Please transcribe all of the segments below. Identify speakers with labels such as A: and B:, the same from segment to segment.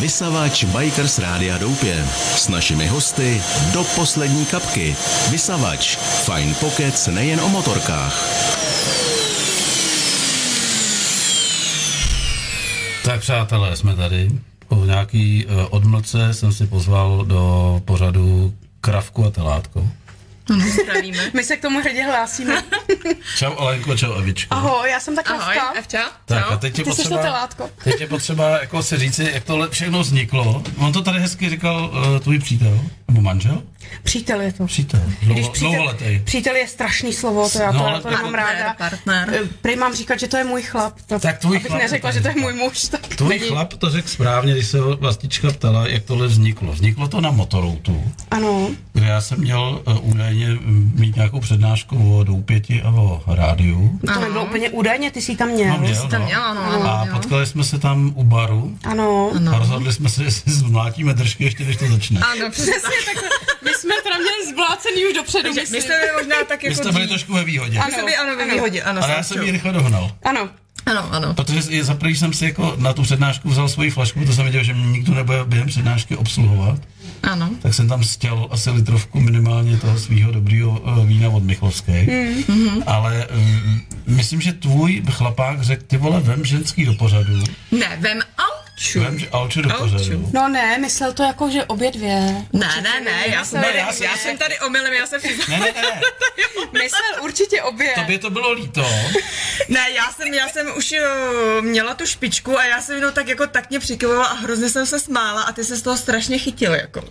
A: Vysavač Bikers Rádia Doupě. S našimi hosty do poslední kapky. Vysavač. Fajn pokec nejen o motorkách.
B: Tak přátelé, jsme tady. Po nějaký eh, odmlce jsem si pozval do pořadu Kravku a Telátko.
C: Zdravíme.
D: My se k tomu hrdě hlásíme.
B: Čau Alenko, čau Evičko.
D: Ahoj, já jsem ta
C: Ahoj,
D: kravka.
C: Evča.
B: Tak a
C: Čau.
B: teď je
D: Ty jsi to
B: potřeba,
D: telátko.
B: teď je potřeba jako si říci, jak tohle všechno vzniklo. On to tady hezky říkal uh, tvůj přítel, nebo manžel?
D: Přítel je to.
B: Přítel, dlouho,
D: přítel,
B: dlouholetý.
D: přítel je strašný slovo, to já to,
B: No,
D: já to
B: ale-
D: nemám
C: Partner,
D: ráda.
C: partner.
D: Eh, Prý mám říkat, že to je můj chlap. To,
B: Tak tvůj
D: abych
B: chlap
D: neřekla,
B: je
D: že to je
B: tady.
D: můj muž. Tak.
B: Tvůj chlap to řekl správně, když se ho vlastička ptala, jak tohle vzniklo. Vzniklo to na motoroutu,
D: Ano,
B: kde já jsem měl uh, údajně mm, mít nějakou přednášku o doupěti a o rádiu.
D: to
C: Ano.
D: nebylo úplně údajně, ty jsi ji tam měl.
B: No, měl,
C: Jsi tam
B: no.
C: měla, no, ano,
B: A
C: jo.
B: potkali jsme se tam u baru
D: Ano.
C: Ano.
B: a rozhodli jsme se, jestli zmlátíme držky ještě, než to začne.
C: Ano, přesně.
D: My jsme teda měli zvlácený už dopředu,
C: Takže my jsme byli možná tak
B: Vy
C: jako
B: jste byli
C: dřív.
B: trošku ve výhodě.
C: My jsme byli, ano, ve výhodě, ano.
B: Ale já
C: s
B: jsem ji
C: Evčou.
B: rychle dohnal.
D: Ano,
C: Ano, ano.
B: Protože je- za prvý jsem si jako na tu přednášku vzal svoji flašku, to jsem věděl, že mě nikdo nebude během přednášky obsluhovat.
C: Ano.
B: Tak jsem tam stěl asi litrovku minimálně toho svého dobrýho eh, vína od Michlovské. Mm. Ale mm, myslím, že tvůj chlapák řekl, ty vole, vem ženský do pořadu.
C: Ne, vem Alču.
B: Vem že- Alču do
C: Alču.
B: pořadu.
D: no ne, myslel to jako, že obě dvě.
C: Ne, ne, ne, já jsem
D: Ne,
C: tady,
B: já jsem-
C: já jsem tady omylem, já jsem přiznám.
B: Ne, ne, ne,
D: Myslel určitě obě.
B: tobě to bylo líto.
C: Ne, já jsem, já jsem už jo, měla tu špičku a já jsem jenom tak jako tak mě přikyvovala a hrozně jsem se smála a ty se z toho strašně chytil jako.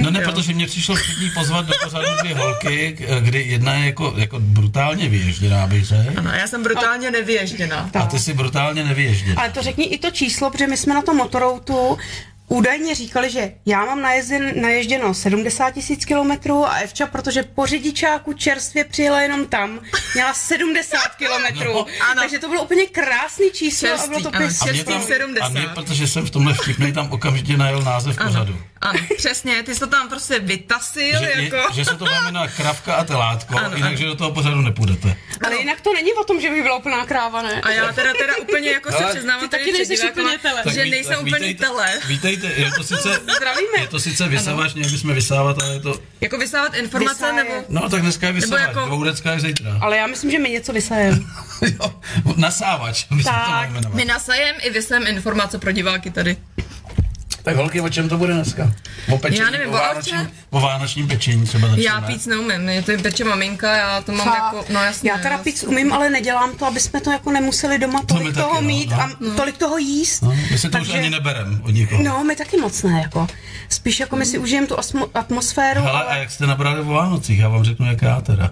B: No ne,
C: Jo.
B: protože mě přišlo všichni pozvat do pořadu dvě holky, k- kdy jedna je jako, jako brutálně vyježděná, bych řekl.
C: Ano, já jsem brutálně nevyježděná.
B: A ty si brutálně nevyježděná.
D: Ale to řekni i to číslo, protože my jsme na tom motoroutu údajně říkali, že já mám najezden, naježděno 70 tisíc kilometrů a Evča, protože po řidičáku čerstvě přijela jenom tam, měla 70 kilometrů.
B: No,
C: ano.
D: takže to bylo úplně krásný číslo a bylo to
C: Čerstvý,
D: pěst-
C: ano,
B: A mě, tam,
C: 70.
B: a mě, protože jsem v tomhle vtipnej, tam okamžitě najel název pořadu.
C: Ano, přesně, ty jsi to tam prostě vytasil
B: Že, je,
C: jako.
B: že se to máme na kravka a telátko,
C: Ano,
B: jinak,
C: ano.
B: že do toho pořadu nepůjdete.
D: Ale jinak to není o tom, že by byla úplná kráva, ne?
C: A já teda, teda úplně jako se
B: Ale-
C: přiznávám
D: Ty taky
C: před
D: nejseš
C: divákama,
D: úplně tele.
C: Že
B: víte-
C: nejsem úplně tele.
B: Vítejte, je to sice,
D: Zdravíme.
B: je to sice vysavač, měli bychom vysávat, ale je to...
C: Jako vysávat informace
D: Vysáje.
C: nebo...
B: No, tak dneska je vysavač, jako...
C: jako-
B: dvourecká je zítra.
D: Ale já myslím, že my něco vysajeme.
B: Jo, Nasávač, by se to
D: Tak,
B: mělo jmenovat.
C: My nasajem i vysem informace pro diváky tady.
B: Tak holky, o čem to bude dneska? O pečení,
C: Já nevím,
B: o,
C: o
B: vánočním,
C: autě?
B: o vánočním pečení třeba začneme.
C: Já pít nevím, je to je peče maminka, já to mám
D: Fakt.
C: jako, no jasně.
D: já teda
C: jasně.
D: píc umím, ale nedělám to, aby jsme to jako nemuseli doma
B: To my
D: tolik
B: taky,
D: toho
B: no,
D: mít
B: no.
D: a tolik toho jíst.
B: No, my si to už ani neberem od nikoho.
D: No, my taky moc ne, jako. Spíš jako my si užijeme tu asmo- atmosféru,
B: Hele, a jak jste nabrali o Vánocích? Já vám řeknu, jak já teda.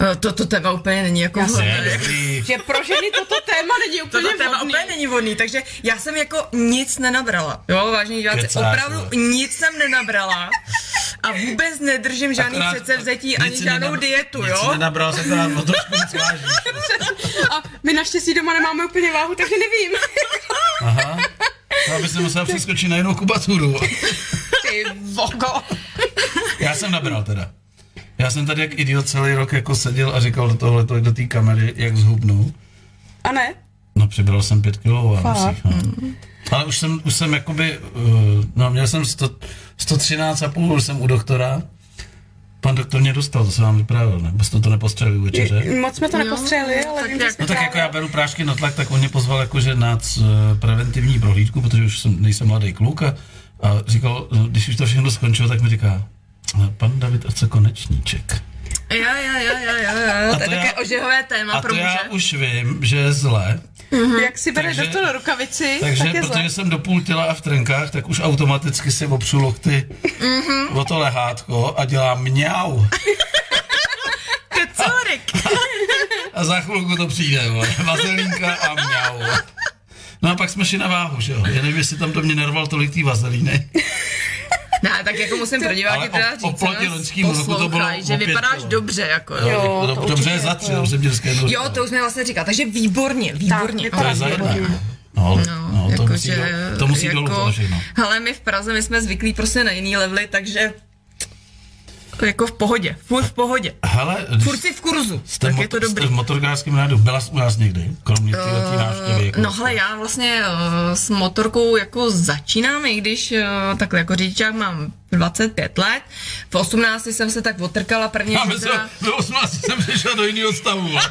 C: No, To, to téma úplně není jako...
D: Já
C: vhodné.
D: jsem-
B: Je, dobrý.
D: že pro ženy toto téma není úplně
C: Toto téma
D: vhodný.
C: úplně není vhodný, takže já jsem jako nic nenabrala. Jo, vážení diváci,
B: Kecáš,
C: opravdu
B: jo.
C: nic jsem nenabrala. A vůbec nedržím žádný
B: Akorát-
C: předsevzetí
B: nic
C: ani
B: si
C: žádnou
B: nenab-
C: dietu,
B: nic si
C: jo?
B: nenabral jsem teda o trošku víc vážíš.
D: A my naštěstí doma nemáme úplně váhu, takže nevím.
B: Aha. No, aby se musela přeskočit na jinou kubaturu.
D: Ty vogo.
B: Já jsem nabral teda. Já jsem tady jak idiot celý rok jako seděl a říkal do tohle, do té kamery, jak zhubnu.
D: A ne?
B: No přibral jsem pět kilo a musích,
D: Fakt?
B: no. Ale už jsem, už jsem jakoby, uh, no měl jsem 100, 113 a půl, byl jsem u doktora. Pan doktor mě dostal, to jsem vám vyprávěl, ne? Bez toho to nepostřelil večeře.
D: Moc jsme to
C: Jo,
D: nepostřelili, ale
C: tak
D: vím, že
C: jak-
D: jsme
B: No tak jako
D: právě-
B: já beru prášky na tlak, tak on mě pozval jakože na eh, preventivní prohlídku, protože už jsem, nejsem mladý kluk a, a říkal, no, když už to všechno skončilo, tak mi říká, "Eh, pan David, a co konečníček?
C: Jo, jo, jo, jo, jo, jo.
B: A
C: To je
B: to já-
C: také ožehové téma
B: A
C: pro
B: to já
C: muže.
B: už vím, že je zle,
D: Jak si bere
B: Takže-
D: doktor rukavici,
B: takže
D: tak je zle.
B: protože jsem do půl těla a v trenkách, tak už automaticky si opřu lokty
C: Mhm.
B: o to lehátko a dělám mňau.
C: Kecurek!
B: A za chvilku to přijde, vole. vazelínka a mňau. No a pak jsme šli na váhu, že jo? Já nevím, jestli tam do mě nerval tolik té vazelíny.
C: Ne, tak jako musím pro
B: Ale
C: diváky
B: o-
C: teda říct,
B: oproti
C: co nás
B: loňskému roku to bylo
C: poslouchají, že
B: opět,
C: vypadáš
B: jo.
C: dobře, jako
B: Jo,
C: jo.
D: Jo,
B: do,
D: to
B: No, dobře je
D: určitě
B: za
D: jako
B: tři,
D: jo.
B: dobře mě dneska jednou
C: Jo, to už mi vlastně říká, takže výborně, výborně.
D: Tak,
B: to je
D: vypadá
B: za jedna.
D: výborně.
B: No,
C: No,
B: no, to, musí, no.
C: že, jako-
B: do- to musí dolů to všechno.
C: Hele, my v Praze, my jsme zvyklí prostě na jiný levely, takže jako v pohodě, furt v pohodě.
E: Hele, když
C: Furt si v kurzu,
E: jste,
C: tak
E: v
C: je to
E: moto- jste
C: dobrý. Eh,
E: v motorkářském rádu, byla jsi u nás někdy, kromě téhle tý návštěvy? jako
C: No
E: jste-
C: hele, já vlastně eh, s motorkou jako začínám, i když eh, takhle jako řidičák mám 25 let. V 18 jsem se tak otrkala první.
E: Já
C: že
E: myslím,
C: teda-
E: do 18 jsem přišel do jiného stavu. vole.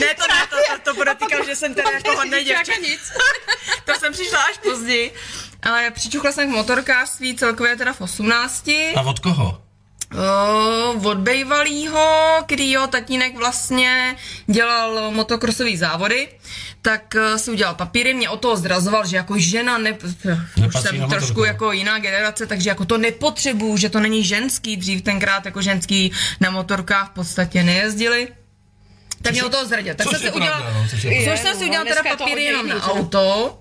C: Ne, to ne, to, to, to podotýkám, že jsem teda jako hodnej děvče.
D: nic.
C: To jsem přišla až později. Ale přičuchla jsem k motorkářství celkově teda v 18.
E: A od koho?
C: Uh, od bejvalýho, který jeho tatínek vlastně dělal motokrosové závody, tak eh, si udělal papíry, mě o toho zrazoval, že jako žena, ne, už
E: Nepatří na
C: jsem
E: motorku.
C: trošku jako jiná generace, takže jako to nepotřebuju, že to není ženský, dřív tenkrát jako ženský na motorkách v podstatě nejezdili. Tak mě o toho zradil. Tak
E: což
C: jsem
E: je
C: si udělal,
E: pravda, no, což je
C: což
D: pravda.
C: jsem si
D: No,
C: udělal teda
D: dneska je to
C: papíry
D: hodně
C: jenom na
D: jiný, že?
C: auto.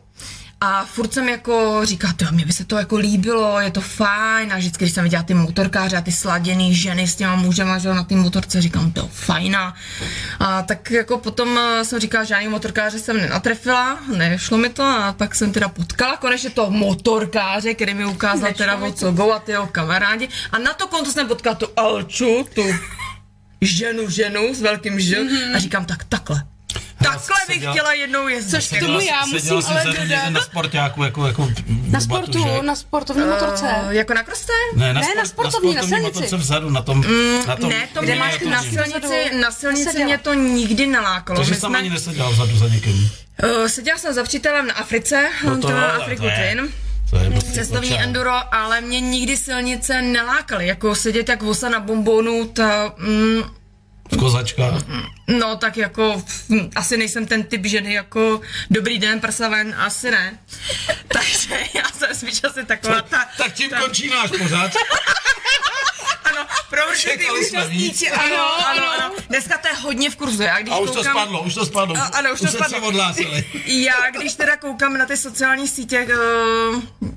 C: A furt jsem jako říkala, jo, mě by se to jako líbilo, je to fajn. A vždycky, když jsem viděla ty motorkáře a ty sladěný ženy s těma mužema, že jo, na té motorce, říkám, to je fajná. A tak jako potom eh, jsem říkala, že žádný motorkáře jsem nenatrefila, nešlo mi to a pak jsem teda potkala konečně toho motorkáře, který mi ukázal teda o co go a ty jeho kamarádi. A na to konto jsem potkala tu Alču, tu ženu, ženu s velkým ž mm-hmm. a říkám tak takhle. Takhle bych
E: seděla-
C: chtěla jednou jezdit.
D: Mhm. Což k tomu já musím
E: Seděl jsi
D: ale
E: vzadu
D: dodat-
E: někde na sportáku, jako, jako
D: Na sportu, na sportovní
C: Eh,
D: motorce.
C: jako na kroste?
E: Ne, na,
D: Ne, na sportovní, na silnici.
E: motorce vzadu, na tom, na tom
C: Mm, ne, to
E: kde
C: mě jako
D: máš
E: je
D: ty
E: to
C: na
E: dřív.
D: silnici.
C: silnici, na silnici
D: Neseděla.
C: mě to nikdy nelákalo.
E: Takže
C: My
E: jsem
C: jsme-
E: ani neseděl vzadu za někým.
C: eh, seděla jsem za přítelem na Africe, on to
E: ale
C: na Afriku
E: No to je-
C: Twin.
E: To je prostě
C: Cestovní
E: počál.
C: enduro, ale mě nikdy silnice nelákaly, jako sedět jak vosa na bombonu, ta, mm,
E: Kozačka.
C: No tak jako, hm, asi nejsem ten typ ženy jako dobrý den prsa ven, asi ne. Takže já jsem spíš asi taková ta,
E: Tak tím končí náš pořád.
C: ano, pro určitý
E: Čekali jsme víc.
C: účastníci, ano, ano, ano. Dneska to je hodně v kurzu, já když
E: A už to
C: koukám,
E: spadlo, už to spadlo.
C: A- ano, už to
E: se
C: spadlo.
E: tři odhlásili.
C: Já když teda koukám na ty sociální sítě, eh,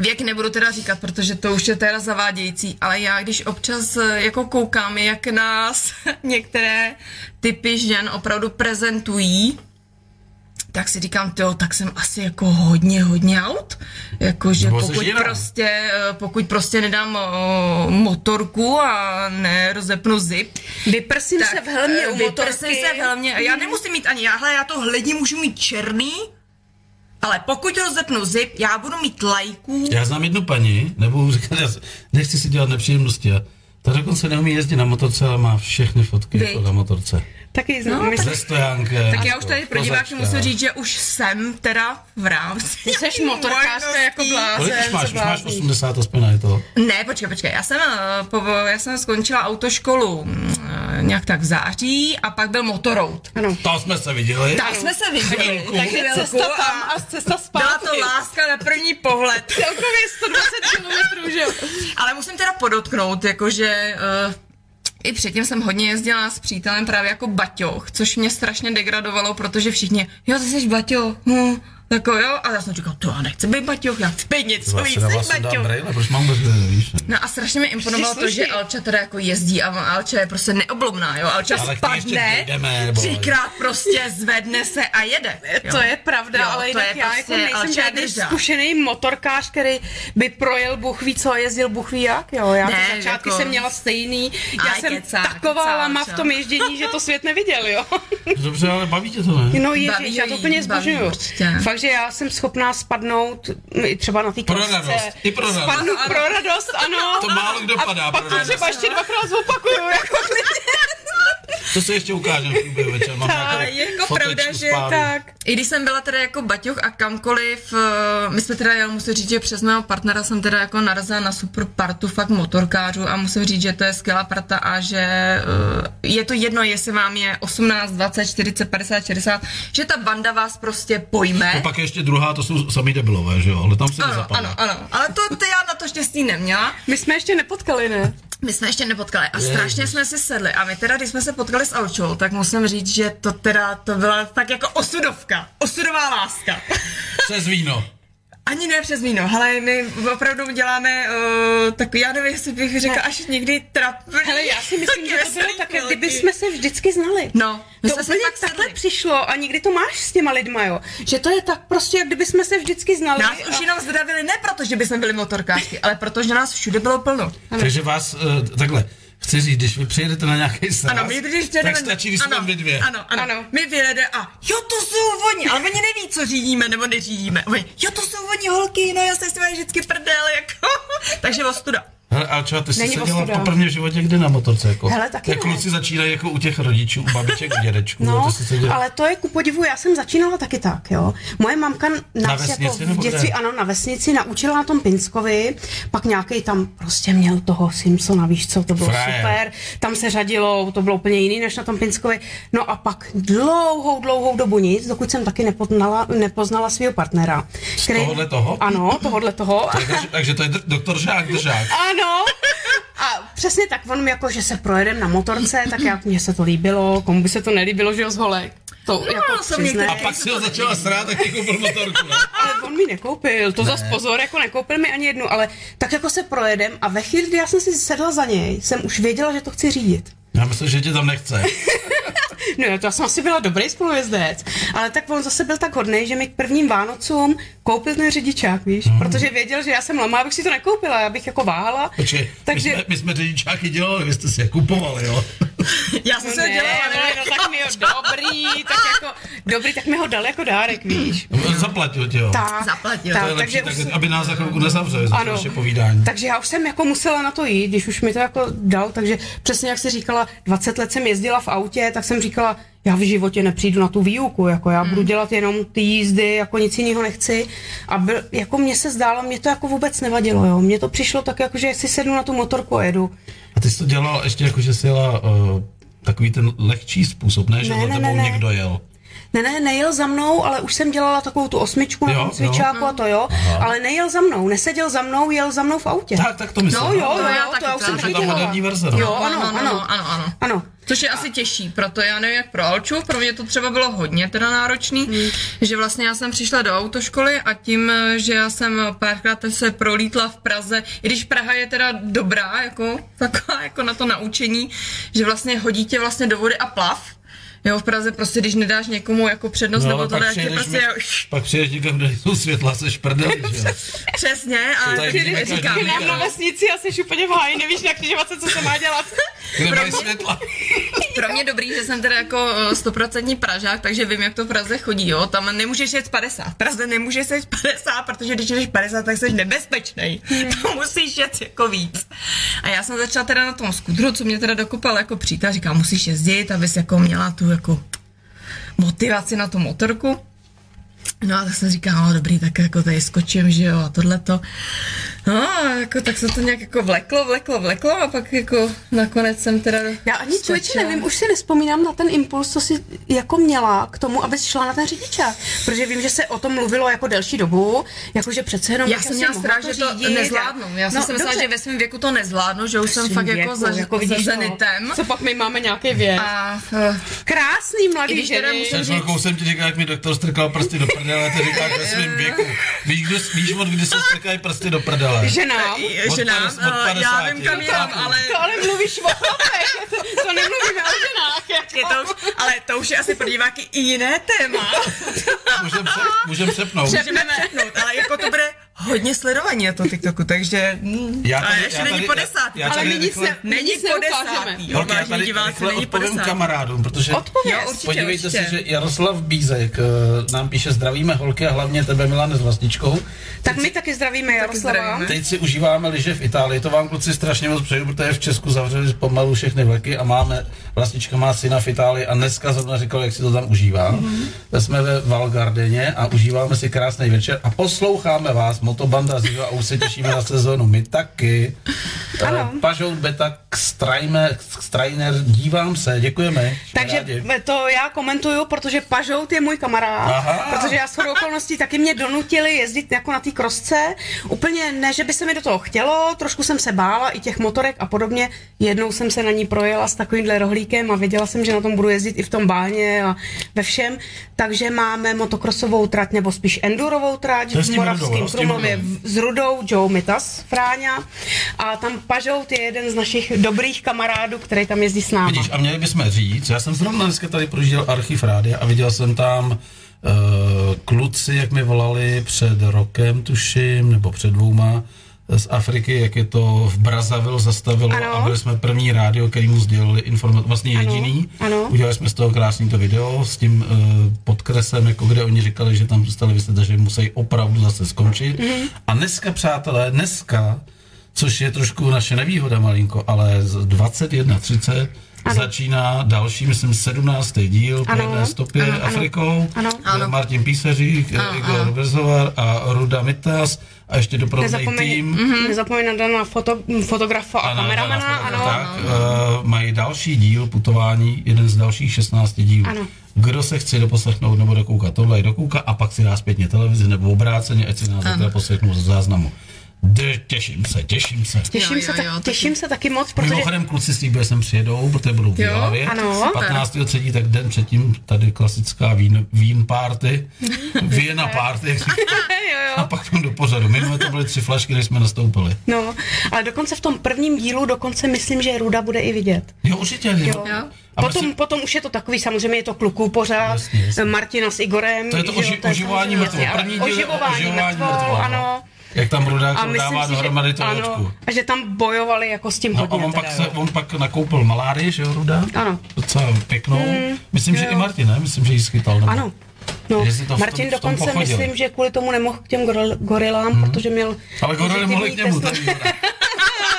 C: Věk nebudu teda říkat, protože to už je teda zavádějící, ale já když občas eh, jako koukám, jak nás některé typy žen opravdu prezentují, tak si říkám, jo, tak jsem asi jako hodně, hodně out. Jakože
E: Nebo jsi
C: pokud
E: jiná.
C: prostě, eh, pokud prostě nedám o, motorku a nerozepnu zip,
D: Vyprsím se v helmě
C: eh,
D: u
C: vyprsej
D: motorky.
C: se v helmě. Já nemusím mít ani jahle, já to hledí můžu mít černý, ale pokud rozepnu zip, já budu mít lajků.
E: Já znám jednu paní, nebo říkat, já nechci si dělat nepříjemnosti. a Ta dokonce neumí jezdit na motorce, ale má všechny fotky
C: Viď.
E: jako na motorce.
D: Taky znám.
C: No,
D: my-
E: Ze stojánkem. jako
C: Tak já už tady pro diváky
E: kozačka.
C: musím říct, že už jsem teda v rámci.
D: Ty seš motorkářka jako blázen.
E: Kolik už
D: co
E: máš? Už máš
D: blázní.
E: 80 aspoň je to.
C: Ne, počkej, počkej, já jsem, eh, po, já jsem skončila autoškolu mm, eh, nějak tak v září a pak byl motoroad.
D: Ano.
E: To jsme se viděli.
C: Tak jsme se viděli.
E: Chvilku.
D: Takže cesta tam a cesta
C: Byla
D: zpátky.
C: to láska na první pohled.
D: Celkově 120 kilometrů, že jo?
C: Ale musím teda podotknout, jakože uh, i předtím jsem hodně jezdila s přítelem právě jako Baťoch, což mě strašně degradovalo, protože všichni, jo, ty jsi Baťoch, hm, jako jo, a já jsem říkal, to já nechci být Baťoch, já chci být něco
E: Dva
C: víc
E: si na vás
C: než
E: jsem dám
C: Baťoch.
E: brejle, proč mám brejle, víš? ne?
C: No a strašně mi imponovalo to,
D: sluší.
C: že Alča teda jako jezdí a Alča je prostě neoblomná, jo, Alča
E: Ale k ní ještě
C: spadne,
E: dojdeme, boj.
C: třikrát prostě zvedne se a jede. Jo.
D: To je pravda,
C: Jo,
D: ale
C: to
D: jinak
C: je
D: já
C: prostě
D: jako nejsem
C: Alča
D: žádný
C: držák.
D: zkušený motorkář, který by projel Bůh ví co a jezdil Bůh ví jak, jo. Já
C: Ne,
D: ne, začátky
C: jako-
D: jsem měla stejný, já
C: Aj,
D: jsem
C: kecá,
D: taková
C: kecá,
D: lama v
C: čo.
D: tom ježdění, že to svět neviděl, jo.
E: Dobře, ale baví tě to, ne?
D: No ježiš,
C: Baví
D: já to
C: jí,
D: úplně
C: baví
D: zbožňuju.
C: určitě.
D: Fakt, že já jsem schopná spadnout m, i třeba na té
E: Pro
D: kostce.
E: radost, i pro radost.
D: Spadnu
E: Ano, ano.
D: pro radost, ano.
E: To málo kdo padá
D: a
E: pro
D: pak to
E: radost.
D: třeba ještě dvakrát zopakuju, jako
E: To se ještě ukáže v průběhu večera. Mám
D: Tak,
E: nějakou
C: jako
E: fotečku
C: pravda, že
E: z pádu.
D: tak.
C: I když jsem byla teda jako baťoch a kamkoliv, eh, my jsme teda, já musím říct, že přes mého partnera jsem teda jako narazila na super partu fakt motorkářů a musím říct, že to je skvělá parta a že eh, je to jedno, jestli vám je 18, 20, 40, 50, 60, že ta banda vás prostě
E: A
C: pojme.
E: pak ještě druhá, to jsou samý debilové, že jo? Ale tam se
C: Ano,
E: nezapadá.
C: ano, ano, ale to, to já na to štěstí neměla.
D: My jsme ještě nepotkali, ne?
C: My jsme ještě nepotkali a
E: Ježiš.
C: strašně jsme si sedli. A my teda, když jsme se potkali s Alčou, tak musím říct, že to teda, to byla tak jako osudovka, osudová láska.
E: Přes víno.
C: Ani ne přes víno, ale my opravdu děláme uh, takový, já nevím, jestli bych řekla až někdy trapný.
D: Hele, já si myslím, že to bylo
C: veselý
D: také,
C: chvilky.
D: kdyby jsme se vždycky znali.
C: No, my
D: to
C: jsme se
D: úplně
C: fakt
D: takhle
C: sedli.
D: přišlo a nikdy to máš s těma lidma, jo. Že to je tak prostě, jak kdyby jsme se vždycky znali.
C: Nás
D: a...
C: už jenom zdravili, ne protože by jsme byli motorkářky, ale protože nás všude bylo plno.
E: Takže vás, eh, takhle,
B: chci říct, když vy přijedete na nějaký sraz,
C: Ano, my když jdeme...
B: tak stačí, když jsme
C: ano,
B: tam vy dvě.
C: Ano, ano, ano.
D: Ano.
C: My vyjede a jo, to jsou oni, ale oni neví, co řídíme nebo neřídíme. Oni, jo, to jsou oni holky, no já se s nimi vždycky prdel, jako. Takže ostuda.
B: Hele, a třeba ty jsi
D: Není
B: seděla
D: ostuda.
B: poprvé v životě kde na motorce? Jako,
D: Hele, taky
B: jak
D: ne.
B: kluci začínají jako u těch rodičů, u babiček, u dědečků. jo, ty
D: No,
B: jsi seděla-
D: ale to je ku podivu, já jsem začínala taky tak, jo. Moje mamka nás
B: Na
D: jako
B: vesnici
D: v
B: nebo
D: dětství,
B: kde?
D: ano, na vesnici naučila na tom Pinskovi, pak nějaký tam prostě měl toho Simpsona, víš co, to bylo
B: Frajer.
D: super, tam se řadilo, to bylo úplně jiný než na tom Pinskovi. No a pak dlouhou, dlouhou dobu nic, dokud jsem taky nepoznala, nepoznala svého partnera.
B: tohohle toho?
D: Ano, tohohle toho.
B: takže, takže to je dr- doktor Žák Držák.
D: Ano. A přesně tak, on mi jako, že se projedem na motorce, tak já, mně se to líbilo, komu by se to nelíbilo, že jo, z holek. To no, jako
C: ale jsou
D: přiznej.
C: některé-
B: A pak si ho začala srát, tak ti koupil motorku, ne?
D: Ale on mi nekoupil, to ne. zas pozor, jako nekoupil mi ani jednu, ale tak jako se projedem a ve chvíli, kdy já jsem si sedla za něj, jsem už věděla, že to chci řídit.
B: Já myslím, že tě tam nechce.
D: No, to já jsem asi byla dobrý spolujezdec, ale tak on zase byl tak hodný, že mi k prvním Vánocům koupil ten řidičák, víš,
B: Mhm.
D: mm. protože věděl, že já jsem lama, abych si to nekoupila, já bych jako váhala.
B: Počkej, Takže... my, jsme, my jsme řidičáky dělali, vy jste si je kupovali, jo?
C: Já jsem
D: No
C: se
D: ne,
C: dělala,
D: ne,
C: ne?
D: no tak mi ho dobrý, tak jako, dobrý, tak mi ho dal jako dárek, víš.
B: Zaplatil tě, jo?
D: No. Tak,
C: Zaplatil.
B: to
D: tak,
B: je lepší,
D: takže,
B: tak,
D: už,
B: aby nás za chvilku nezavřeli za to
D: Ano.
B: naše povídání.
D: takže já už jsem jako musela na to jít, když už mi to jako dal, takže přesně jak jsi říkala, 20 let jsem jezdila v autě, tak jsem říkala, já v životě nepřijdu na tu výuku, jako já budu dělat jenom ty jízdy, jako nic jiného nechci. A byl, jako mně se zdálo, mě to jako vůbec nevadilo, jo. Mně to přišlo tak, jako že si sednu na tu motorku a jedu.
B: A ty jsi to dělala ještě jako, že jsi jela uh, takový ten lehčí způsob, ne? Že
D: Ne,
B: za
D: ne,
B: tebou
D: ne, ne.
B: někdo jel.
D: Ne, ne, nejel za mnou, ale už jsem dělala takovou tu osmičku na
B: Jo,
D: tom
B: jo.
D: cvičáku a to jo, Aha. ale nejel za mnou, neseděl za mnou, jel za mnou v autě.
B: Tak, tak to myslím.
D: No jo,
C: to
D: jo,
C: já
D: jo,
C: taky
D: to já už
C: tak.
D: jsem
B: ta
C: Takže
D: taky dělala.
B: moderní verze, no.
D: Jo,
C: Ano,
D: ano,
C: ano, ano, ano, ano.
D: ano.
C: Což je asi těžší, proto já nevím jak pro Alču, pro mě to třeba bylo hodně teda náročný, hmm. že vlastně já jsem přišla do autoškoly a tím, eh, že já jsem párkrát se prolítla v Praze, i když Praha je teda dobrá, jako taková jako na to naučení, že vlastně hodí tě vlastně do vody a plav, Jo, v Praze prostě, když nedáš někomu jako přednost,
B: No,
C: nebo
B: ale
C: to
B: pak
C: dáš, že
B: přijedeš,
C: prostě
B: mi-
C: jo,
B: pak přijedeš někam, kde jsou světla, seš prdeli, že jo?
C: přesně, a
B: tady vidíme každý
C: říkám,
B: den.
D: Mám na vesnici a jsi úplně v háji, nevíš na křižovatce, co se má dělat.
B: Kde mají světla?
C: Pro mě dobrý, že jsem teda jako eh, stoprocentní Pražák, takže vím, jak to v Praze chodí, jo. Tam nemůžeš jet 50. V Praze nemůžeš jet 50, protože když jdeš 50, tak jsi nebezpečný.
D: Hmm.
C: To musíš jet jako víc. A já jsem začala teda na tom skutru, co mě teda dokopal jako přítel, říká, musíš jezdit, abys jako měla tu jako motivaci na tu motorku. No a tak jsem říkala, no dobrý, tak jako tady skočím, že jo, a tohleto. No a jako tak se to nějak jako vleklo, vleklo, vleklo a pak jako nakonec jsem teda
D: Já ani člověče
C: skočila.
D: nevím, už si nespomínám na ten impuls, co jsi jako měla k tomu, abys šla na ten řidičák. Protože vím, že se o tom mluvilo jako delší dobu, jakože přece jenom...
C: Já
D: jako
C: jsem
D: si
C: měla
D: mohla
C: strach, že to
D: řídit a-
C: nezvládnu. Já jsem
D: No,
C: si myslela,
D: dobře.
C: že ve svém věku to nezvládnu, že už jsem
D: Svým
C: fakt
D: věku,
C: jako za, jako za
D: vidíš, no.
C: zenitem.
D: Co pak my máme nějaký věk?
C: A eh,
D: Krásný
C: I
D: mladý
C: když teda
D: ženy.
C: musím-
B: Před chvilkou jsem jako ti říkal, jak mi doktor strkal prsty do prdele, ty říkáš ve svém věku. Víš, kdo, víš od kdy se strkají prsty do prdele?
D: Ženám.
C: je- že nám,
B: Od 50,
C: eh, já vím, kam
B: od
C: jinam,
B: 50.
C: ale...
D: To ale mluvíš o chlapech, to, to nemluvíme o ženách. jako.
C: Je to už, ale to už je asi pro diváky i jiné téma.
B: Můžem, se, můžem přepnout.
C: Můžeme přepnout, ale jako to bude hodně sledování na tom TikToku, takže... mm, a ještě není po desátý.
B: já
D: Ale
B: tady
D: my nic
B: rychle-
D: ne-
C: Není
D: nic
C: po
D: neukážeme.
C: desátý, jo,
B: Holky, já
C: vážení
B: tady
C: diváci,
B: rychle
C: není po
B: odpovím
C: desátý.
B: kamarádům, protože
D: Odpověz.
C: Jo, určitě,
B: podívejte
C: určitě.
B: se, že Jaroslav Bízek eh, nám píše zdravíme holky a hlavně tebe Milane s vlastničkou.
D: Tak my taky zdravíme Jaroslava.
C: zdravíme.
B: Teď si užíváme liže v Itálii, to vám kluci strašně moc přeju, protože v Česku zavřeli pomalu všechny vleky a máme, vlastnička má syna v Itálii a dneska zrovna říkal, jak si to tam užívá.
D: Mhm.
B: Mm-hmm. Jsme ve Valgardeně a užíváme si krásný večer a posloucháme vás, Motobanda Ziva a už se těšíme na sezónu, my taky.
D: Ano.
B: Eh, Peugeot Beta Xtrajmer, Xtrajner, dívám se, děkujeme. jsme
D: Takže
B: rádi.
D: to já komentuju, protože Pažout je můj kamarád,
B: Aha.
D: protože já shodou okolností taky mě donutili jezdit jako na té krosce. Úplně ne, že by se mi do toho chtělo, trošku jsem se bála i těch motorek a podobně. Jednou jsem se na ní projela s takovýmhle rohlíkem a věděla jsem, že na tom budu jezdit i v tom báně a ve všem. Takže máme motokrosovou trať, nebo spíš endurovou trať
B: To je s
D: v
B: tím Rudou,
D: Moravském
B: no, s tím
D: Krumlově
B: Rudou.
D: s Rudou Joe Mitas, Fráňa. A tam Pažout je jeden z našich dobrých kamarádů, který tam jezdí s námi.
B: Vidíš, a měli bychom říct, já jsem zrovna dneska tady prožil archiv rádia a viděl jsem tam uh, kluci, jak mi volali před rokem, tuším, nebo před dvouma, z Afriky, jak je to v Brazavil zastavilo
D: Ano.
B: a byli jsme první rádio, který mu sdělili informat, vlastně
D: Ano,
B: jediný.
D: ano.
B: Udělali jsme z toho krásný to video s tím uh, podkresem, jako kde oni říkali, že tam přestali vysvětlit, že musí opravdu zase skončit.
D: Mhm.
B: Mm-hmm. A dneska, přátelé, dneska, což je trošku naše nevýhoda malinko, ale z 21.30 začíná další, myslím, 17. díl
D: Ano,
B: Pojďme stopě
D: ano, ano.
B: Afrikou.
D: Ano.
C: Ano.
B: Martin Písařík, Igor Brzovar a Ruda Mitas a ještě doprovodný
D: Nezapomeň,
B: tým. Mhm.
D: mm-hmm. nezapomeň na Dana foto, fotografa a
B: Ano,
D: Jako kameramana,
B: Dana
D: ano.
B: Fodor, Tak, uh, mají další díl putování, jeden z dalších 16 dílů.
D: Ano.
B: Kdo se chce doposlechnout nebo dokoukat, tohle je dokouká a pak si dá zpětně televizi nebo obráceně, ať si nás teda poslechnou ze záznamu. De, těším se, těším se.
D: Těším,
C: Jo,
D: se,
C: jo,
D: tak,
C: jo, taky.
D: těším se taky moc, protože...
B: Mimochodem kluci slíbili, že sem přijedou, protože budou v
C: Jo,
B: Jihlavě.
D: ano.
B: 15. třetí, tak den předtím, tady klasická vín, vín party, vína party, jak říkají.
D: jo, jo.
B: a pak tam do pořadu. Minule to byly tři flašky, než jsme nastoupili.
D: No, ale dokonce v tom prvním dílu dokonce myslím, že Ruda bude i vidět.
B: Jo, určitě. Jo.
C: Jo.
B: A
D: Potom,
B: prostě,
D: potom už je to takový, samozřejmě je to kluků pořád,
B: Jasně, jasně.
D: Martina s Igorem.
B: to je to
D: že jo,
B: oži, oživování
D: samozřejmě
B: mrtvol.
D: jasně,
B: První
D: ale
B: díl je
D: oživování,
B: oživování
D: mrtvol,
B: mrtvol,
D: ano.
B: Jak tam
D: A
B: rodák
D: myslím
B: dává
D: si, že,
B: dohromady tu
D: ano,
B: očku.
D: a že tam bojovali jako s tím
B: No a
D: hodně.
B: on
D: teda,
B: pak,
D: jo.
B: se, on pak nakoupil malárii, že jo, Ruda?
D: Ano. Mm,
B: Docela pěknou. Myslím, že
D: jo.
B: i Martin, ne? Myslím, že ji schytal. Nebo...
D: Ano. No,
B: Jestli to v tom-
D: Martin
B: v tom
D: dokonce
B: pochodil. Mhm.
D: myslím, že kvůli tomu nemohl k těm goril, gorilám, protože měl...
B: Ale Goro nemohli k němu.
D: pozitivní
B: Tady,
D: test.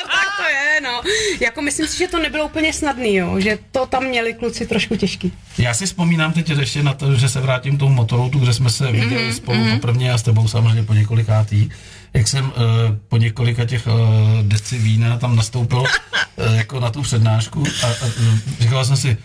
D: tak to je, no. Jako myslím si, že to nebylo úplně snadný, jo. Že to tam měli kluci trošku těžký.
B: Já si vzpomínám teď ještě na to, že se vrátím k tomu motoroutu, kde jsme se viděli mm-hmm, spolu mm-hmm. poprvně a s tebou samozřejmě po několikátý. Jak jsem uh, po několika těch uh, deci vína tam nastoupil uh, jako na tu přednášku a, a eh, říkal jsem si,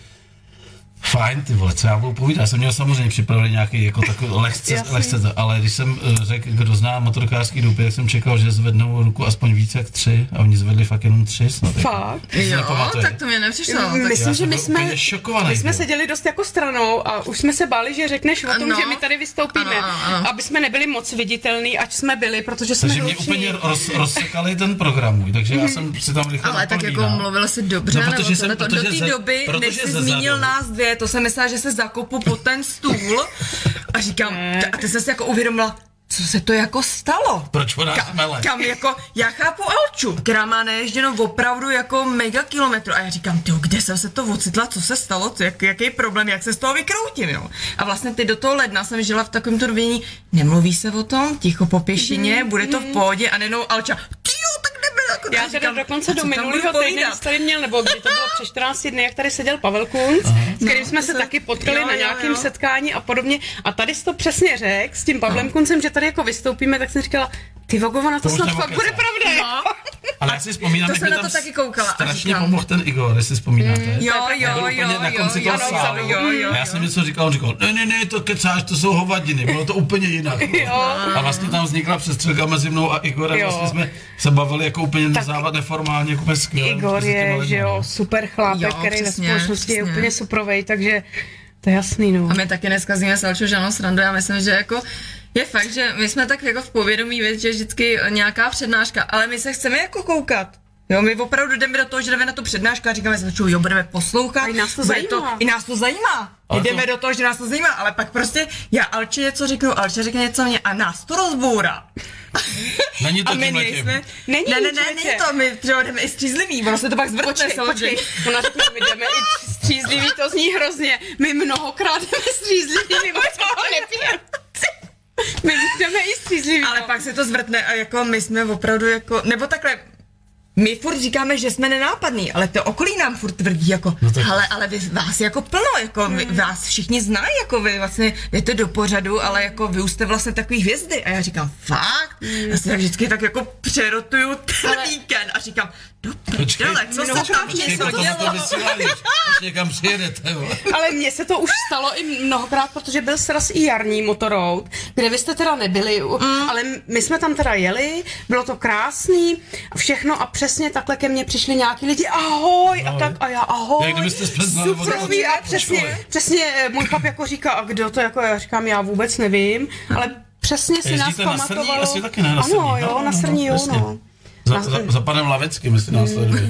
B: Fajn, ty vole, co já budu povídat. Já jsem měl samozřejmě připravený nějaký jako takový lehce,
D: Jasný.
B: lehce to, ale když jsem eh, řekl, kdo zná motorkářský doupě, tak jsem čekal, že zvednou ruku aspoň více jak tři a oni zvedli fakt jenom tři snad. jako.
D: Fakt. Mm,
B: To si
C: Jo,
B: nepamatuju.
C: tak to mě nepřišlo. No, Tak
B: Já
D: Myslím, že
B: jsem
D: my
B: byl
D: jsme,
B: úplně šokovaný, no.
D: my jsme
B: byl.
D: seděli dost jako stranou a už jsme se báli, že řekneš o tom,
C: Ano.
D: že my tady vystoupíme,
C: No. Ano, ano, ano.
D: aby jsme nebyli moc viditelní, ať jsme byli, protože jsme
B: Takže mě
D: hluční.
B: úplně roz, rozsekali ten program můj, takže já jsem si tam rychle
C: Ale tak
B: napal
C: jako
B: vína.
C: mluvil si dobře,
B: No,
C: no,
B: protože
C: nebo
B: jsem-
C: jsem, to, do
B: protože
C: té
B: ze-
C: doby,
B: protože
C: než jsi
B: zezadu.
C: zmínil nás dvě, to jsem myslela, že se zakopu pod ten stůl a říkám, t- a ty jsem si jako uvědomila, co se to jako stalo?
B: Proč voda smele?
C: Kam jako, já chápu Alču, která má naježděno opravdu jako mega kilometru a já říkám, ty, kde jsem se to ocitla, co se stalo, co, jak, jaký problém, jak se z toho vykroutím, jo. A vlastně ty do toho ledna jsem žila v takovém turbiní, nemluví se o tom, ticho po pěšině, bude to v pohodě a nenou Alča, ty jo, tak nebyl, jako
D: Mhm, Já teda dokonce do minulého týdne, když tady měl, nebo kdy to bylo před 14 dny, jak tady seděl Pavel Kunc, s kterým
C: No,
D: jsme
C: to
D: se
C: se-
D: taky potkali
C: jo,
D: na
C: jo,
D: nějakém
C: jo.
D: setkání a podobně. A tady jsi to přesně řekl, s tím Pavlem Kuncem, že tady jako vystoupíme, tak jsem říkala, ty Vogo, na to,
B: To už
D: snad
B: nemohu
D: fakt bude
B: kecat.
D: pravda.
C: No.
B: Ale já si vzpomínám,
C: To
B: jak
C: jsem
B: mi
C: na to
B: tam
C: taky koukala a
B: strašně
C: říkám- Mm,
B: pomohl ten Igor, jestli vzpomínáte.
C: Jo,
B: Já byl
C: jo,
B: úplně
C: jo,
B: na
C: jo,
B: konci toho
C: ano,
B: sálu.
C: vzadu, jo, jo,
B: A já
C: jo.
B: jsem něco říkal, on říkal, ne, ne, ne, to kecáš, to jsou hovadiny, bylo to úplně jinak. A vlastně tam vznikla přestřelka mezi mnou a Igorem,
D: Jo.
B: vlastně jsme se bavili jako úplně nezávad neformálně, jako bez skvěle.
D: Igor je, že jo, super chlápek,
C: Jo,
D: který ve
C: přesně,
D: společnosti je
C: přesně.
D: úplně suprovej, takže to je jasný, no.
C: A my taky dneska s nimi Salčo Žanou srandu, já myslím, že jako je fakt, že my jsme tak jako v povědomí věc, že vždycky nějaká přednáška, ale my se chceme jako koukat. Jo, my opravdu jdeme do toho, že jdeme na tu přednášku a říkáme si, jo, budeme poslouchat.
D: A i nás to
C: bude
D: zajímá.
C: I nás to zajímá.
B: Ale to-
C: jdeme do toho, že nás to zajímá, ale pak prostě já Alče něco řeknu, Alče řekne něco mě a nás to rozbourá.
B: Není to
C: a my
B: tímhle tím.
C: nejsme.
D: Není,
C: ne, ne, ne,
D: člověče.
C: není to, my přihodeme i střízlivý, ono se to pak zvrtne
D: Počkej,
C: samozřejmě.
D: počkej, ona řekne, my jdeme i střízlivý, to zní hrozně. My mnohokrát jdeme střízlivý, my moc toho nepijeme. My jdeme i střízlivý.
C: Ale
D: no.
C: pak se to zvrtne a jako my jsme opravdu jako, nebo takhle, my furt říkáme, že jsme nenápadní, ale to okolí nám furt tvrdí jako, no
B: tak-
C: ale, ale vy, vás je jako plno, jako vy,
B: Hmm.
C: vás všichni znají, jako vy vlastně jdete do pořadu, ale jako vy už jste vlastně takový hvězdy. A já říkám, fakt? Já
B: Hmm.
C: se vždycky tak jako přerotuju ten
D: Ale-
C: víkend a říkám, do
B: Počkej,
C: prdele, co se
D: Mnohokrát
C: tam
B: Počkej,
C: něco
B: to tam to
C: dělo?
B: vysílání, už někam přijedete, vole.
D: Ale mně se to už stalo i mnohokrát, protože byl sraz i jarní motorout, kde vy jste teda nebyli, mm. ale my jsme tam teda jeli, bylo to krásný, všechno a přesně takhle ke mně přišli nějaký lidi, ahoj, a
B: Ahoj.
D: tak a já ahoj.
B: Jak kdybyste se znali od-
D: Suprový a
B: od
D: přesně,
B: školy.
D: přesně eh, můj chlap jako říká, a kdo to jako, já říkám, já vůbec nevím, ale přesně si nás
B: Jezdíte na Srní?
D: pamatovalo.
B: Asi taky ne na Srní.
D: ano,
B: No,
D: jo,
B: no,
D: na srní,
B: no,
D: jo,
B: jasně.
D: no.
B: Za, za, za panem Laveckým, jestli nás sleduje.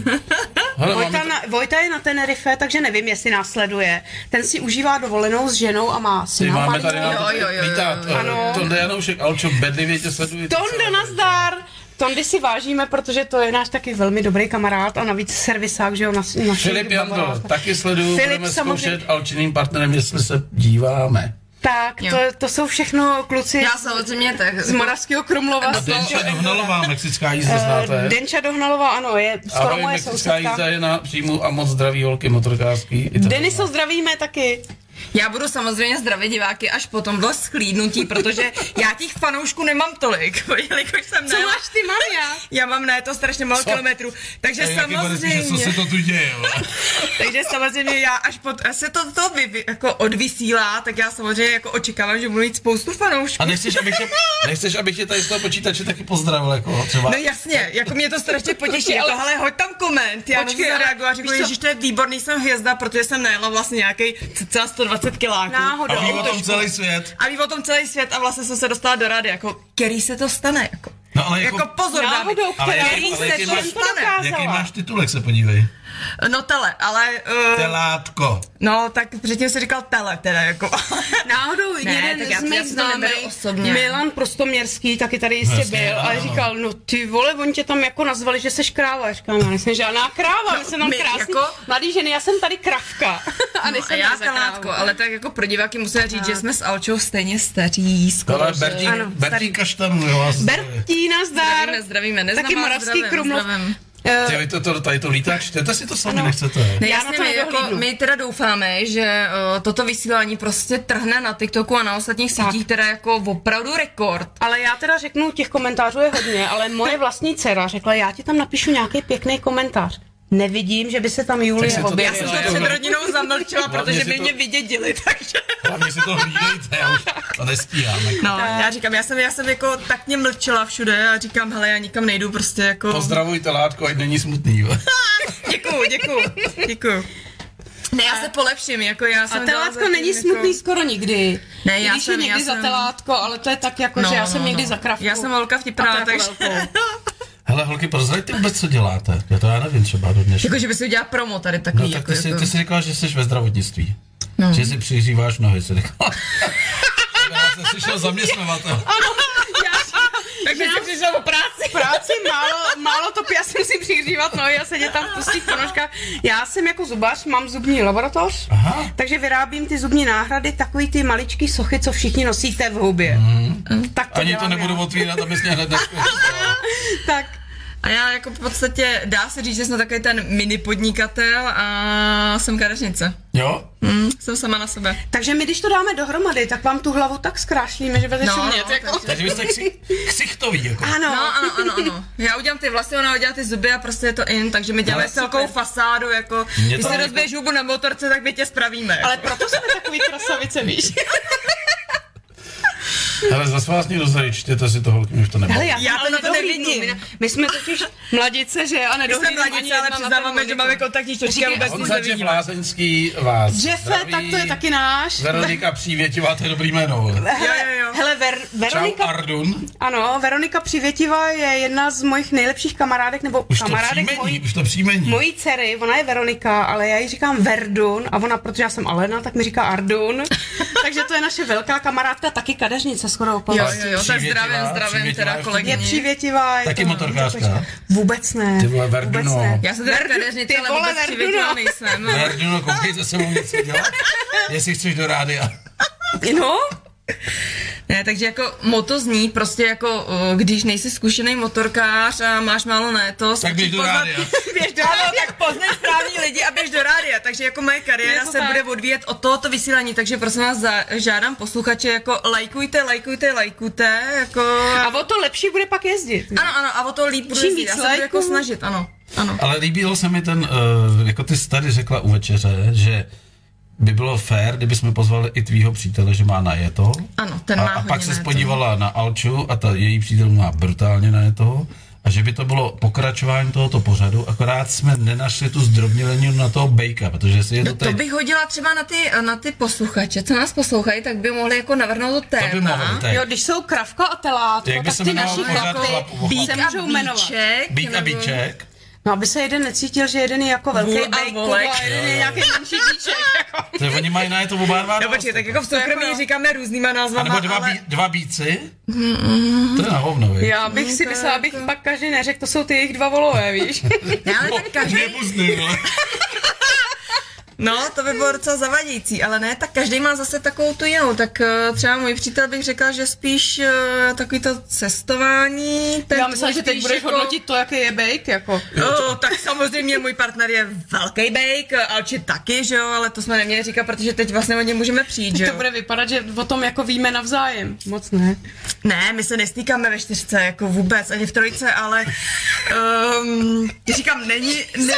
B: Hele, máme
D: Vojta,
B: to-
D: na, Vojta je na Tenerife, takže nevím, jestli následuje. Ten si užívá dovolenou s ženou a má
B: Ty
D: syna.
B: máme
D: malý.
B: tady eh,
C: Jo, jo, jo, jo,
B: lítat.
C: jo.
D: Ano.
B: Tonda Janoušek, Alčo, bedlivě tě sleduji.
D: Tondo, nazdar! Tondy si vážíme, protože to je náš taky velmi dobrý kamarád a navíc servisák, že jo, naš, naš
B: Filip Jandl, taky sleduju, Filip budeme zkoušet alčinným partnerem, jestli se díváme.
D: Tak,
C: Jo.
D: to, to jsou všechno kluci
C: Já samozřejmě tak.
D: z Moravského Krumlova.
B: A Denča Dohnalová, mexická jízda,
D: Eh,
B: znáte?
D: Denča Dohnalová, ano, je skoro
B: Ahoj,
D: moje
B: mexická
D: sousedka.
B: jízda je na příjmu a moc zdraví holky motorkářský. I to-
D: Deniso, zdravíme taky.
C: Já budu samozřejmě zdravit diváky až po tomhle schlídnutí, protože já těch fanoušků nemám tolik, jelikož jsem
D: Co
C: ne...
D: máš ty, mám já?
C: Já mám na to strašně málo kilometrů, takže
F: co se
C: samozřejmě,
F: to tu děje, vole.
C: takže samozřejmě já až, pod, až se to, to vy, vy- jako odvysílá, tak já samozřejmě jako očekávám, že budu mít spoustu fanoušků.
B: A nechceš, abych tě, nechceš, abych tě tady z toho počítače taky pozdravil, jako třeba.
C: No jasně, jako mě to strašně potěší,
D: Počkej,
C: jako,
D: ale-
C: hele, hoď tam koment, já
D: Počkej,
C: Počkej, na
D: ale
C: to zareaguju a řeknu,
D: víš co?
C: ježiš, to je výborný, jsem hvězda, protože jsem najela vlastně nějaký cca 120 kiláků.
D: Náhodou.
F: A ví o tom
D: Autošku.
F: celý svět.
C: A ví o tom celý svět a vlastně jsem se dostala do rády, jako, který se to stane, jako.
F: No ale jako,
C: Jako pozor, Dámy, jako,
D: Náhodou,
F: Ale
D: která
F: jaký-
D: jí
F: ale
D: se
F: jaký
D: to
F: máš-
D: stane.
F: jaký máš titulek, se podívej.
C: No tele, ale... Uh,
F: Telátko.
C: no, tak předtím se říkal tele, teda jako.
D: Náhodou ne, jeden
C: tak já
D: z
C: to- já
D: mých
C: si to neberu
D: známých,
C: osobně.
D: Milan Prostoměrský, taky tady jistě
F: Jasně,
D: byl a
F: ano.
D: říkal, no ty vole, oni tě tam jako nazvali, že seš kráva. Já říkám, já nejsem žádná kráva, no, jsem tam
C: my
D: krásný, jako...
C: jako-
D: mladý ženy, já jsem tady kravka. a
C: No, a
D: nejsem
C: já
D: tady za krávu.
C: kalátko, ale tak jako pro diváky musím říct, že jsme s Alčou stejně staří, skoro,
B: Ale
C: že-
B: Bertín,
D: ano,
B: Bertín Kaštanů, jo. vás-
D: Bertína zdar.
C: Zdravíme, zdravíme, neznám
D: Taky
C: vás,
D: moravský
C: zdravím,
D: Krumlov.
C: zdravím.
D: Eh,
B: Ty, vy to, to, tady to lítá, čtete si to sami,
D: Ano.
B: nechcete.
C: Ne,
D: Já
C: jasně,
D: na to
C: my, jako,
D: nedohlídnu.
C: my teda doufáme, že uh, toto vysílání prostě trhne na TikToku a na ostatních
D: Tak.
C: sítích teda jako opravdu rekord.
D: Ale já teda řeknu, těch komentářů je hodně, ale moje vlastní dcera řekla, já ti tam napíšu nějaký pěkný komentář. Nevidím, že by se tam
B: si
D: Julie
B: to no.
C: Já jsem
D: objevila.
C: to před rodinou zamlčela,
B: Hlavně
C: protože
B: si
C: by
B: to-
C: mě vydědili, takže...
F: Hlavně si to hlídejte, já už to nestíhám. Jako.
C: No, já říkám, já jsem, já jsem jako takně mlčela všude a říkám, hele, já nikam nejdu, prostě jako...
B: Pozdravuj telátko, ať není smutný, jo.
C: Děkuju, děkuju, děkuju. Ne, já se polepším, jako já
D: A
C: jsem... dělala
D: telátko
C: zatím
D: není
C: jako-
D: smutný skoro nikdy.
C: Ne,
D: I
C: já
D: Když
C: jsem-
D: je
C: já
D: někdy za
C: jsem-
D: telátko, ale to je tak jako,
C: No,
D: že já
C: no,
D: jsem
C: no.
D: někdy za kravku.
C: Já jsem holka vtipná,
D: A to jako
C: takže-
D: velkou.
B: Hele, holky, prozraďte vůbec, co děláte. Já to já nevím třeba do dneška.
C: Jako, že by si udělal promo tady takový,
B: No tak
C: jako,
B: ty jsi,
C: jako...
B: ty jsi říkala, že jsi ve zdravotnictví. No. Že si přihříváš nohy, jsi říkala.
F: Já jsem slyšel zaměstnavatel.
C: Takže jsem přišla o práci.
D: práci málo, málo to já jsem si přihřívat nohy a sedět tam v pustých ponožkách. Já jsem jako zubař, mám zubní laboratoř,
B: Aha.
D: takže vyrábím ty zubní náhrady, takový ty maličký sochy, co všichni nosíte v hubě. Mm.
C: Mhm.
D: Tak to
B: Ani to
D: dělám já.
B: nebudu otvírat, aby jsi mě hned neskočil.
D: Tak,
C: A já jako v podstatě, dá se říct, že jsem takový ten mini podnikatel a jsem kadeřnice.
B: Jo?
C: Mm, jsem sama na sebe.
D: takže my když to dáme dohromady, tak vám tu hlavu tak zkrášlíme, že budete
C: No,
D: šumět.
C: no,
D: jako.
B: Takže vy jste ksi, ksichtový, jako.
D: Ano,
C: No, ano, ano, ano. Já udělám ty vlasy, ona udělá ty zuby a prostě je to in, takže my děláme
B: Ale super.
C: celkovou fasádu, jako,
B: Mě
C: když
B: to
C: se
B: jako-
C: rozbiješ hubu na motorce, tak my tě spravíme.
D: ale proto jsme takový krasavice, víš.
B: Ale zase vás někdo zrají, čtěte si to, holky, mě už to nebaví.
D: Hele, já,
C: Já
D: já
C: to
D: to
C: na to
D: nedohlídnu.
C: nevidím.
D: no, My, my jsme totiž mladice, že jo, a
C: My jsme
D: nedohlídneme ani
C: mladíci, ale
D: jedna na
C: přiznáváme,
D: ten
C: že máme jako-
D: monitor.
C: kontaktní čočky a
D: Počkej,
C: vůbec nic
B: Honza Č.
C: nevidíme.
B: Vlázeňský vás
D: Dřefe, tak to je taky náš.
B: Veronika Přívětivá, to je dobrý jméno. vole.
D: Hele,
C: Jo, jo, jo.
D: hele Ver,
B: Čau
D: Veronika,
B: Ardun.
D: ano, Veronika Přivětivá je jedna z mojich nejlepších kamarádek, nebo
F: Už to
D: kamarádek
F: příjmení,
D: mojí,
F: už to příjmení.
D: mojí dcery, ona je Veronika, ale já jí říkám Verdun a ona, protože já jsem Alena, tak mi říká Ardun, takže to je naše velká kamarádka, taky kadeřnice skoro
C: Jo,
D: okolností.
C: jo, jo, tak
B: Přívětivá,
C: zdravím, zdravím
B: přívětivá
C: teda
B: ještě.
D: Je
C: kolegyni.
D: přivětivá. Je
B: Taky
D: to-
B: motorkářka.
D: Vůbec ne.
B: Ty vole, Verduno.
D: Vůbec ne.
C: Já jsem teda
D: Verdu-
C: kadeřnice,
D: ty
C: ale
D: vole, no.
C: vůbec
D: Verduno.
C: přivětivá nejsem.
B: no,
F: Jarduno, koukej, co se mu něco dělat, jestli chceš do rádia.
D: No,
C: Ne, takže jako moto zní prostě jako, uh, když nejsi zkušený motorkář a máš málo ne to,
F: Tak běž do rádia.
C: běž do rádia, tak poznej správní lidi a běž do rádia, takže jako moje
D: Je
C: kariéra
D: to
C: se
D: tak.
C: bude odvíjet od tohoto vysílání, takže prosím vás za, žádám posluchače jako lajkujte, lajkujte, lajkujte, jako...
D: a o to lepší bude pak jezdit.
C: Ano, ano, a o to líp budu
D: Čím
C: jezdit,
D: víc
C: já se budu jako
D: lajků-
C: snažit, ano, ano.
B: Ale líbilo se mi ten, uh, jako ty jsi tady řekla u večeře, že by bylo fér, kdyby jsme pozvali i tvýho přítele, že má najeto.
C: Ano, ten
B: a,
C: má
B: a
C: hodně
B: pak se
C: najeto.
B: spodívala na Alču a ta její přítel má brutálně najeto. A že by to bylo pokračování tohoto pořadu, akorát jsme nenašli tu zdrobněleninu na toho bejka, protože si je to
C: No, to
B: tady...
C: bych hodila třeba na ty, na ty posluchače, co nás poslouchají, tak by mohli jako navrhnout to téma.
B: by mohli, tak.
D: Jo, když jsou kravka a telátko,
F: Jak by
D: tak
F: se
D: ty
F: jmenoval
D: naši
F: pořád
D: chlapy
F: chlapů?
D: se
C: Bík a
D: můžou jmenovat.
C: bíček.
F: Bík a
C: nebo-
F: bíček.
D: No, aby se jeden necítil, že jeden je jako velký
C: Vůl a
D: bejkl
C: volek.
D: a jeden je nějaký menší díček. Jako.
B: To je, oni mají na je to oba dva.
C: No počkej, tak jako v
D: To
C: soukromí
D: jako-
C: říkáme různýma
B: A
C: názvama,
B: nebo dva,
C: ale...
B: bí, dva bíci? To je na hovno, vej.
D: Já bych si
C: to
D: myslela,
C: je
D: abych
C: jako-
D: pak každý neřekl, to jsou ty jejich dva volové, víš?
C: Ne, ale tak každý...
B: Nebuzný, No, vole.
C: No, to by bylo docela zavadějící, ale ne, tak každý má zase takovou tu jinou. Tak eh, třeba můj přítel bych řekla, že spíš eh, takový to cestování. Ten
D: Já
C: tvůj
D: myslela, že teď
C: spíš
D: budeš hodnotit to, jaký je bejk, jako.
C: No, tak samozřejmě můj partner je velký bejk, Alči taky, že jo, ale to jsme neměli říkat, protože teď vlastně o něm můžeme přijít, že
D: Teď
C: jo.
D: to bude vypadat, že o tom jako víme navzájem. Moc ne.
C: Ne, my se nestýkáme ve čtyřce, jako vůbec, ani v trojce, ale um, říkám, není, není,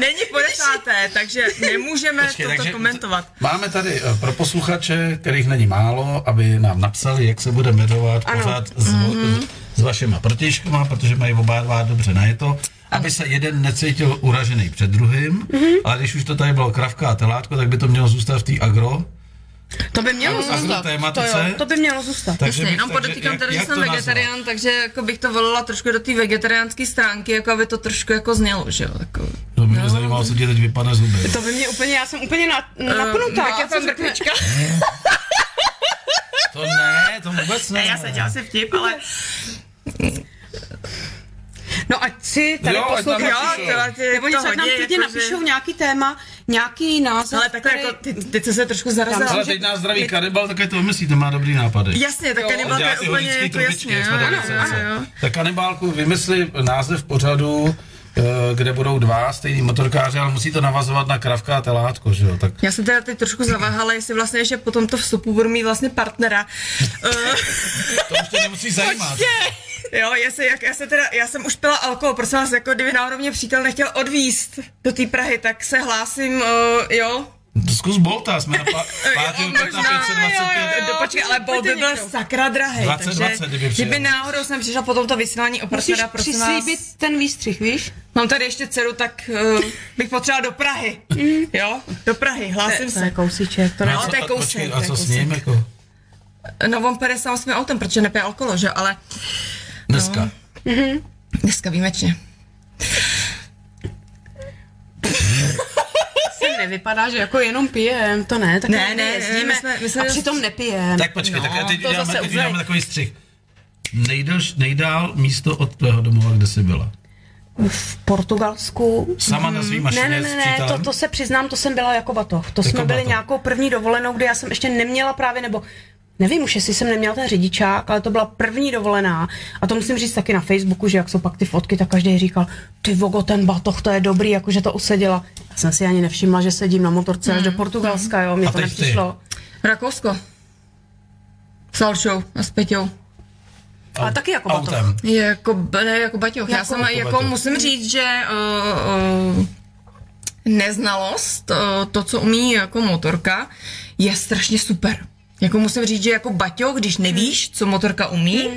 C: není po desáté, takže nemůžeme
B: Počkej,
C: toto
B: takže-
C: komentovat.
E: Máme tady eh, pro posluchače, kterých není málo, aby nám napsali, jak se bude medovat
D: Ano.
E: pořád s,
C: Mhm.
E: mm-hmm. s vašima protěžkama, protože mají oba dva dobře na je to. Aby se jeden necítil uražený před druhým,
C: Mhm.
E: mm-hmm. ale když už to tady bylo kravka a telátko, tak by to mělo zůstat v té agro.
D: To by mělo
E: A- a
D: zůstat. To,
E: agrotérmatice?
D: jo, to by mělo zůstat.
C: Jasně,
E: bych-
C: jenom podotýkám
E: jak-
C: teda, že
E: jak
C: jsem
E: to nazvat?
C: vegetarián, takže jako bych to volila trošku do té vegetariánské stránky, jako aby to trošku jako znělo, že jo, jako...
E: To by mě zajímalo, co ti teď vypadne z huby.
D: To by mě úplně, já jsem úplně na, napnutá.
C: tak já
D: co
C: jsem
D: řekne-
C: brklička.
E: To ne, to vůbec ne.
C: Ne, já se dělám si
D: Mhm.
C: vtip, ale...
D: No ať si tady
E: Jo, ať
D: poslouchají.
E: nám napíšou.
D: Nebo něco, ať nám klidně napíšou nějaký téma, nějaký název.
C: jako, Ale takhle jako, ty, teď se trošku zarazila.
E: Ale teď nás zdraví kanibal, tak je to vymyslí, to má dobrý nápady.
C: Jasně, tak
D: Jo,
C: kanibal to
E: Dělá
C: je
E: ty
C: úplně
E: hodičky,
C: jako
E: trubičky,
C: jasně,
E: jak
C: jo,
E: jsme dali
C: ano,
E: zase.
C: ano, jo.
E: Tak kanibálku vymysli název pořadu, eh, kde budou dva stejní motorkáři, ale musí to navazovat na kravka a telátko, že jo? Tak
C: Já jsem teda teď trošku zaváhala, jestli vlastně ještě po tomto vstupu budu mít vlastně partnera. Eh,
B: To už tě nemusí zajímat.
C: Jo, já, se, jak, já, se teda, já jsem už pila alkohol, prosím vás, jako kdyby náhodou mě přítel nechtěl odvíst do té Prahy, tak se hlásím, uh, jo.
B: Zkus Bolta, jsme na pá-
C: Jo,
B: 5. května
C: možná, jo,
B: 525.
C: jo, jo, Počkej, ale bol by byl sakra drahý.
B: 20, 20, kdyby
C: takže,
B: přijel.
C: kdyby náhodou jsem přišla po tomto vysílání o
D: Musíš
C: partnera, prosím vás.
D: přislíbit ten výstřih, víš?
C: Mám tady ještě dceru, tak uh, bych potřebovala do Prahy. Jo, do Prahy, hlásím
D: Mm. To je
C: se.
D: kousíček. To ne...
C: No,
B: co-
C: to je
B: a-
C: kousek,
B: počkej,
C: to
B: A
C: je
B: co s
C: kousek.
B: ním, jako?
C: No, on pere sám svým autem, protože nepije alkohol, že? Ale
B: Dneska.
C: dneska výjimečně.
D: Se nevypadá, že jako jenom pijem, to ne. Tak
C: Ne,
D: jenom
C: ne, ne,
D: jezdíme
C: my jsme- my jsme-
D: a přitom nepijem.
B: Tak počkej,
D: No,
B: tak já teď
D: to
B: uděláme,
D: zase
B: teď
D: uznej.
B: uděláme takový střih. Nejdelš, nejdál místo od tvého domova, kde jsi byla.
D: V Portugalsku
B: Sama na svý mašině
D: Ne, ne,
B: s
D: ne, ne
B: přítelem.
D: to, to se přiznám, to jsem byla jako batoh. To
B: Jako
D: jsme byli
B: batoh.
D: nějakou první dovolenou, kde já jsem ještě neměla právě, nebo nevím už, jestli jsem neměla ten řidičák, ale to byla první dovolená. A to musím říct taky na Facebooku, že jak jsou pak ty fotky, tak každý říkal, ty vogo, ten batoh, to je dobrý, jakože to useděla. Já jsem si ani nevšimla, že sedím na motorce až do Portugalska, jo, mě
B: A
D: to
B: teď ty?
D: nepřišlo.
C: Rakousko. S Alšou a s Peťou.
D: Ale taky jako batoh.
B: Autem.
C: Je jako, b- ne, jako baťoch. Já
D: Jako-
C: jsem jako,
B: baťoch.
C: musím říct, že uh, uh, neznalost, uh, to, co umí jako motorka, je strašně super. Jako musím říct, že jako baťoch, když nevíš, co motorka umí,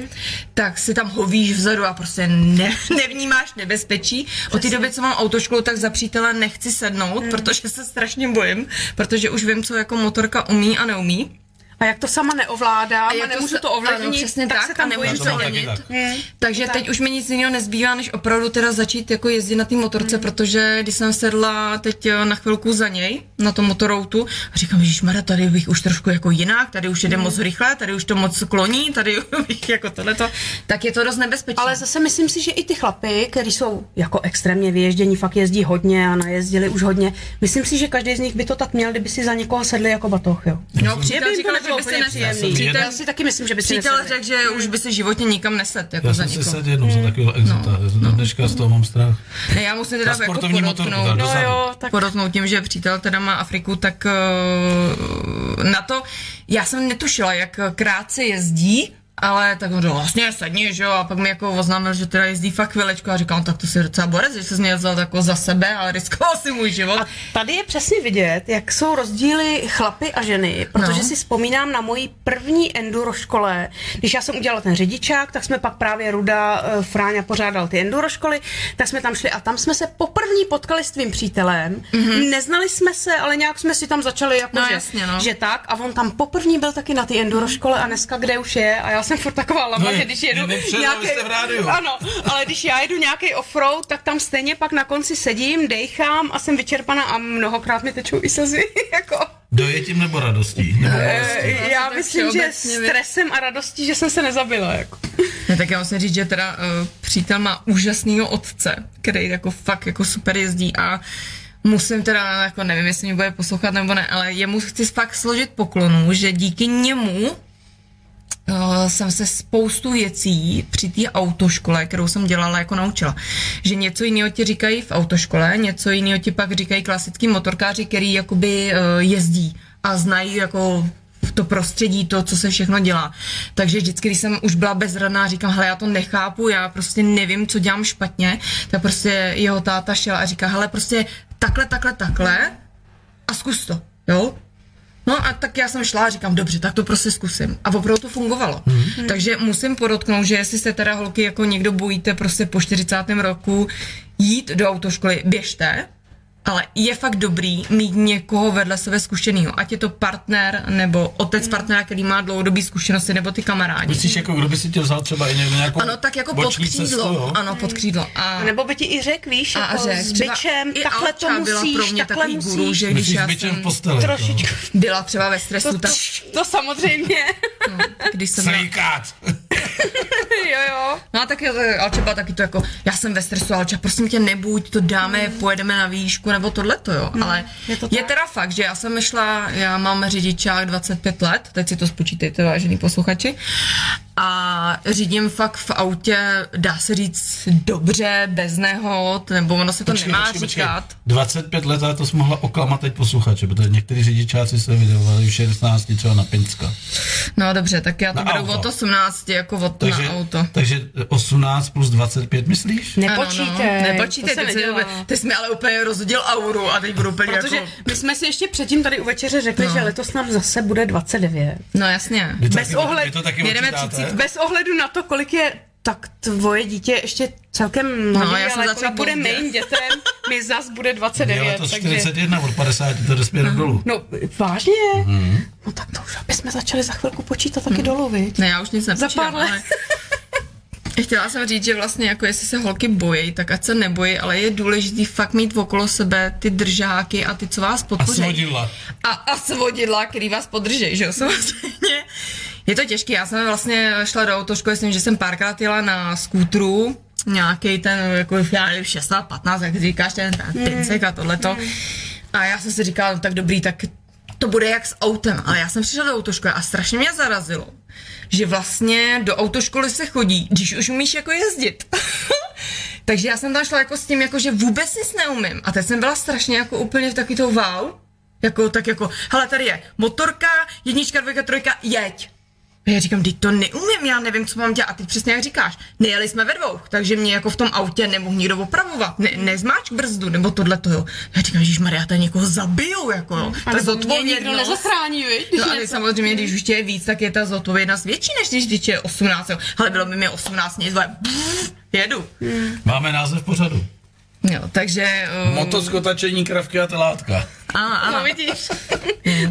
C: tak si tam hovíš vzadu a prostě ne, nevnímáš nebezpečí. Od té doby, co mám autoškolu, tak za přítele nechci sednout, protože se strašně bojím, protože už vím, co jako motorka umí a neumí.
D: A jak to sama neovládám a,
C: jak to
D: nemůžu
C: se-
D: to
C: ano,
D: ovlivnit,
C: přesně
D: tak,
C: tak,
D: se
C: a
D: tam
C: nemůžu
D: bojím
B: to
D: co
B: mám taky
D: ovlivnit.
B: tak.
D: Hmm.
C: Takže teď už mi nic jiného nezbývá, než opravdu teda začít jako jezdit na té
D: Hmm.
C: motorce, protože když jsem sedla teď eh, na chvilku za něj, na tom motoroutu, a říkám, že Mara, tady bych už trošku jako jinak, tady už
D: Hmm.
C: jede moc rychle, tady už to moc kloní, tady bych jako tohleto, tak je to dost nebezpečné.
D: Ale zase myslím si, že i ty chlapy, kteří jsou jako extrémně vyježdění, fakt jezdí hodně a najezdili už hodně, myslím si, že každý z nich by to tak měl, kdyby si za někoho sedli jako batoh, jo.
C: no,
D: Mě
C: přítel
D: by jim to
C: říkal, že
D: nebylo
C: by si
D: úplně
C: nesedl.
D: příjemný.
B: Jeden-
D: Já
C: Přítel,
D: si taky myslím, že by si
C: přítel
D: nesedli.
C: řekl, že už by se životně nikam neset, jako
B: Já
C: za
B: jsem si
C: nikoho.
B: sedl jednou za takového
C: No.
B: exota, do dneška z toho mám strach.
C: Ne, já musím teda
B: Na
C: jako
B: sportovní motorku, tak
C: podotknout,
D: No,
B: dozadu.
D: tak
C: podotknout tím, že přítel teda má Afriku, tak eh, na to, já jsem netušila, jak krátce jezdí, ale tak on řekl, vlastně sedni, že jo, a pak mi jako oznámil, že teda jezdí fakt chvilečku a říkám, tak to si docela borec, že se z mě vzal jako za sebe, ale riskoval si můj život.
D: A tady je přesně vidět, jak jsou rozdíly chlapy a ženy, protože
C: No.
D: si vzpomínám na moji první enduro škole. Když já jsem udělala ten řidičák, tak jsme pak právě Ruda eh, Fráňa pořádal ty enduro školy, tak jsme tam šli a tam jsme se poprvní potkali s tvým přítelem. Mm-hmm. Neznali jsme se, ale nějak jsme si tam začali jako,
C: Mhm. No,
D: že,
C: jasně, no.
D: že tak a on tam poprvní byl taky na ty enduro škole a dneska kde už je a já jsem furt taková lama,
E: Ne,
D: že když jedu
E: ne, nepředu,
D: nějaký,
E: vy jste v rádiu.
D: ano, ale když já jedu nějaký offroad, tak tam stejně pak na konci sedím, dejchám a jsem vyčerpaná a mnohokrát mi tečou i slzy, jako
B: Dojetím nebo radostí? Nebo
D: eh, já
C: tak
D: myslím, že
C: všeobecně vy-
D: stresem a radostí, že jsem se nezabila, jako.
C: Ne, tak já musím říct, že teda uh, přítel má úžasného otce, který jako fakt jako super jezdí a musím teda, jako nevím, jestli mě bude poslouchat nebo ne, ale jemu chci fakt složit poklonu, že díky němu Uh, jsem se spoustu věcí při té autoškole, kterou jsem dělala, jako naučila. Že něco jiného ti říkají v autoškole, něco jiného ti pak říkají klasický motorkáři, který jakoby uh, jezdí a znají jako to prostředí, to, co se všechno dělá. Takže vždycky, když jsem už byla bezradná, říkám, hele, já to nechápu, já prostě nevím, co dělám špatně, tak prostě jeho táta šel a říká, hele, prostě takhle, takhle, takhle a zkus to, jo? No a tak já jsem šla a říkám, dobře, tak to prostě zkusím. A opravdu to fungovalo.
E: Hmm.
D: Hmm.
C: Mm-hmm. Takže musím podotknout, že jestli se teda holky jako někdo bojíte prostě po 40. roku jít do autoškoly, běžte, ale je fakt dobrý mít někoho vedle sebe zkušenýho. Ať je to partner nebo
D: Hmm.
C: otec partnera, který má dlouhodobý zkušenosti, nebo ty kamarádi.
E: Myslíš, jako kdo by si tě vzal třeba i někdo nějakou
C: Ano, tak jako pod
E: boční
C: křídlo.
E: Cestu, jo?
C: ano, pod křídlo. A,
D: A nebo by ti i řekl, víš,
C: a,
D: jako
C: a řek,
D: s
C: třeba
D: bičem,
C: i
D: takhle to
C: Alča byla
D: musíš,
C: pro mě
D: takhle
C: takový
D: musíš.
C: guru, že když
E: Myslíš
C: já
E: byčem v
C: jsem
E: posteli?
D: Trošičku.
C: byla třeba ve stresu,
D: To,
C: tak
D: to samozřejmě.
C: když jsem měla-
E: Slíkat.
D: jo, jo.
C: No a tak eh, Alča byla taky to jako, já jsem ve stresu, Alča, prosím tě nebuď, to dáme, mm. pojedeme na výšku, nebo tohle to, jo. Mm, Ale je,
D: je to
C: to je
D: tak.
C: teda fakt, že já jsem šla, já mám řidičák 25 let, teď si to spočítejte, vážení posluchači, a řídím fakt v autě, dá se říct, dobře, bez nehod, nebo ono se to počkej, nemá počkej, říkat. Počkej.
E: 25 let, ale to jsi mohla oklamat teď posluchače, protože některý řidičáci se vydovali v 16 třeba na Pinska.
C: No dobře, tak já to
E: Na
C: beru
E: auto.
C: od 18, jako od
E: Takže,
C: na auto.
E: takže 18 plus 25, myslíš?
D: Nepočítej.
C: Ano, no, nepočítej,
D: to se
C: teď, jsi,
D: nedělá.
C: úplně- teď jsi mi ale úplně rozhodil auru a teď budu úplně
D: Protože
C: jako...
D: my jsme si ještě předtím tady u večeře řekli,
C: No.
D: no. že letos nám zase bude 29.
C: No jasně.
E: Vy to
D: Bez
E: taky-
D: ohled-
E: vy to taky
C: jedeme
E: odčítáte?
C: 30.
D: Bez ohledu na to, kolik je tak tvoje dítě ještě celkem mladý,
C: No, já jsem
D: ale
C: začala
D: kolik bude
C: pozdě.
D: mým dětem, mi zas bude
E: Je
D: 29,
E: letos
D: takže...
E: 41 od 50, to jde směrem dolů.
D: No, vážně? No tak to už, aby jsme začali za chvilku počítat taky dolů, viď?
C: Mhm. Ne, já už nic nepočítám,
D: pár let.
C: ale... Chtěla jsem říct, že vlastně jako jestli se holky bojí, tak ať se nebojí, ale je důležitý fakt mít okolo sebe ty držáky a ty, co vás
E: A
C: podpoří.
E: svodidla.
C: A, a svodidla, který vás podrží, že jo, samozřejmě. Je to těžké, já jsem vlastně šla do autoškoly s tím, že jsem párkrát jela na skútru, nějaký ten, jako já nevím, 16, 15, jak říkáš, ten, ten
D: Hmm.
C: pincek a tohleto. A já jsem si říkala, no tak dobrý, tak to bude jak s autem, ale já jsem přišla do autoškoly a strašně mě zarazilo, že vlastně do autoškoly se chodí, když už umíš jako jezdit. Takže já jsem tam šla jako s tím, jako že vůbec nic neumím. A teď jsem byla strašně jako úplně v takový to wow. Jako tak jako, hele tady je motorka, jednička, dvojka, trojka, jeď. A já říkám, teď to neumím, já nevím, co mám dělat. A ty přesně jak říkáš, nejeli jsme ve dvou, takže mě jako v tom autě nemohl nikdo opravovat. Ne, nezmáč brzdu, nebo tohle to jo. Já říkám, že Maria, tady někoho zabijou, jako jo. Ta
D: nikdo
C: zodpovědnost.
D: nezachrání, viď?
C: No a ty samozřejmě, když už tě je víc, tak je ta zodpovědnost větší, než když, když tě je 18. Jo. Hele, bylo by mi 18, nic, ale pff, jedu.
E: Máme název pořadu.
C: Jo, takže... Uh,
E: Motoskotačení, kravky a telátka.
C: ano, ano. Mhm.
D: No vidíš.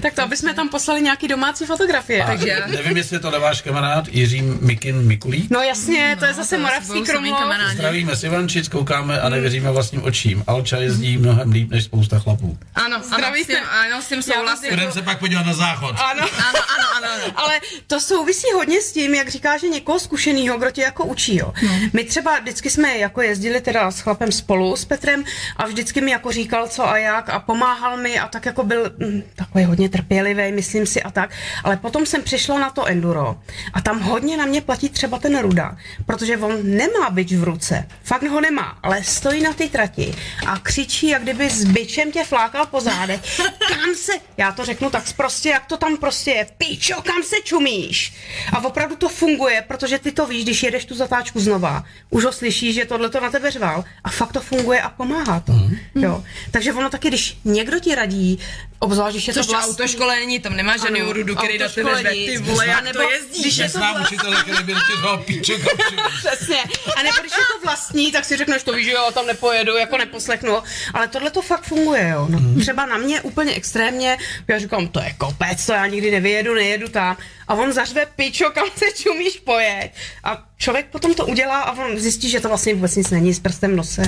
D: tak to, aby jsme tam poslali nějaký domácí fotografie.
C: Takže-
E: Nevím, jestli to neváš kamarád Jiří Mikin Mikulík.
D: No jasně, to je zase
C: to
D: Moravský
C: jsou samý
D: Krumlov.
C: kamarádi.
E: Zdravíme si Ivančic, koukáme a nevěříme vlastním očím. Alča jezdí mnohem líp než spousta chlapů.
C: Ano, ano, s
D: Zdravíte.
C: tím, ano, s tím
D: Já vás
C: souhlasím.
B: Budeme se pak podívat na záchod.
D: Ano.
C: Ano, ano, ano, ano.
D: Ale to souvisí hodně s tím, jak říká, že někoho zkušeného, kdo tě jako učí. Jo.
C: No.
D: My třeba vždycky jsme jako jezdili teda s chlapem spolu, s Petrem, a vždycky mi jako říkal, co a jak, a pomáhal mi, a tak jako byl mm, takový hodně trpělivý, myslím si, a tak. Ale potom jsem přišla na to enduro a tam hodně na mě platí třeba ten ruda, protože on nemá bič v ruce, fakt ho nemá, ale stojí na té trati a křičí, jak kdyby s bičem tě flákal po zádech. Kam se, já to řeknu tak prostě, jak to tam prostě je, píčo, kam se čumíš? A opravdu to funguje, protože ty to víš, když jedeš tu zatáčku znova, už ho slyšíš, že tohle to na tebe řval a fakt to funguje a pomáhá to. Jo. Takže ono taky, když někdo ti radí, Obzvlášť, když je
C: Což
D: to vlastní.
C: autoškole není, tam nemá žádný
D: Ano,
C: rudu, který dáte ve
D: autoškole
C: ty
D: nic.
C: vole, jak
D: Anebo
C: to jezdí.
D: Když je to
B: Neznám
D: vla-
B: učitele, který by ti dal píček a všude.
D: Přesně. A nebo když je to vlastní, tak si řekneš, to víš, že jo, tam nepojedu, jako neposlechnu. Ale tohle to fakt funguje, jo. No, Třeba na mě úplně extrémně, já říkám, to je kopec, to já nikdy nevyjedu, nejedu tam. A on zařve, pičo, kam se čumíš, pojeď. A člověk potom to udělá a on zjistí, že to vlastně vůbec nic není s prstem v nose.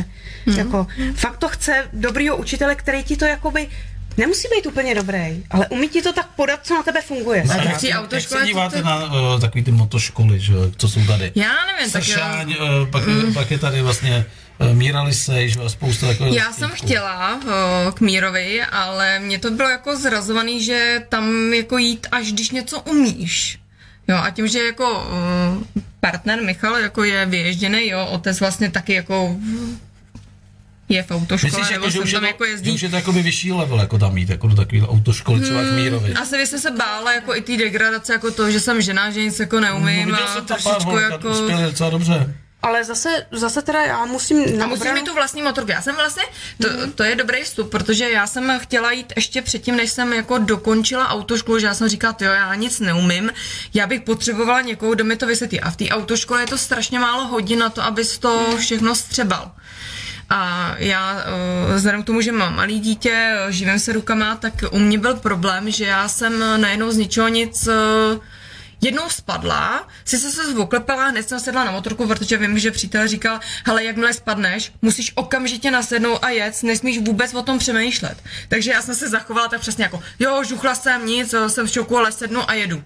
D: Jako, fakt to chce dobrýho učitele, který ti to jakoby Nemusí být úplně dobrý, ale umí ti to tak podat, co na tebe funguje.
C: tak
B: Jak
C: v
B: se-
C: té autoškole
B: Jak se
C: to-
B: díváte na uh, takový ty motoškoly, že, jo, co jsou tady?
C: Já nevím, tak Mhm. já...
B: Sršáň, uh, pak, mm. pak je tady vlastně uh, Míra Lisej, že jo, a spousta takových...
C: Já jsem chtěla o, k Mírovi, ale mě to bylo jako zrazovaný, že tam jako jít, až když něco umíš. Jo, a tím, že jako o, partner Michal jako je vyježděný, jo, otec vlastně taky jako je v autoškole,
B: Myslíš,
C: nebo
B: jako, že
C: jsem
B: už, je
C: tam
B: to,
C: jako
B: že
C: jezdí.
B: už je to jakoby vyšší level, jako tam jít, jako do takového autoškoly, třeba
C: Hmm.
B: jak Mírovi.
C: Asi bych se se bála jako i té degradace, jako to, že jsem žena, že nic jako
E: No,
C: neumím
B: viděl
C: a
B: jsem tam pár
C: trošičku
B: holek,
C: jako...
B: jako... uspěli docela dobře.
D: Ale zase, zase teda já musím...
C: A musíš mít tu vlastní motorku. Já jsem vlastně, to, mm. to je dobrý vstup, protože já jsem chtěla jít ještě předtím, než jsem jako dokončila autoškolu, že já jsem říkala, jo, já nic neumím, já bych potřebovala někoho, kdo mi to vysvětlí. A v té autoškole je to strašně málo hodin na to, abys to všechno střebal. A já, eh, vzhledem k tomu, že mám malý dítě, eh, živím se rukama, tak u mě byl problém, že já jsem najednou z ničeho nic eh, jednou spadla, si se se zvoklepala, hned jsem sedla na motorku, protože vím, že přítel říkal, hele, jakmile spadneš, musíš okamžitě nasednout a jet, nesmíš vůbec o tom přemýšlet. Takže já jsem se zachovala tak přesně jako, jo, žuchla jsem nic, eh, jsem v šoku, ale sednu a jedu.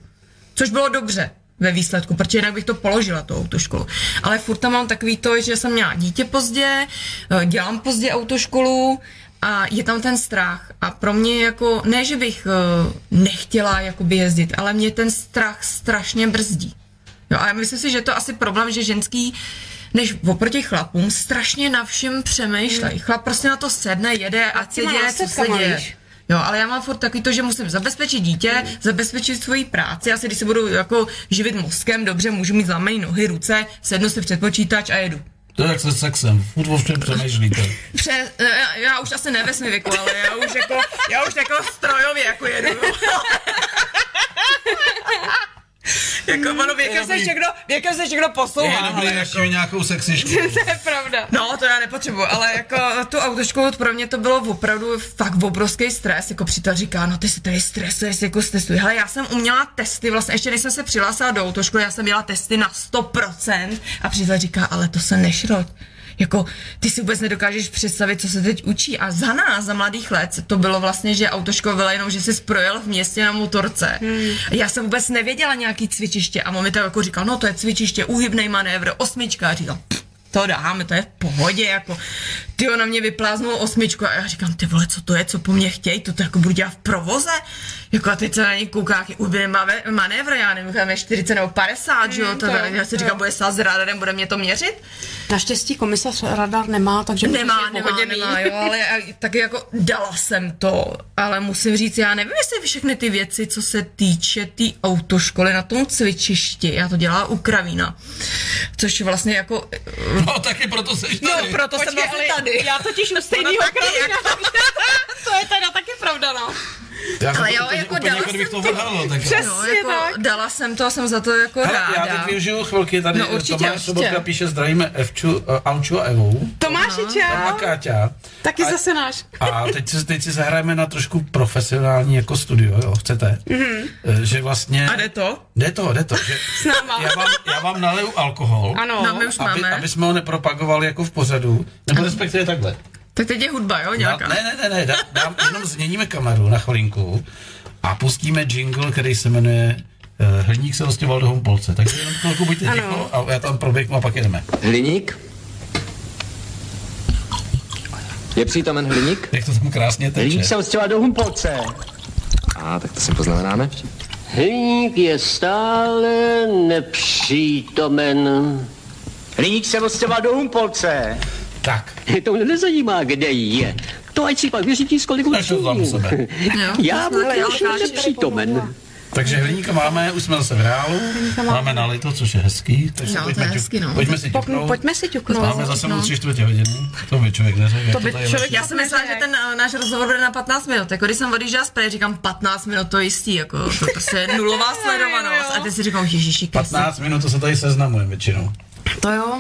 C: Což bylo dobře ve výsledku, protože jinak bych to položila, tu autoškolu. Ale furt tam mám takový to, že jsem měla dítě pozdě, eh, dělám pozdě autoškolu a je tam ten strach. A pro mě jako, ne, že bych eh, nechtěla jakoby jezdit, ale mě ten strach strašně brzdí. Jo, a já myslím si, že je to asi problém, že ženský než oproti chlapům, strašně na všem přemýšlej. Chlap prostě na to sedne, jede a
D: těma
C: děje, co se
D: následkama,
C: děje.
D: víš?
C: Jo, ale já mám furt takový to, že musím zabezpečit dítě, mm. zabezpečit svoji práci. Asi když se budu jako živit mozkem, dobře, můžu mít zlamený nohy, ruce, sednu si před počítač a jedu.
B: To je jak se sexem, furt o všem přemýšlíte.
C: Pře- eh, já, já, už asi ne ve svém věku, ale já už jako, já už jako strojově jako jedu. jako ono věkem se všechno, věkem se všechno
B: Je
C: posouvá.
B: dobrý
C: hele.
B: jako nějakou sexišku.
D: to je pravda.
C: No, to já nepotřebuji, ale jako tu autoškolu pro mě to bylo opravdu fakt obrovský stres. Jako přítel říká, no ty se tady stresuješ, jako stresuj. Hele, já jsem uměla testy, vlastně ještě než jsem se přihlásila do autoškoly, já jsem měla testy na 100% a přítel říká, ale to se nešroť. Jako, ty si vůbec nedokážeš představit, co se teď učí. A za nás, za mladých let, to bylo vlastně, že autoškola byla jenom, že jsi projel v městě na motorce. Hmm. Já jsem vůbec nevěděla nějaký cvičiště a momita jako říkal, no to je cvičiště, úhybnej manévr, osmička. A říkal, to dáme, to je v pohodě, jako, ty na mě vypláznul osmičku a já říkám, ty vole, co to je, co po mně chtějí, to, to jako budu dělat v provoze, jako a teď se na ně kouká, jaký úplně mave- manévr, já nevím, tam je 40 nebo 50, že jo, Mm, to,
D: to jo,
C: já si
D: to
C: říkám,
D: jo.
C: bude stát s radarem, bude mě to měřit,
D: Naštěstí komisař radar nemá, takže
C: Nemá,
D: určitě je
C: nemá,
D: pohodlný.
C: nemá, jo, ale a- taky jako dala jsem to, ale musím říct, já nevím, jestli všechny ty věci, co se týče té tý autoškoly na tom cvičišti, já to dělala u Kravína, což vlastně jako,
B: No taky proto seš
C: no
B: tady.
C: proto jsem
D: Počkej,
C: vlastně
D: ale
C: tady.
D: Já totiž u stejného
C: taky,
D: kravína. to je teda taky pravda, no.
B: Já jsem
C: ale
B: to
C: jo,
B: úplně-
C: jako
B: úplně,
C: dala
B: jako kdybych
C: jsem
B: to odhalil, tak
D: Přes-
C: No,
D: Přesně
C: jako
D: tak.
C: dala jsem to a jsem za to jako
E: Hele, já
C: ráda.
E: teď využiju chvilky, tady
C: No, určitě,
E: Tomáš
C: určitě.
E: Sobotka píše, zdravíme Evču, uh, Auču a Evou
D: Tomáši,
C: No,
E: a
D: čau.
E: Káťa.
D: Taky
E: A-
D: zase náš.
E: A teď si, teď si zahrajeme na trošku profesionální jako studio, jo, chcete? Mm-hmm. Že vlastně...
C: Mhm. A jde to?
E: Jde to, jde to. Že
D: S náma.
E: já, vám, já vám naleju alkohol,
D: Ano.
C: No, my už
E: aby,
C: máme.
E: aby jsme ho nepropagovali jako v pořadu, nebo respektive takhle.
C: Tak teď je hudba, jo,
E: Já,
C: nějaká.
E: ne, ne, ne, ne, dá, dám, jenom změníme kameru na chvilinku a pustíme jingle, který se jmenuje eh, Hliník se rozstěval do Humpolce, takže jenom chvilku buďte ticho a já tam proběhnu a pak jedeme.
G: Hliník? Je přítomen hliník?
E: Jak to tam krásně teče.
H: Líp se odstěhoval do Humpolce.
G: A tak to si poznamenáme.
H: Hliník je stále nepřítomen.
G: Hliník se odstěhoval do Humpolce.
E: Tak,
H: To mě nezajímá, kde je. To ať si pak vyřídí s kolikou
E: až to tam sebe.
C: Jo.
H: Já budu
D: ale já
H: ještě
D: dokážu tady
H: nepřítomen.
B: Takže hliníka máme, už jsme zase v reálu,
D: Hliníka máme.
B: máme nalito, což je hezký, takže
C: No, to
B: pojďme,
C: je
B: ťuk-
C: hezky, no.
B: pojďme si
D: Poknu,
B: ťuknout.
D: pojďme si ťuknout.
B: Máme za sebou
C: no.
B: tři čtvrtě hodiny, to by člověk neřekl.
D: To by člověk
C: Já jsem myslela, že ten uh, náš rozhovor bude na 15 minut. Jako když jsem odjížděla z Prahy, říkám 15 minut, to je jistý, jako to prostě je nulová sledovanost. A ty si říkám, ježiši, Kriste.
B: 15 minut, to se tady seznamujeme většinou.
C: To jo.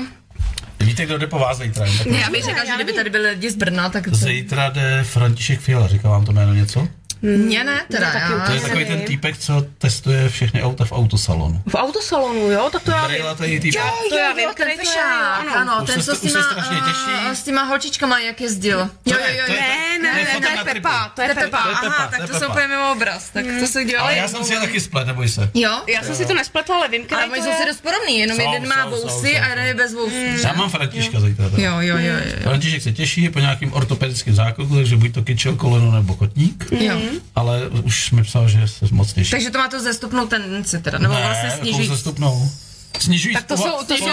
B: Víte, kdo jde po vás zítra? jen tak
C: Ne, já bych řekla, že kdyby tady byli lidi z Brna, tak to...
B: Zítra jde František Fiala, říká vám to jméno něco?
C: Mně ne, teda
B: To
C: já.
B: je takový ten týpek, co testuje všechny auta v autosalonu.
D: V autosalonu, jo? Tak to já vím.
B: Brýlatý týpek.
D: To já vím,
C: ten
D: který to je,
C: fešák,
D: ano.
C: ano,
B: Už
C: ten,
B: se
C: co
B: st-
C: s
B: už se
C: těma,
B: strašně těší.
C: eh, s těma holčičkama, jak jezdil. Jo, jo,
B: ne,
C: jo,
B: to je-
C: jo.
D: Ne, ne,
B: To je
D: ne,
B: fotka
D: to
B: na
D: je
B: tribu.
D: Pepa, to je
C: To je Pepa,
D: Pepa.
B: Pepa,
C: aha,
B: to je
C: tak to jsem
B: Pepa.
C: úplně mimo obraz, tak to se dělali.
B: Ale já jsem si je taky splet, neboj se.
C: Jo,
D: Já jsem si to nespletla, ale vím,
C: ale
D: který
C: oni
D: to
C: jsou si
D: je.
C: dost podobný, jenom
B: Jsou,
C: jeden má
B: jsou, jsou,
C: vousy
B: jsou,
C: a jeden je bez vousů.
B: Já mám Františka zítra. teda.
C: Hmm. Jo, jo, jo, jo.
B: František se těší, je po nějakým ortopedickém zákroku, takže buď to kyčel, koleno nebo kotník. Mhm.
C: Jo.
B: Ale už mi psal, že se moc těší.
C: Takže to má to zestupnou tendenci teda, nebo vlastně snižují.
B: zastupnou. Snižují
D: Tak to jsou, to jsou,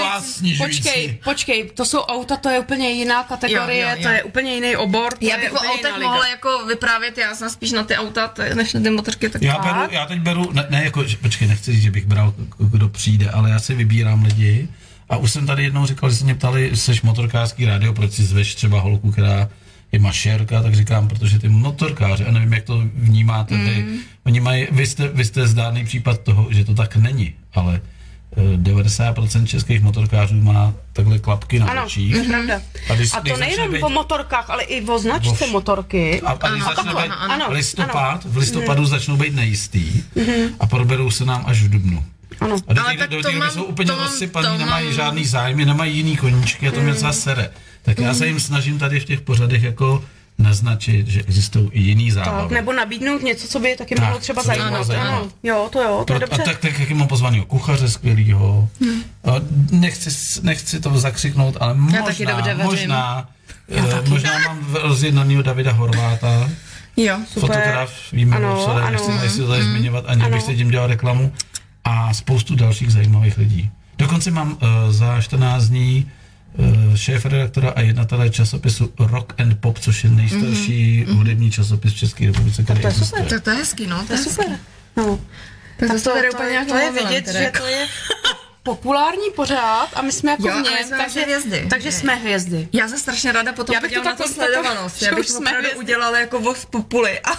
D: počkej, počkej, to jsou auta, to je úplně jiná kategorie,
C: Jo, jo, jo.
D: to je úplně jiný obor. to
C: Já
D: je
C: bych o
D: úplně jiná
C: autech
D: liga.
C: mohla jako vyprávět, já jsem spíš na ty auta, t- než na ty motorky. Tak...
B: Já, beru, já teď beru, ne, ne jako, že, počkej, nechci říct, že bych bral, k- kdo přijde, ale já si vybírám lidi. A už jsem tady jednou říkal, že se mě ptali, seš motorkářský rádio, proč si zveš třeba holku, která je mašerka, tak říkám, protože ty motorkáři, a nevím, jak to vnímáte vy,
C: Mhm.
B: oni mají, vy jste, vy jste zdárný případ toho, že to tak není, ale eh, 90% českých motorkářů má takhle klapky na
D: Ano,
B: očích.
D: pravda.
B: A, když,
D: A
B: když
D: to
B: začne
D: nejenom
B: být-
D: po motorkách, ale i o značce
B: Vo-
D: motorky.
B: A, a když
C: Ano,
B: začne
C: ano,
B: být
C: ano,
D: No, ano. Mhm.
B: listopad, v listopadu začnou být nejistý a proberou se nám až v dubnu.
D: Ano.
B: A do
C: Ale
B: té
C: tak
B: do
C: to
B: té doby
C: mám-
B: jsou úplně
C: to mám-
B: rozsypaný,
C: to
B: nemají
C: mám-
B: žádný zájmy, nemají jiný koníčky a to mě
D: Mhm.
B: docela sere. Tak já se jim snažím tady v těch pořadech jako naznačit, že existují i jiný
D: Tak,
B: zábavy.
D: nebo nabídnout něco, co by je taky
B: Tak,
D: mohlo třeba
B: co by
D: zajímat.
B: mohlo zajímat.
D: Ano, jo, to jo, to je
B: Pro, a
D: dobře. Mhm.
B: tak, tak jak mám pozvaného kuchaře skvělýho. A Nechci, s- nechci to zakřiknout, ale možná,
C: taky dobře vařím.
B: možná, eh, možná mám rozjednanýho Davida Horváta.
C: Jo.
D: Super.
B: fotograf, víme,
D: Ano,
B: ano, co tady
D: ano.
B: nechci, nechci to tady zmiňovat, ani
D: Ano.
B: ano. bych se tím dělal reklamu. A spoustu dalších zajímavých lidí. Dokonce mám uh, za 14 dní uh, šéf redaktora a jednatele časopisu Rock and Pop, což je nejstarší mm-hmm. hudební časopis v České republice, který
D: Mhm. to je super.
B: existuje.
C: Tak to je hezký, no. To je hezký.
D: Super. No.
C: Tak
D: Tak
C: to,
D: to,
C: tady
D: to,
C: úplně
D: je,
C: nějaký
D: to je
C: mozolem
D: vidět,
C: teda.
D: že to je populární pořád a my jsme jako
C: Jo,
D: v
C: a my
D: něm,
C: jsme
D: takže,
C: naše hvězdy.
D: takže jsme hvězdy.
C: Já jsem strašně ráda potom
D: Já bych to
C: podívala
D: tak
C: na to
D: konstatovala,
C: sledovanost.
D: že
C: Já bych
D: už
C: to
D: jsme
C: opravdu
D: hvězdy.
C: udělala jako vos populi. A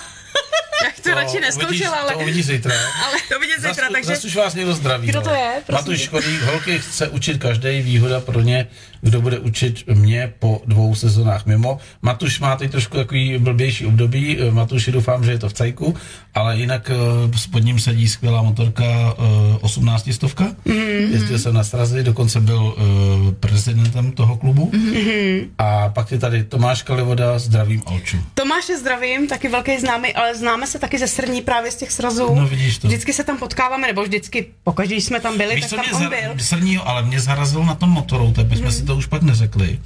D: Jak to radši neskoušela, ale...
B: To uvidíš zítra.
C: ale to vidět
B: Zas,
C: zítra, takže...
B: zas už vás někdo zdraví.
D: Kdo
B: no.
D: to je, prosím
B: Matuš
D: tě?
B: Škodík, holky chce učit každý, výhoda pro ně, kdo bude učit mě po dvou sezónách mimo. Matuš má teď trošku takový blbější období, eh, Matuši doufám, že je to v cajku, ale jinak eh, pod ním sedí skvělá motorka eh, 18 stovka.
D: Mhm.
B: Mm-hmm. Jezdil jsem na srazy, dokonce byl eh, prezidentem toho klubu.
D: Mhm.
B: Mm-hmm. A pak je tady Tomáš Kalivoda, zdravím Olču.
D: Tomáše zdravím, taky velký známý, ale známe se taky ze srní právě z těch srazů.
B: No, vidíš to.
D: Vždycky se tam potkáváme, nebo vždycky, pokaždé když jsme tam byli,
B: Víš,
D: tak
B: co
D: tam
B: mě
D: on
B: zar-
D: byl. Hmm.
B: srnil, ale mě zarazil na tom motoru, my jsme si to už pak neřekli.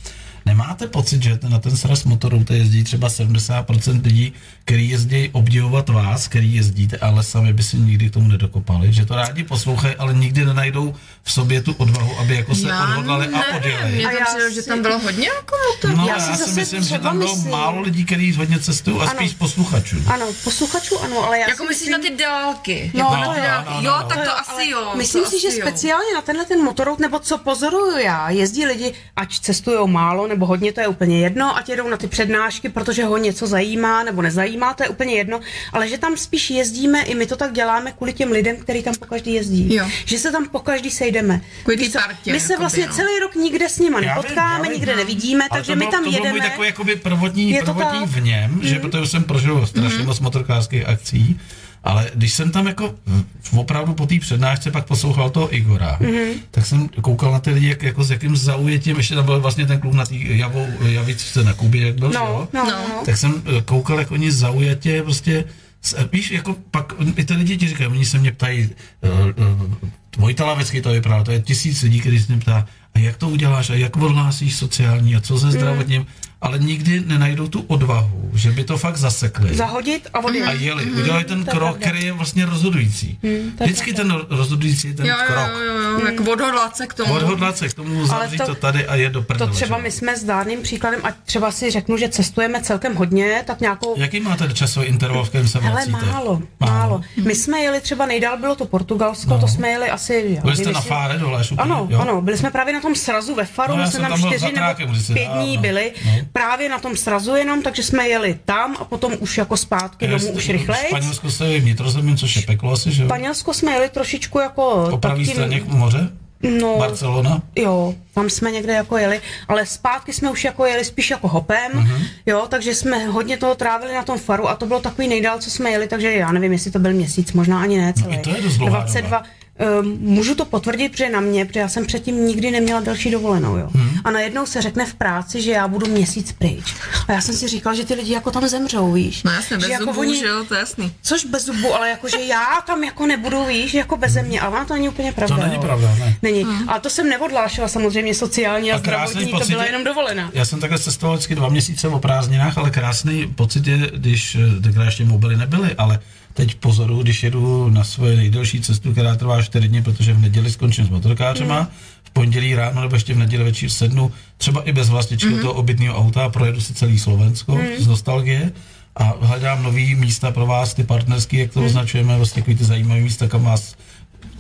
B: Nemáte pocit, že na ten sraz motorou jezdí třeba 70% lidí, který jezdí obdivovat vás, který jezdíte, ale sami by si nikdy k tomu nedokopali? Že to rádi poslouchají, ale nikdy nenajdou v sobě tu odvahu, aby jako se
C: Já
B: odhodlali a
C: nevím,
B: odjeli.
C: mně
D: A já
C: to přijde, že
D: si-
C: tam bylo hodně jako motorů.
B: No,
D: já
B: já,
D: si
B: si
D: zase
B: myslím, že
D: třeba
B: tam bylo
D: myslím-
B: málo lidí, kteří hodně cestují a
D: Ano.
B: spíš posluchačů.
D: Ano, posluchačů ano, ale já
C: Jako
D: si
C: myslíš na
D: myslím-
C: ty dálky?
D: No,
C: Jako na
D: no,
C: ty
D: no,
C: dálky.
B: no, no,
C: Jo,
B: no.
C: tak to
D: ale
C: asi jo.
D: Myslím
C: to
D: si, že
C: asi jo.
D: speciálně na tenhle ten motorroad, nebo co pozoruju já, jezdí lidi, ať cestují málo nebo hodně, to je úplně jedno, ať jedou na ty přednášky, protože ho něco zajímá nebo nezajímá, to je úplně jedno, ale že tam spíš jezdíme, i my to tak děláme kvůli těm lidem, který tam pokaždý jezdí.
C: Jo.
D: Že se tam pokaždý sejdeme.
C: Kvůli té
D: Víš co,
C: partě,
D: my se
C: jakoby,
D: vlastně
C: no.
D: celý rok nikde s nima
B: vím, já
D: nepotkáme,
B: vím.
D: nikde nevidíme,
B: Ale
D: takže
B: to
D: my
B: bylo,
D: tam
B: to byl můj
D: jedeme.
B: takový jakoby prvotní,
D: Je to
B: prvotní
D: tak. Mhm.
B: v něm, že protože jsem prožil strašně moc motorkářských akcí, ale když jsem tam jako v- opravdu po té přednášce pak poslouchal toho Igora,
D: Mhm.
B: tak jsem koukal na ty lidi, jak, jako s jakým zaujetím, ještě tam byl vlastně ten klub na té javou, javičce na Kubě, jak byl, že
D: No,
B: jo?
D: no, no.
B: Tak jsem eh, koukal, jak oni zaujatě prostě s- Víš, jako pak i ty lidi ti říkají, oni se mě ptají, eh, eh, Vojtalavecký to vypadá, to je tisíc lidí, který se mě ptá, a jak to uděláš, a jak odhlásíš sociální, a co se zdravotním, ale nikdy nenajdou tu odvahu, že by to fakt zasekli.
D: Zahodit a odjít.
B: a jeli, udělali ten krok, který je vlastně rozhodující. Vždycky ten rozhodující je ten
C: Jo, jo,
B: krok.
C: jo, jo, jo,
D: Hmm.
C: jako odhodlat se k tomu.
B: Odhodlat se k tomu, zavřít to,
D: to-
B: to tady a je do
D: To
B: prdele.
D: třeba
B: že?
D: my jsme s dárným příkladem, a třeba si řeknu, že cestujeme celkem hodně, tak nějakou...
B: Jaký máte časový interval, v kterém se
D: Hele,
B: vracíte?
D: málo, málo. My jsme jeli třeba nejdál, bylo to
B: Hm.
D: Portugalsko,
B: No.
D: to jsme jeli asi... já
B: Byli jste
D: nevím,
B: na
D: jestli-
B: fáre dole až úplně,
D: Ano,
B: jo?
D: ano, byli jsme právě na tom srazu ve Faru,
B: No, já
D: my
B: jsem
D: jsme
B: tam
D: tam,
B: byl za
D: čtyři
B: trákem,
D: nebo
B: když jsi-
D: pět
B: a,
D: dní
B: no,
D: byli,
B: no.
D: právě na tom srazu jenom, takže jsme jeli tam a potom už jako zpátky
B: Já
D: domů
B: jste-
D: už rychleji.
B: Španělsko se je vnitrozemím, což je peklo asi, že jo?
D: Španělsko jsme jeli trošičku jako...
B: Po pravý
D: takým-
B: straně k moře?
D: No,
B: Barcelona?
D: Jo, tam jsme někde jako jeli, ale zpátky jsme už jako jeli spíš jako hopem,
B: Mhm.
D: mm-hmm. jo, takže jsme hodně toho trávili na tom faru a to bylo takový nejdál, co jsme jeli, takže já nevím, jestli to byl měsíc, možná ani ne celý.
B: No, i to je dost dlouhá
D: 22, um, můžu to potvrdit, protože na mě, protože já jsem předtím nikdy neměla další dovolenou, jo.
B: Mhm.
D: Mm-hmm. A najednou se řekne v práci, že já budu měsíc pryč. A já jsem si říkala, že ty lidi jako tam zemřou, víš.
C: No jasně, bez
D: že jako
C: zubů, že jo, to je jasný.
D: Což bez zubu, ale jakože já tam jako nebudu, víš, jako bez mě. A ona to není úplně pravda.
B: není
D: jo.
B: pravda, ne.
D: Není. A to jsem neodlášela samozřejmě sociální a,
B: A krásný
D: zdravotní, to
B: pocit
D: byla
B: je-
D: jenom dovolená.
B: Já jsem takhle cestoval vždycky dva měsíce o prázdninách, ale krásný pocit je, když eh, tenkrát ještě mobily nebyly, ale teď pozoru, když jedu na svoje nejdelší cestu, která trvá 4 dny, protože v neděli skončím s motorkářema,
D: Hmm.
B: v pondělí ráno nebo ještě v neděli večer sednu, třeba i bez vlastičky
D: Hmm.
B: mm. toho obytného auta, projedu si celý Slovensko mm. z nostalgie a hledám nový místa pro vás, ty partnerský, jak to
D: Hmm.
B: mm. označujeme, vlastně takový ty zajímavé místa, kam vás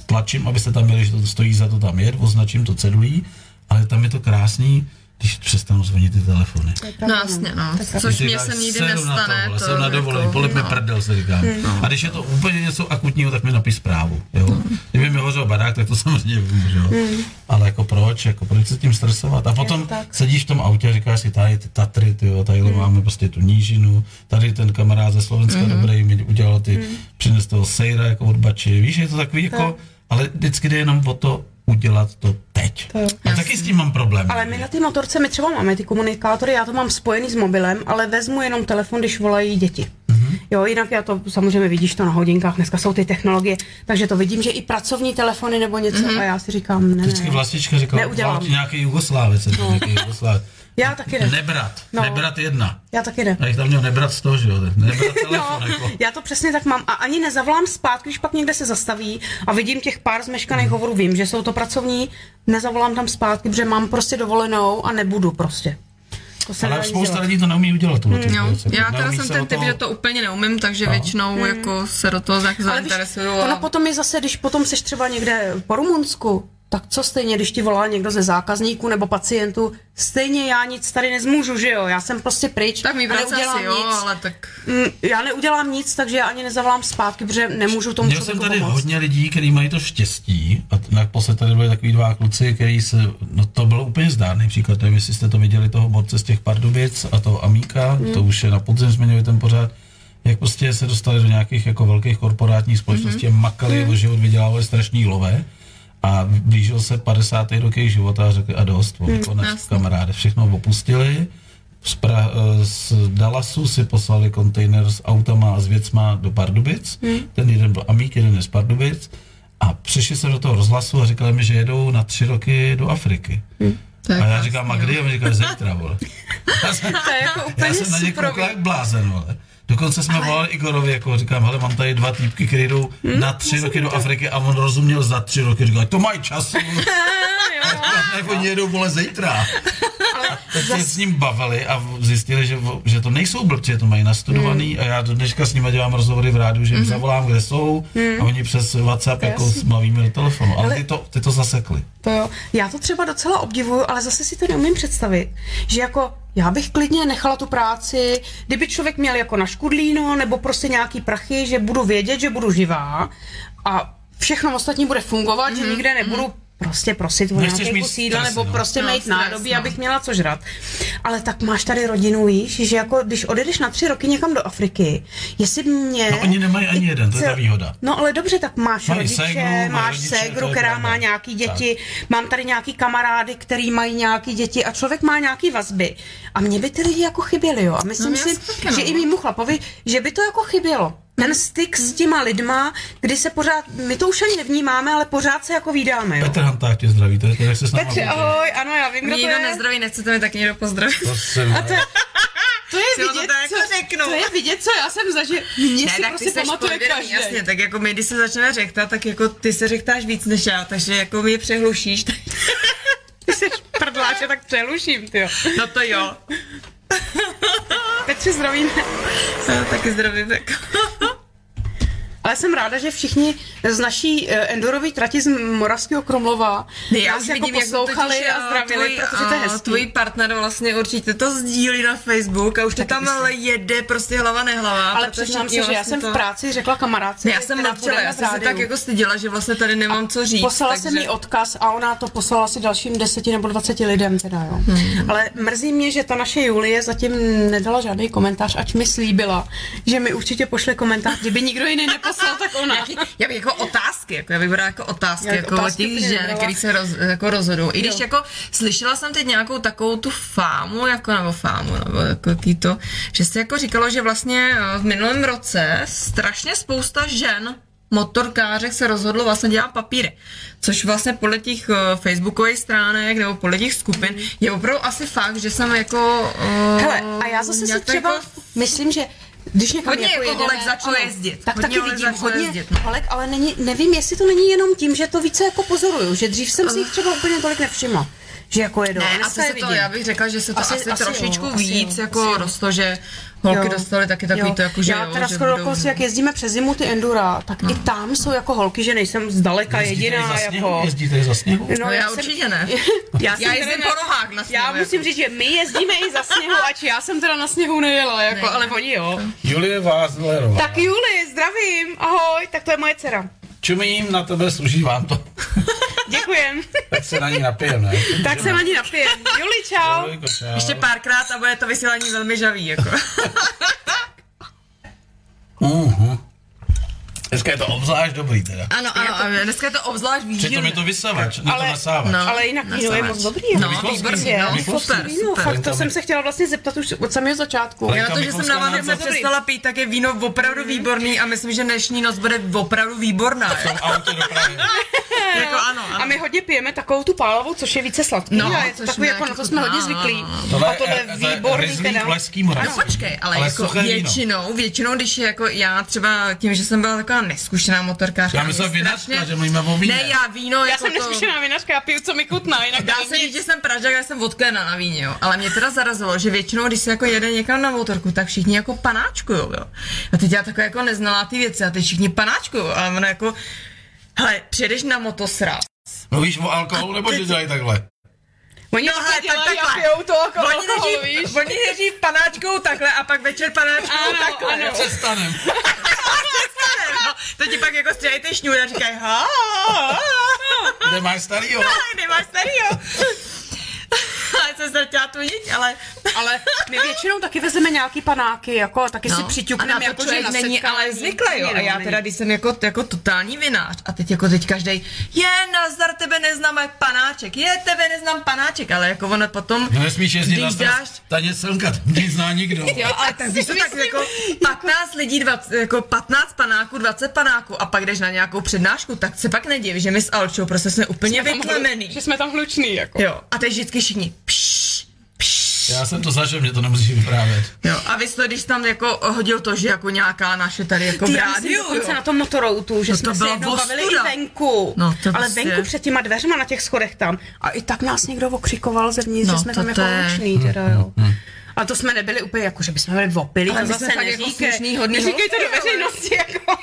B: tlačím, abyste tam byli, že to stojí za to tam jet, označím to cedulí, ale tam je to krásný, když přestanou zvonit ty telefony.
C: No jasně, no.
B: Když
C: Což
B: si
C: mě
B: říkáš,
C: se nikdy
B: "Seru
C: nestane.
B: Na to, vole, jsem na dovolený,
C: jako,
B: jako, mi
C: no.
B: prdel, se říká. No. A když je to úplně něco akutního, tak mi napiš zprávu. Jo? Kdyby mi hořel barák, tak to samozřejmě vím, že jo? Ale jako proč, jako proč se tím stresovat? A potom sedíš v tom autě a říkáš si, tady ty Tatry, ty jo, tady máme prostě tu nížinu, tady ten kamarád ze Slovenska dobrý mi udělal ty, přines toho sejra jako od bači. Víš, je to takový jako, ale vždycky jde jenom o to, udělat to teď. A taky s tím mám problém.
D: Ale my na ty motorce, my třeba máme ty komunikátory, já to mám spojený s mobilem, ale vezmu jenom telefon, když volají děti.
B: Mhm.
D: Mm-hmm. Jo, jinak já to samozřejmě vidíš to na hodinkách, dneska jsou ty technologie, takže to vidím, že i pracovní telefony nebo něco mm-hmm. a já si říkám, ne,
B: Vždycky vlastně-
D: ne.
B: vlastička říkala,
D: Neudělám.
B: "Vám nějaký Jugoslávec, no. nějaký Jugoslávec.
D: Já taky ne.
B: Nebrat, no.
D: No.
B: nebrat jedna.
D: Já taky ne.
B: A jak tam měl nebrat sto, že jo, tak nebrat telefon,
D: No,
B: no. jako.
D: já to přesně tak mám a ani nezavolám zpátky, když pak někde se zastaví a vidím těch pár zmeškaných hovorů, vím, že jsou to pracovní, nezavolám tam zpátky, protože mám prostě dovolenou a nebudu prostě. To se
B: Ale
D: nedá nic
B: spousta
D: dělat.
B: lidí to neumí udělat, tuhle mm,
C: Jo, no. já teda jsem ten typ, že to úplně neumím,
B: No.
C: takže většinou jako se do toho tak
D: Hmm. Ale víš,
C: zainteresuju.
D: ono
C: a-
D: potom je zase, když potom seš třeba někde po Rumunsku, tak co stejně, když ti volá někdo ze zákazníků nebo pacientů, stejně já nic tady nezmůžu, že jo, já jsem prostě pryč
C: Tak mi
D: a
C: vrací
D: neudělám
C: asi, jo,
D: nic.
C: ale tak...
D: Mm, já neudělám nic, takže já ani nezavolám zpátky, protože nemůžu tomu
B: Měl jsem
D: člověku
B: tady
D: pomoct.
B: hodně lidí, kteří mají to štěstí a t- naposled tady byli takový dva kluci, kteří se, no to bylo úplně zdárný příklad, nevím, jestli jste to viděli toho borce z těch Pardubic a toho Amíka, mm. to už je na podzim, jsme měli ten pořád, jak prostě se dostali do nějakých jako velkých korporátních společností mm. a makali, mm. o život vydělávali strašný lové a blížil se 50. rok jejich života a řekli a dost, mm. konec, kamaráde, všechno opustili, z, pra, eh, z Dallasu si poslali kontejner s autama a s věcma do Pardubic. Hmm. Ten jeden byl Amík, jeden je z Pardubic. A přišli se do toho rozhlasu a říkali mi, že jedou na tři roky do Afriky. Hmm.
C: To je
B: A já
C: krásný,
B: říkám, a kdy? A oni říkají, zítra, vole. Já jsem,
D: To je jako
B: já
D: úplně
B: jsem na ně
D: super.
B: koukal jak blázen, vole. Dokonce jsme Ale... volali Igorovi, jako říkám, hele, mám tady dva týpky, kteří jdou hmm? na tři roky do Afriky a on rozuměl za tři roky, říkal, to mají čas, nebo oni jedou, vole, zítra. Tak se s ním bavili a v- zjistili, že, v- že to nejsou blbci, že to mají nastudovaný a já do dneška s nimi dělám rozhovory v rádiu, že jim zavolám, kde jsou a oni přes WhatsApp jako smavíme do telefonu. Ale ty to, ty to zasekli.
D: To jo. Já to třeba docela obdivuju, ale zase si to neumím představit, že jako já bych klidně nechala tu práci, kdyby člověk měl jako na škudlíno nebo prostě nějaký prachy, že budu vědět, že budu živá a všechno ostatní bude fungovat, mm-hmm. že nikde nebudu prostě prosit o
B: Mhm, Nechceš
D: nějaký
B: mít
D: kus jídla
B: stres,
D: nebo
B: no.
D: prostě
C: No,
D: mít
C: stres,
D: nádobí,
C: no.
D: abych měla co žrat. Ale tak máš tady rodinu, víš, že jako když odjedeš na tři roky někam do Afriky, jestli mě...
B: No, oni nemají ani jeden, to je
D: cel-
B: ta výhoda.
D: No ale dobře, tak máš
B: Mají
D: rodiče,
B: ségru, mají
D: máš
B: rodiče, to
D: ségru,
B: je
D: která
B: pravda.
D: má nějaký děti, tak. mám tady nějaký kamarády, který mají nějaký děti a člověk má nějaký vazby. A mě by ty lidi jako chyběly, jo. A myslím
C: No,
D: si,
C: jasně, no.
D: že i mýmu chlapovi, že by to jako chybělo. ten styk s těma lidma, kdy se pořád, my to už ani nevnímáme, ale pořád se jako vídáme, jo.
B: Petr Hanták tě zdraví, to je to, jak se s náma
D: Petře, ahoj, ano, já vím, kdo
C: Mě
D: to
C: nikdo
D: je.
C: nezdraví, nechcete mi tak někdo pozdravit.
B: To jsem,
D: A to je, to je
C: Jo, no to
D: vidět,
C: jako
D: co,
C: řeknu.
D: to je vidět, co já jsem zažil. Mě si prostě
C: seš
D: pamatuje
C: povědomý,
D: každý.
C: Jasně, tak jako my, když se začneme řektat, tak jako ty se řektáš víc než já, takže jako mě přehlušíš. tak-
D: Ty jsi prdláč, já tak přeluším, ty jo.
C: No to jo.
D: Petře, zdravíme.
C: Já taky zdravím. Jako.
D: Ale jsem ráda, že všichni z naší eh, endurové trati z Moravského Kromlova nás jako poslouchali a zdravili, protože to je hezký.
C: Tvůj partner vlastně určitě to sdílí na Facebook a už to tam ale jede prostě hlava nehlava.
D: ale
C: protože
D: přiznám
C: všichni
D: si, že já
C: vlastně
D: jsem
C: to...
D: v práci řekla kamarádce,
C: Ne, já
D: že
C: jsem
D: teda
C: mlčela,
D: budeme
C: já
D: v
C: jsem se
D: rádiu.
C: tak jako styděla, že vlastně tady nemám co říct.
D: Poslala
C: takže...
D: jsem jí odkaz a ona to poslala si dalším deseti nebo dvaceti lidem teda, jo.
C: Hmm.
D: Ale mrzí mě, že ta naše Julie zatím nedala žádný komentář, ať mi slíbila, že mi určitě pošle komentář, kdyby nikdo jiný neposlal, tak ona.
C: Jaký, já bych jako otázky, jako já bych brala jako otázky,
D: Já
C: jako
D: otázky
C: otázky těch
D: úplně
C: žen,
D: nebrala.
C: který se roz, jako rozhodují. I když
D: Jo.
C: jako slyšela jsem teď nějakou takovou tu fámu, jako nebo fámu, nebo jako jaký to, že se jako říkalo, že vlastně eh, v minulém roce strašně spousta žen motorkářek se rozhodlo vlastně dělat papíry, což vlastně podle těch eh, facebookových stránek nebo podle těch skupin je opravdu asi fakt, že jsem jako... eh,
D: Mhm. Hele, a já zase si
C: nějak to
D: třeba
C: jako-
D: myslím, že když někam
C: Hodně jako
D: jedeme,
C: holek začalo jezdit.
D: Tak
C: Hodně
D: taky
C: holek
D: vidím,
C: začalo
D: hodně
C: jezdit, no.
D: holek, ale není, nevím, jestli to není jenom tím, že to více jako pozoruju, že dřív jsem si jich třeba úplně tolik nevšimla, že jako jedou.
C: Ne,
D: A
C: asi
D: dneska
C: se
D: je
C: No, to,
D: vidím.
C: já bych řekla, že se to asi, asi, asi
D: jo,
C: trošičku
D: asi
C: víc
D: jo,
C: jako
D: asi jo.
C: rostlo, že holky
D: Jo.
C: dostaly taky takový
D: Jo.
C: to jako, že
D: Já
C: jo,
D: teda
C: že
D: skoro
C: budou- No.
D: okolo si, jak jezdíme přes zimu ty endura, tak i tam jsou jako holky, že nejsem zdaleka jediná jako...
B: Jezdíte za sněhu?
C: No, já
D: jsem-
C: určitě ne.
D: já,
C: Já
D: jsem
C: jezdím
D: teda
C: po nohách na sněhu,
D: Já
C: jako.
D: musím říct, že my jezdíme i za sněhu, ač já jsem teda na sněhu nejela, jako,
C: Ne.
D: ale oni jo.
E: Julie Vázlerová.
D: Tak Juli, zdravím, ahoj, tak to je moje dcera.
E: Čumím na tebe, služí vám to.
D: Děkujem.
E: Tak se na ní napijem, ne?
D: tak se na ní napijem. Juli, čau.
E: Jako čau.
C: Ještě párkrát a bude to vysílání velmi žavý, jako.
E: Mhm. Dneska je to obzvlášť dobrý teda.
C: ano, ano, a dneska je to obzvlášť
B: Přitom je
C: výživné.
B: to vysavač, ne to
D: Ale-
B: nasávač.
C: No.
D: Ale jinak víno je
C: Nasavač.
D: moc dobrý.
C: No,
D: jako.
C: výborně,
D: je.
C: no,
B: Výborný.
C: super,
D: Víno,
C: super.
D: fakt to jsem se chtěla vlastně zeptat už od samého začátku.
B: Ale
C: Já
B: ta
C: na to, že jsem
B: Mikulská
C: na Vánoce
B: nám
D: dobrý.
C: přestala pít, tak je víno opravdu výborný a myslím, že dnešní noc bude opravdu výborná. jako.
B: v autě dopravy.
C: Jako ano,
D: A
C: ano.
D: my hodně pijeme takovou tu pálavou, což je více sladký
C: No,
D: a je to
C: což
D: takový,
C: má
D: jako na to
C: jako
D: jsme
C: chutná,
D: hodně
C: no,
D: zvyklí.
C: no,
D: A tohle je výborný teda.
B: Leský morac.
C: No počkej, ale, ale jako
B: suché víno.
C: většinou, většinou, když jako já třeba tím, že jsem byla taková neskušená motorkářka.
B: Já myslím,
C: mě
B: vinařka,
C: strašně-
B: že mluvíme o víně.
C: Ne, já víno,
D: Já
C: jako
D: jsem
C: to-
D: neskušená vinařka, já piju, co mi chutná, jinak
C: Dá se říct, že jsem Pražák, já jsem odklena na víně, jo. Ale mě teda zarazilo, že většinou, když se jako jede někam na motorku, tak všichni jako panáčkujou, jo. A teď já takové jako neznalá ty věci a teď všichni panáčkujou. A ono jako, hele, přijedeš na motosra.
B: Mluvíš o alkoholu, nebo že dělají takhle?
D: Oni
C: No,
D: to
C: hele, tak
D: dělají a
C: takhle.
D: pijou to jako
C: Oni
D: alkohol, víš?
C: nejdřív, oni nejdřív panáčkou takhle a pak večer panáčkou
D: Ano,
C: takhle.
D: ano.
C: jo.
B: Přestanem.
C: No, to ti pak jako stříhají ty šňůry a říkají ha, ha, ha, ha,
B: Kde máš starýho?
C: kde máš starýho? Ale jsem ztratila tu niť, ale...
D: Ale my většinou taky vezeme nějaký panáky, jako taky si
C: No, a na
D: přiťukneme,
C: to
D: jako že
C: člověk
D: na
C: není
D: setkání.
C: ale zvyklý, jo. A já teda, když jsem jako, jako totální vinář a teď jako teď každý je nazdar, tebe neznám jak panáček, je tebe neznám panáček, ale jako ono potom,
B: No nesmíš jezdit na
C: když dáš,
B: stras. Ta něcelka, to nezná nikdo.
C: Jo, ale tak když to tak jako 15 lidí, 20, jako 15 panáků, 20 panáků a pak jdeš na nějakou přednášku, tak se pak nediv, že my s Alčou prostě jsme úplně vytlemený.
D: Že jsme tam hluční, jako.
C: Jo, a teď vždycky všichni pš, pš.
B: Já jsem to zažil, mě to nemusíš vyprávět.
C: Jo, a vy jste, když tam jako hodil to, že jako nějaká naše tady jako
D: Ty,
C: v
D: já jsem
C: rádiu,
D: dokonce
C: jo.
D: na tom motoroutu, že
C: No to
D: jsme se
C: byla
D: jednou bavili i
C: ostuda.
D: venku.
C: No, to
D: ale
C: prostě-
D: venku před těma dveřma na těch schodech tam. A i tak nás někdo okřikoval zevnitř,
C: No,
D: že jsme
C: to
D: tam jako
C: to je- mm,
D: luční, teda jo. A to jsme nebyli úplně jako, že bychom byli opilí,
C: Ale
D: to
C: my jsme
D: zase
C: fakt jako
D: neříkej.
C: slušný, hodný
D: Neříkej to do
C: holky, ale-
D: veřejnosti, jako.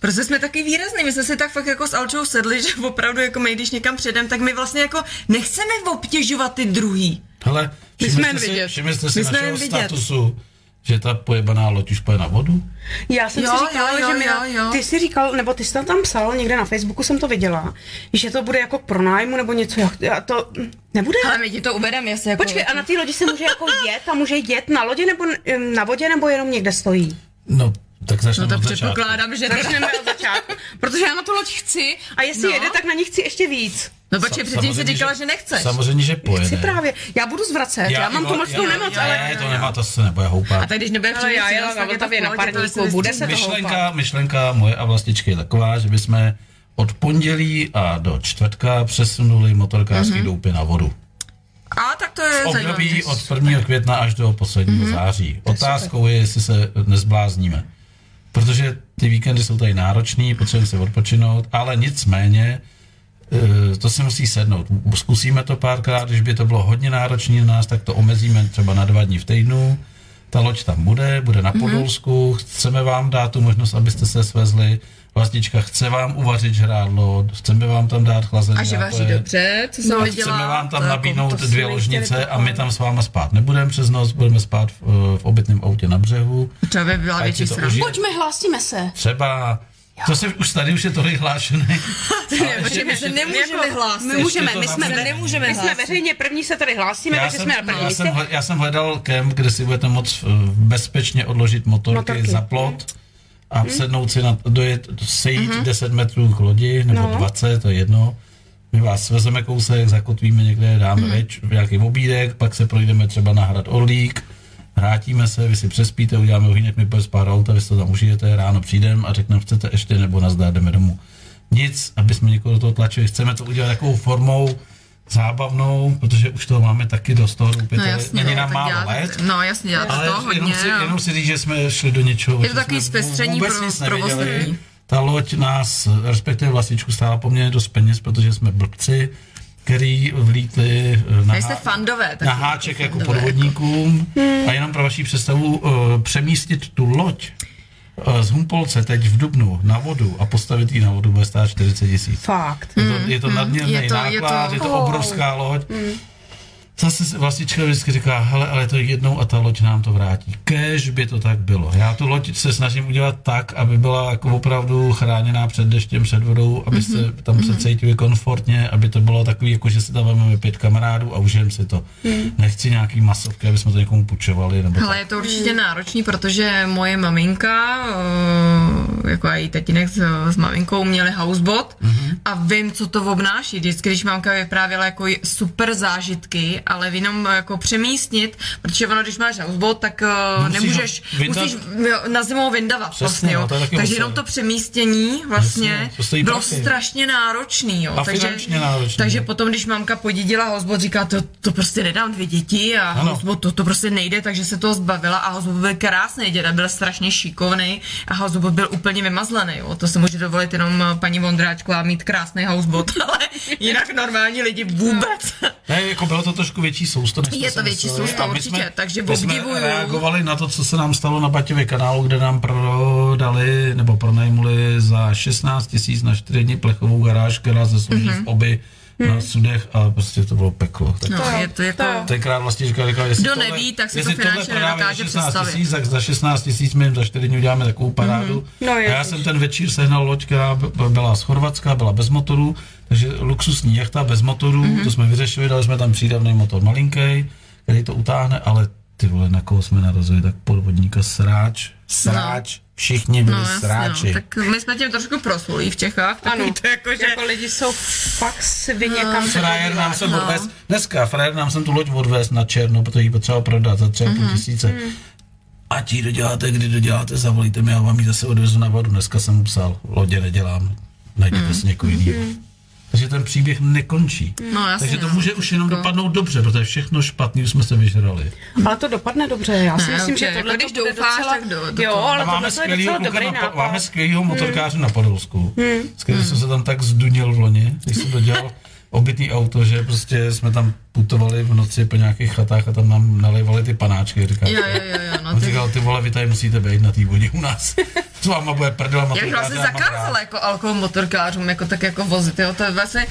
C: Protože Prostě jsme taky výrazný, my jsme si tak fakt jako s Alčou sedli, že opravdu jako my, když někam přijdem, tak my vlastně jako nechceme obtěžovat ty druhý.
B: Hele,
D: jsme
B: všimli
D: jen
B: jste si,
D: vidět.
B: všimli jste si
C: My jsme jen
B: našeho
C: vidět.
B: statusu, že ta pojebaná loď už poje na vodu?
D: Já jsem
C: Jo,
D: si říkala,
C: jo, jo,
D: že mi,
C: jo, jo.
D: ty si říkal, nebo ty jsi tam, tam psal, někde na Facebooku jsem to viděla, že to bude jako k pronájmu nebo něco, jak- a to mm, nebude.
C: Ale my ti to uvedeme, jestli jako...
D: Počkej, a na té lodi se může jako jet a může jet na lodi nebo mm, na vodě nebo jenom někde stojí?
B: No, tak začneme
C: No to
B: od začátku.
C: předpokládám, že...
D: Začneme od začátku, protože já na tu loď chci a jestli
C: No.
D: jede, tak na ní chci ještě víc.
C: No počkej, předtím jsi
B: Samozřejmě,
C: říkala, že nechceš.
B: Samozřejmě, že pojede.
D: Chci právě. Já budu zvracet, já, já mám
B: jo,
D: tu moc tu
B: já-
D: nemoc,
B: já-
D: ale...
B: Ne, to nemá, to se nebude
C: A
B: houpat.
C: tak když nebude
D: Ale já
C: přijít
D: jela
C: cíl,
D: na
C: tak je to v
D: Vltavě na
C: pohodě, to
D: parníku,
C: se
D: bude
C: vystřídá.
D: se to
B: Myšlenka, myšlenka moje a vlastičky je taková, že bychom od pondělí a do čtvrtka přesunuli motorkářský mm-hmm. doupy na vodu.
C: A tak to je
B: V
C: zajímavé.
B: období od 1. května až do posledního mm-hmm. září. Otázkou je, jestli se nezblázníme. Protože ty víkendy jsou tady náročný, potřebujeme si odpočinout, ale nicméně eh, to se musí sednout. Zkusíme to párkrát, když by to bylo hodně náročné na nás, tak to omezíme třeba na dva dny v týdnu. Ta loď tam bude, bude na Podolsku, chceme vám dát tu možnost, abyste se svezli. Vlastička chce vám uvařit žrádlo, chceme vám tam dát chlazené
C: A že vaří
B: nápoje.
C: dobře, co jsem
B: A Jako
C: viděla.
B: No, chceme vám
C: to
B: tam
C: jako-
B: nabídnout
C: to
B: jako,
C: jsem
B: dvě
C: nechtěla
B: ložnice a
C: pochválit.
B: my tam s váma spát nebudeme přes noc, budeme spát v, v obytném autě na břehu.
C: Třeba by byla
B: Ať
C: větší
B: si to
C: sranda.
B: užije.
D: Pojďme, hlásíme se.
B: Třeba, to se už tady už je tolik hlášených.
C: Protože my se
D: Jako
C: nemůžeme hlásit.
D: My můžeme, my
B: Ještě jako- to
D: jsme,
B: tam
D: ve,
C: nemůžeme
D: my jsme
C: hlásit.
D: veřejně první se tady hlásíme,
B: Já
D: takže
B: jsem,
D: jsme na prvním
B: já,
D: místě.
B: jsem, hle- já jsem hledal kemp, kde si budete moc eh, bezpečně odložit motorky,
D: Motorky.
B: motorky. za plot a
C: Mhm.
B: sednout si na, dojet, sejít mm-hmm. 10 metrů k lodi, nebo no. 20, to je jedno. My vás svezeme kousek, zakotvíme někde, dáme
C: Mhm.
B: mm-hmm. več, nějaký obídek, pak se projdeme třeba na hrad Orlík, vrátíme se, vy si přespíte, uděláme ohýnek, my půjdeme spát do auta, vy si to tam užijete, ráno přijdeme a řekneme, chcete ještě nebo nazdá, jdeme domů. Nic, aby jsme někoho do toho tlačili, chceme to udělat takovou formou zábavnou, protože už toho máme taky dost toho
C: No
B: doupitele.
C: jasně,
B: Není
C: no,
B: nám
C: tak
B: málo
C: děláte-
B: let,
C: No jasně, děláte
B: ale
C: to hodně.
B: jenom, si,
C: no.
B: jenom si říct, že jsme šli do něčeho.
C: Je
B: že
C: to takový
B: jsme
C: zpestření
B: vůbec
C: pro-
B: nic
C: pro
B: nevěděli.
C: ostatní.
B: Ta loď nás, respektive vlastičku, stála poměrně dost peněz, protože jsme blbci, který vlítli eh, na,
C: Vy jste
B: há-
C: fandové. taky.
B: na háček jako
C: Fandové,
B: podvodníkům. A jenom pro vaší představu, eh, přemístit tu loď eh, z Humpolce teď v Dubnu na vodu a postavit ji na vodu bude stát 40 tisíc.
D: Fakt.
B: Je to, je to nadměrný
C: Hmm, je to- Oh. Hmm. je to-
B: náklad, je to, obrovská loď. Zase si vlastička vždycky říká, hele, ale to je jednou a ta loď nám to vrátí. Kež by to tak bylo. Já tu loď se snažím udělat tak, aby byla jako opravdu chráněná před deštěm, před vodou, aby
C: Mhm.
B: se tam se cítili komfortně, aby to bylo takový, jako že si tam vezmeme pět kamarádů a užijeme si to. Nechci nějaký masovky, aby jsme to někomu půjčovali. Nebo
C: Hmm. Hele,
B: tak.
C: je to určitě náročný, protože moje maminka, eh, jako a její tatínek s, s maminkou, měli housebot
B: Mhm.
C: a vím, co to obnáší. Vždycky, když mamka vyprávěla jako j- super zážitky, ale jenom jako přemístnit, protože ono, když máš housebot, tak eh,
B: Musíš ho
C: nemůžeš,
B: vyndat-
C: musíš jo, na zimu vyndavat
B: Přesně,
C: vlastně,
B: no,
C: jo.
B: to je taky
C: Takže
B: musel.
C: jenom to přemístění vlastně
B: Jasně, no, to stojí
C: bylo
B: prachy.
C: strašně náročný, jo.
B: A
C: takže,
B: finančně náročný. no.
C: takže potom, když mamka podídila housebot, říká, to, to prostě nedám dvě děti a
B: Ano.
C: housebot to, to prostě nejde, takže se toho zbavila a Hozbo byl krásný děda, byl strašně šikovný a Hozbo byl úplně vymazlený. Jo. To se může dovolit jenom eh, paní Vondráčková mít krásný housebot, ale jinak normální lidi vůbec.
B: Ne, jako bylo to trošku větší sousto. než jsme
C: Je to
B: si
C: větší
B: mysleli.
C: sousto,
B: A my
C: určitě, takže
B: my jsme
C: obdivuju.
B: reagovali na to, co se nám stalo na Baťově kanálu, kde nám prodali nebo pronajmuli za 16 tisíc na 4 dní plechovou garáž, která se služí mm-hmm. v oby na sudech a prostě to bylo peklo. Tak
C: Mhm. No, je to jako...
D: to-
B: tenkrát vlastně říkal, říkal jestli
C: Kdo
B: tohle-
C: neví, tak si to
B: jestli tohle
C: finančně
B: prodáme
C: nedokáže
B: za 16 000,
C: představit.
B: tak za 16 tisíc my jim za 4 dny uděláme takovou parádu.
D: Mhm. No,
B: a já
D: ježiš.
B: jsem ten večír sehnal loď, která b- b- byla z Chorvatska, byla bez motoru, takže luxusní jachta bez motoru,
C: Mhm.
B: to jsme vyřešili, dali jsme tam přídavný motor malinký, který to utáhne, ale ty vole, na koho jsme narazili, tak podvodníka sráč, sráč, všichni byli
C: No, jasně,
B: sráči.
C: no. Tak my jsme tím trošku prosulí v Čechách, tak
D: Ano,
C: to jako, že...
D: jako lidi jsou fakt svině, kam se
B: Frajer nám
D: podívat.
B: jsem no. odvez, dneska frajer nám jsem tu loď odvez na černo, protože ji potřeba prodat za tři a půl tisíce. Ať ji doděláte, kdy doděláte, zavolíte mi, já vám ji zase odvezu na vodu. Dneska jsem mu psal, lodě nedělám, najděte si někoho jiného. Takže ten příběh nekončí.
C: No, jasně,
B: Takže to
C: no.
B: může už jenom dopadnout dobře, protože všechno špatný už jsme se vyžrali.
D: Ale to dopadne dobře, já si
C: Ne,
D: myslím, že
C: určitě,
D: tohle
C: jako když
D: to bude
C: doufáš,
D: docela...
C: tak do- do
D: jo,
C: toho.
D: ale
B: A máme
D: tohle to je docela
B: skvělýho, kluka
D: dobrý
B: na, po- máme
D: nápad.
B: skvělýho motorkáře na Podolsku, s kterým jsem se tam tak zdunil v loni, když jsem dodělal obytný auto, že prostě jsme tam putovali v noci po nějakých chatách a tam nám nalejvali ty panáčky. Říkal,
C: Jo, jo, jo, jo, no
B: On
C: ty-
B: říkal, ty vole, vy tady musíte být na té vodě u nás. S váma bude prdel
C: Jak
B: motorkář.
C: vlastně zakázala jako alkohol motorkářům, jako tak jako vozit, jo, to je vlastně...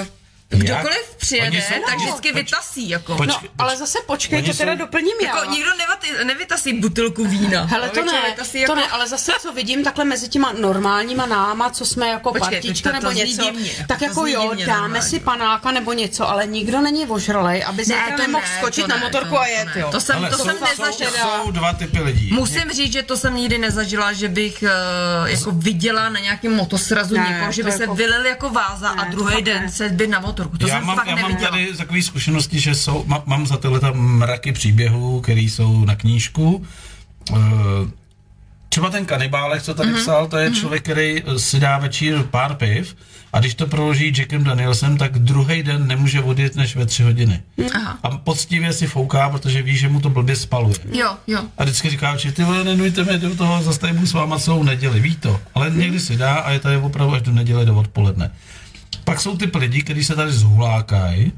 C: Uh, Kdokoliv přijede,
B: Oni jsou-
C: tak
B: oni-
C: vždycky
B: poč-
C: vytasí, jako.
B: poč-
C: No,
D: No, ale zase počkej,
B: Oni
D: to teda
B: jsou-
D: doplním já.
C: jako nikdo nevati, nevytasí butelku vína.
D: Hele,
C: Jo,
D: to
C: většinou
D: ne,
C: vytasí jako-
D: to ne, ale zase, co vidím takhle mezi těma normálníma náma, co jsme jako
C: Počkej, teď
D: partička
C: to- to
D: nebo
C: zní
D: něco,
C: divně, jako
D: tak
C: to
D: jako
C: zní
D: jo,
C: divně
D: dáme
C: normálně.
D: si panáka nebo něco, ale nikdo není ožralej, aby
C: Ne,
D: zítra
C: to
D: nemohl
C: ne,
D: skočit
C: to
D: na
C: ne,
D: motorku
C: to-
D: a
C: to
D: jet,
C: ne.
D: jo.
C: To jsem,
B: Ale
C: to
B: jsou-
C: jsem
B: jsou-
C: nezažila.
B: Jsou dva typy lidí.
C: Musím říct, že to jsem nikdy nezažila, že bych uh, jako viděla na nějakém motosrazu
D: Ne,
C: ne, někoho, že
D: to
C: by
D: jako-
C: se vylil jako váza a
D: Ne,
C: druhý
D: fakt
C: den
D: ne.
C: se by na motorku. To
B: já
C: jsem
B: mám,
C: fakt
B: já mám
C: neviděla.
B: tady takové zkušenosti, že jsou, má, mám za tyhle tam mraky příběhů, které jsou na knížku. Eh, Třeba ten kanibálek, co
C: Mhm.
B: tady mm-hmm. psal, to je člověk, který eh, si dá večír pár piv a když to proloží Jackem Danielsem, tak druhý den nemůže odjet než ve tři hodiny.
C: Aha.
B: A poctivě si fouká, protože ví, že mu to blbě spaluje.
C: Jo, jo.
B: A vždycky říká, že ty vole, nenujte mě do toho, zase tady budu s váma celou neděli, ví to. Ale
D: Hmm.
B: někdy si dá a je tady opravdu až do neděle do odpoledne. Pak jsou ty lidi, kteří se tady zhulákají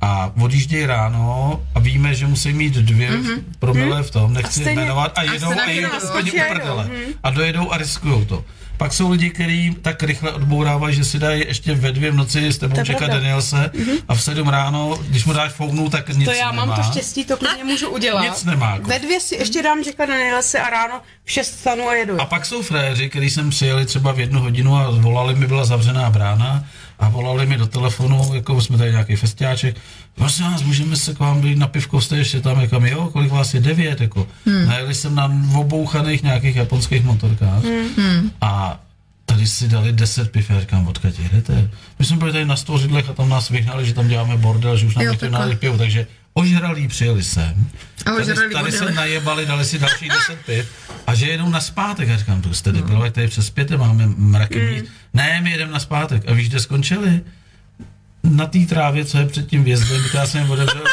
B: a odjíždějí ráno a víme, že musí mít dvě mm-hmm. promile v tom, nechci
D: Mhm. Hmm. A
B: a jmenovat,
D: stejně-
B: a
D: a
B: jedou a,
D: stejně Mhm.
B: jedou
D: to
B: úplně
D: skočí
B: u
D: a jedou,
B: prdele. A dojedou a riskují to. Pak jsou lidi, kteří tak rychle odbourávají, že si dají ještě ve dvě v noci s tebou
D: je
B: čekat
D: pravda. Mhm.
B: Danielse mm-hmm. a v sedm ráno, když mu dáš fouknu, tak nic
D: To já
B: nemá.
D: mám to štěstí, to klidně můžu udělat.
B: Nic nemá, jako.
D: Ve dvě si ještě dám Jacka Danielse a ráno v šest stanu a jedu.
B: A pak jsou fréři, který jsem přijeli třeba v jednu hodinu a volali mi, byla zavřená brána a volali mi do telefonu, jako jsme tady nějaký festiáček, prosím vás, můžeme se k vám dojít na pivko, jste ještě tam, říkám, jo, kolik vás je, devět, jako. Hmm. Najeli jsem na obouchaných nějakých japonských motorkách hmm. a tady si dali 10 piv, já říkám, odkud jedete? My jsme byli tady na stvořidlech a tam nás vyhnali, že tam děláme bordel, že už nám
C: Jo,
B: nechtějí
C: takhle.
B: nalít pivo, takže ožralí přijeli sem.
C: A
B: Tady,
C: ožralí
B: tady se
C: odjeli.
B: najebali, dali si další 10 piv a že jedou na zpátek. A říkám, to jste debilové, tady přes pět máme mraky
C: Hmm.
B: míst. Ne, my jedeme na zpátek. A víš, kde skončili? Na té trávě, co je před tím vjezdem, která jsem jim odevřel,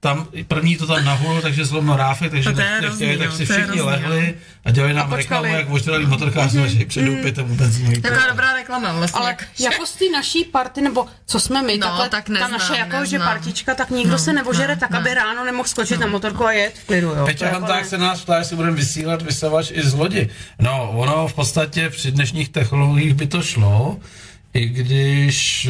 B: tam první to tam nahul, takže zlomil ráfek, takže
C: A No to je
B: nechtěli,
C: hrozný,
B: tak
C: jo, Mhm.
B: si
C: to je
B: všichni
C: hrozný,
B: lehli a dělali nám reklamu,
D: počkali.
B: jak ožralý motorkář, mm-hmm. že předoupěte vůbec nic.
C: Taková dobrá reklama vlastně.
D: Ale
C: jak-
D: jako z té naší party, nebo co jsme my,
C: No,
D: takhle,
C: tak
D: ta
C: neznám,
D: naše jako, že
C: neznám. No,
D: partička, tak nikdo se nebožere
C: ne,
D: tak,
C: ne.
D: aby ráno nemohl skočit
C: No.
D: na motorku a jet v klidu, jo. To
B: Peťa
D: jako
B: Hanták
D: ne.
B: se nás ptá, jestli budeme vysílat vysavač i z lodi. No, ono v podstatě při dnešních technologiích by to šlo, i když,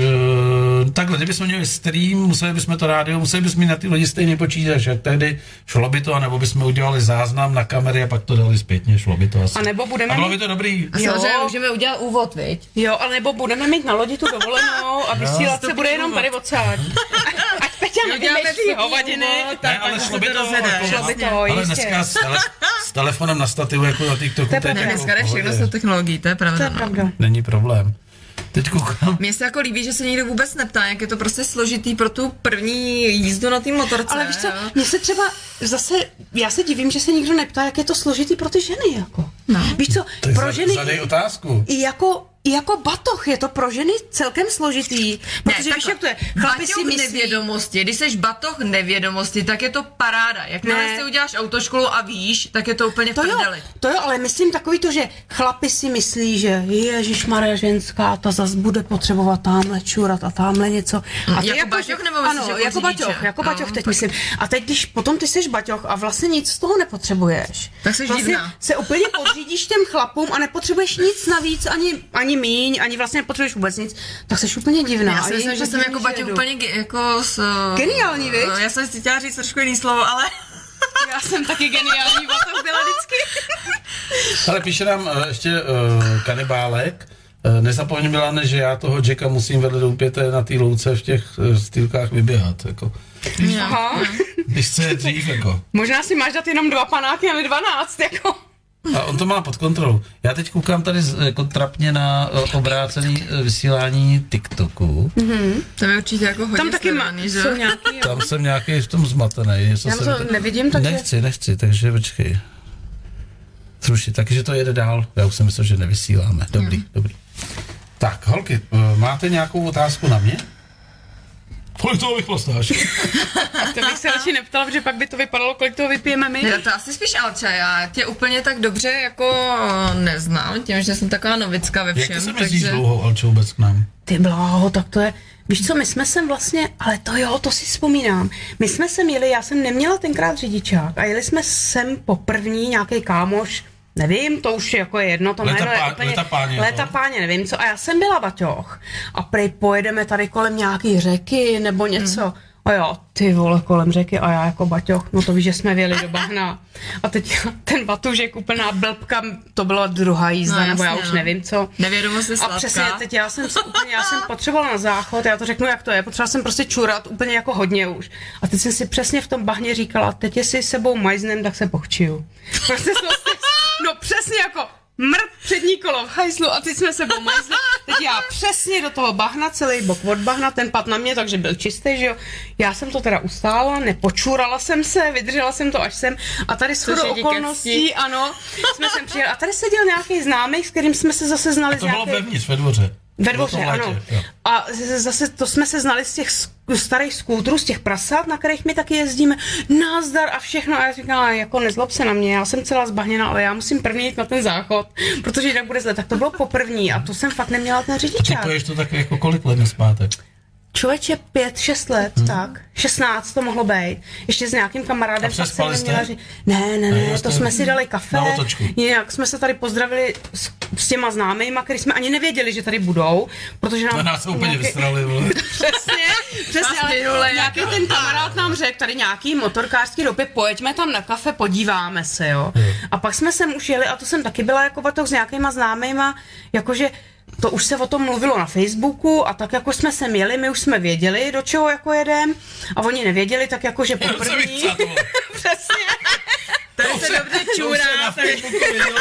B: eh, takhle, kdybychom měli stream, museli bychom to rádio, museli bychom mít na ty lidi stejný počítač, jak tehdy šlo by to, anebo bychom udělali záznam na kamery a pak to dali zpětně, šlo by to asi.
D: A nebo budeme
B: a bylo
D: mít-
B: by to dobrý.
C: A samozřejmě
D: jo.
C: můžeme udělat úvod, viď?
D: Jo, ale nebo budeme mít na lodi tu dovolenou a vysílat se No, bude jenom tady odsávat. Ať Peťa nevymýšlí hovadiny.
B: Ne, ale šlo by to, jako-
D: Šlo by to,
B: ale
D: jistě.
B: dneska s, tele, s telefonem na stativu jako na TikToku,
D: To je
B: to je
D: pravda.
B: jako
C: Dneska jde
B: v
C: všechno
B: pohodě.
C: s technologií, to je
D: To je
C: pravda. no.
D: pravda.
B: Není problém. Teď koukám,
C: Mně se jako líbí, že se nikdo vůbec neptá, jak je to prostě složitý pro tu první jízdu na té motorce.
D: Ale víš co,
C: jo.
D: mně se třeba zase, já se divím, že se nikdo neptá, jak je to složitý pro ty ženy, jako. No. Víš co,
B: tak
D: pro
B: pro
D: ženy
B: zadej otázku.
D: i jako i jako batoh je to pro ženy celkem složitý, protože ne, víš, jak to je, chlapi si
C: batoh
D: myslí,
C: nevědomosti, když jsi batoh nevědomosti, tak je to paráda. Jakmile
D: Ne.
C: si uděláš autoškolu a víš, tak je to úplně v
D: to jo,
C: prdeli.
D: to jo, ale myslím takový to, že chlapi si myslí, že Ježíš Maria ženská, ta zas bude potřebovat tamhle čurat a tamhle něco. A
C: jako Baťoch, nebo myslíš
D: ano,
C: jako
D: jako
C: řidiče?
D: baťoch, jako
C: No,
D: baťoch teď
C: tak-
D: myslím. A teď, když potom ty seš baťoch a vlastně nic z toho nepotřebuješ.
C: Tak seš
D: vlastně
C: divná.
D: se úplně podřídíš těm chlapům a nepotřebuješ nic navíc, ani, ani míň, ani vlastně nepotřebuješ vůbec nic, tak seš úplně divná.
C: Já
D: A
C: si
D: je
C: myslím,
D: jim
C: že
D: to
C: jsem
D: divný,
C: jako
D: že
C: Baťoch
D: jedu.
C: úplně ge- jako s...
D: Geniální, viď?
C: Já jsem si chtěla říct trošku jiný slovo, ale...
D: Já jsem taky geniální, batoh byla vždycky.
B: Ale píše nám eh, ještě uh, kanibálek. Eh, Nezapomeň, Milane, že já toho Jacka musím vedle doupěte na té louce v těch eh, stýlkách vyběhat. Jako.
D: Aha.
B: Když se dřív, jako.
D: Možná si máš dát jenom dva panáky a ne dvanáct, jako.
B: A on to má pod kontrolou. Já teď koukám tady z- jako trapně na eh, obrácený eh, vysílání TikToku.
C: To je určitě jako hodně
D: Tam taky má,
C: sledovaný, že?
D: jsou nějaký, jo.
B: Tam jsem nějaký v tom zmatený. něco
D: Já
B: se
D: to
B: vyta-
D: nevidím, takže-
B: Nechci, nechci, takže počkej. Zrušit, takže to jede dál. Já už jsem myslel, že nevysíláme. Dobrý,
D: Mhm.
B: dobrý.
E: Tak, holky, eh, máte nějakou otázku na mě?
B: Kolik toho vychlastáš?
D: To bych se radši neptala, protože pak by to vypadalo, kolik toho vypijeme my.
C: Ne, to asi spíš Alča, já tě úplně tak dobře jako neznám, tím, že jsem taková novická ve
B: Jak
C: všem,
B: ty se myslíš
C: takže...
B: dlouho, Alčo, vůbec k nám?
D: Ty bláho, tak to je... Víš co, my jsme sem vlastně, ale to jo, to si vzpomínám. My jsme sem jeli, já jsem neměla tenkrát řidičák a jeli jsme sem po první nějaký kámoš, nevím, to už jako je jedno, to
B: Leta
D: jméno je
B: pá-
D: úplně...
B: Leta páně je to.
D: Leta páně, nevím co. A já jsem byla, Baťoch. A prej pojedeme tady kolem nějaký řeky nebo něco.
C: Mhm.
D: Hmm. A jo, ty vole, kolem řeky a já jako Baťoch, no to víš, že jsme věli do bahna. A teď ten Batužek úplná blbka, to byla druhá jízda,
C: No,
D: no, nebo já
C: jasně,
D: už
C: no.
D: nevím co.
C: Nevědomost je
D: A
C: sladká.
D: přesně, teď já jsem se úplně, já jsem potřebovala na záchod, já to řeknu, jak to je, potřebovala jsem prostě čurat úplně jako hodně už. A teď jsem si přesně v tom bahně říkala, teď jestli sebou majznem, tak se pochčiju. Prostě jsem si, no přesně jako mrt přední kolo v hajslu a teď jsme se pomazli. Teď já přesně do toho bahna, celý bok od bahna, ten pad na mě, takže byl čistý, že jo. Já jsem to teda ustála, nepočurala jsem se, vydržela jsem to až sem a tady shodou
C: díky
D: okolností, ano, jsme sem přijeli. A tady seděl nějaký známý, s kterým jsme se zase znali
B: To
D: z
B: bylo
D: nějaké-
B: vevnitř, ve dvoře.
D: ve
B: Bylo to
D: dvoře,
B: v létě,
D: ano.
B: jo.
D: A z- z- zase to jsme se znali z těch sk- starých skútrů, z těch prasát, na kterých my taky jezdíme, názdar a všechno. A já říkala, jako nezlob se na mě, já jsem celá zbahněna, ale já musím první jít na ten záchod, protože jinak bude zle. Tak to bylo poprvní a to jsem fakt neměla ten řidičák.
B: Typuješ to tak jako kolik let nespátek?
D: Člověče pět, šest let,
B: Mhm.
D: hmm. tak. 16 to mohlo být. Ještě s nějakým kamarádem.
B: A
D: fakt jsem
B: přespali jste?
D: neměla ři- Ne, ne, ne,
B: Ne,
D: to
B: jste-
D: jsme si dali kafe.
B: Na otočku.
D: Nějak jsme se tady pozdravili s, s těma známejma, který jsme ani nevěděli, že tady budou, protože nám...
B: Na No, nás se úplně
D: nějaký-
B: vysrali, vole.
D: Přesně, přesně,
C: Vás
D: ale
C: minule
D: nějaký ten kamarád nám řekl, tady nějaký motorkářský dopy, pojďme tam na kafe, podíváme se, jo. A pak jsme sem už jeli, a to jsem taky byla jako batoh s nějakýma známýma, jakože to už se o tom mluvilo na Facebooku a tak jako jsme sem jeli, my už jsme věděli, do čeho jako jedem a oni nevěděli, tak jakože
B: To se
D: poprvní.
B: vypsat, vole.
D: Přesně.
B: To už se dobře
D: čurá,
B: na
D: tak-
B: Facebooku vidělo.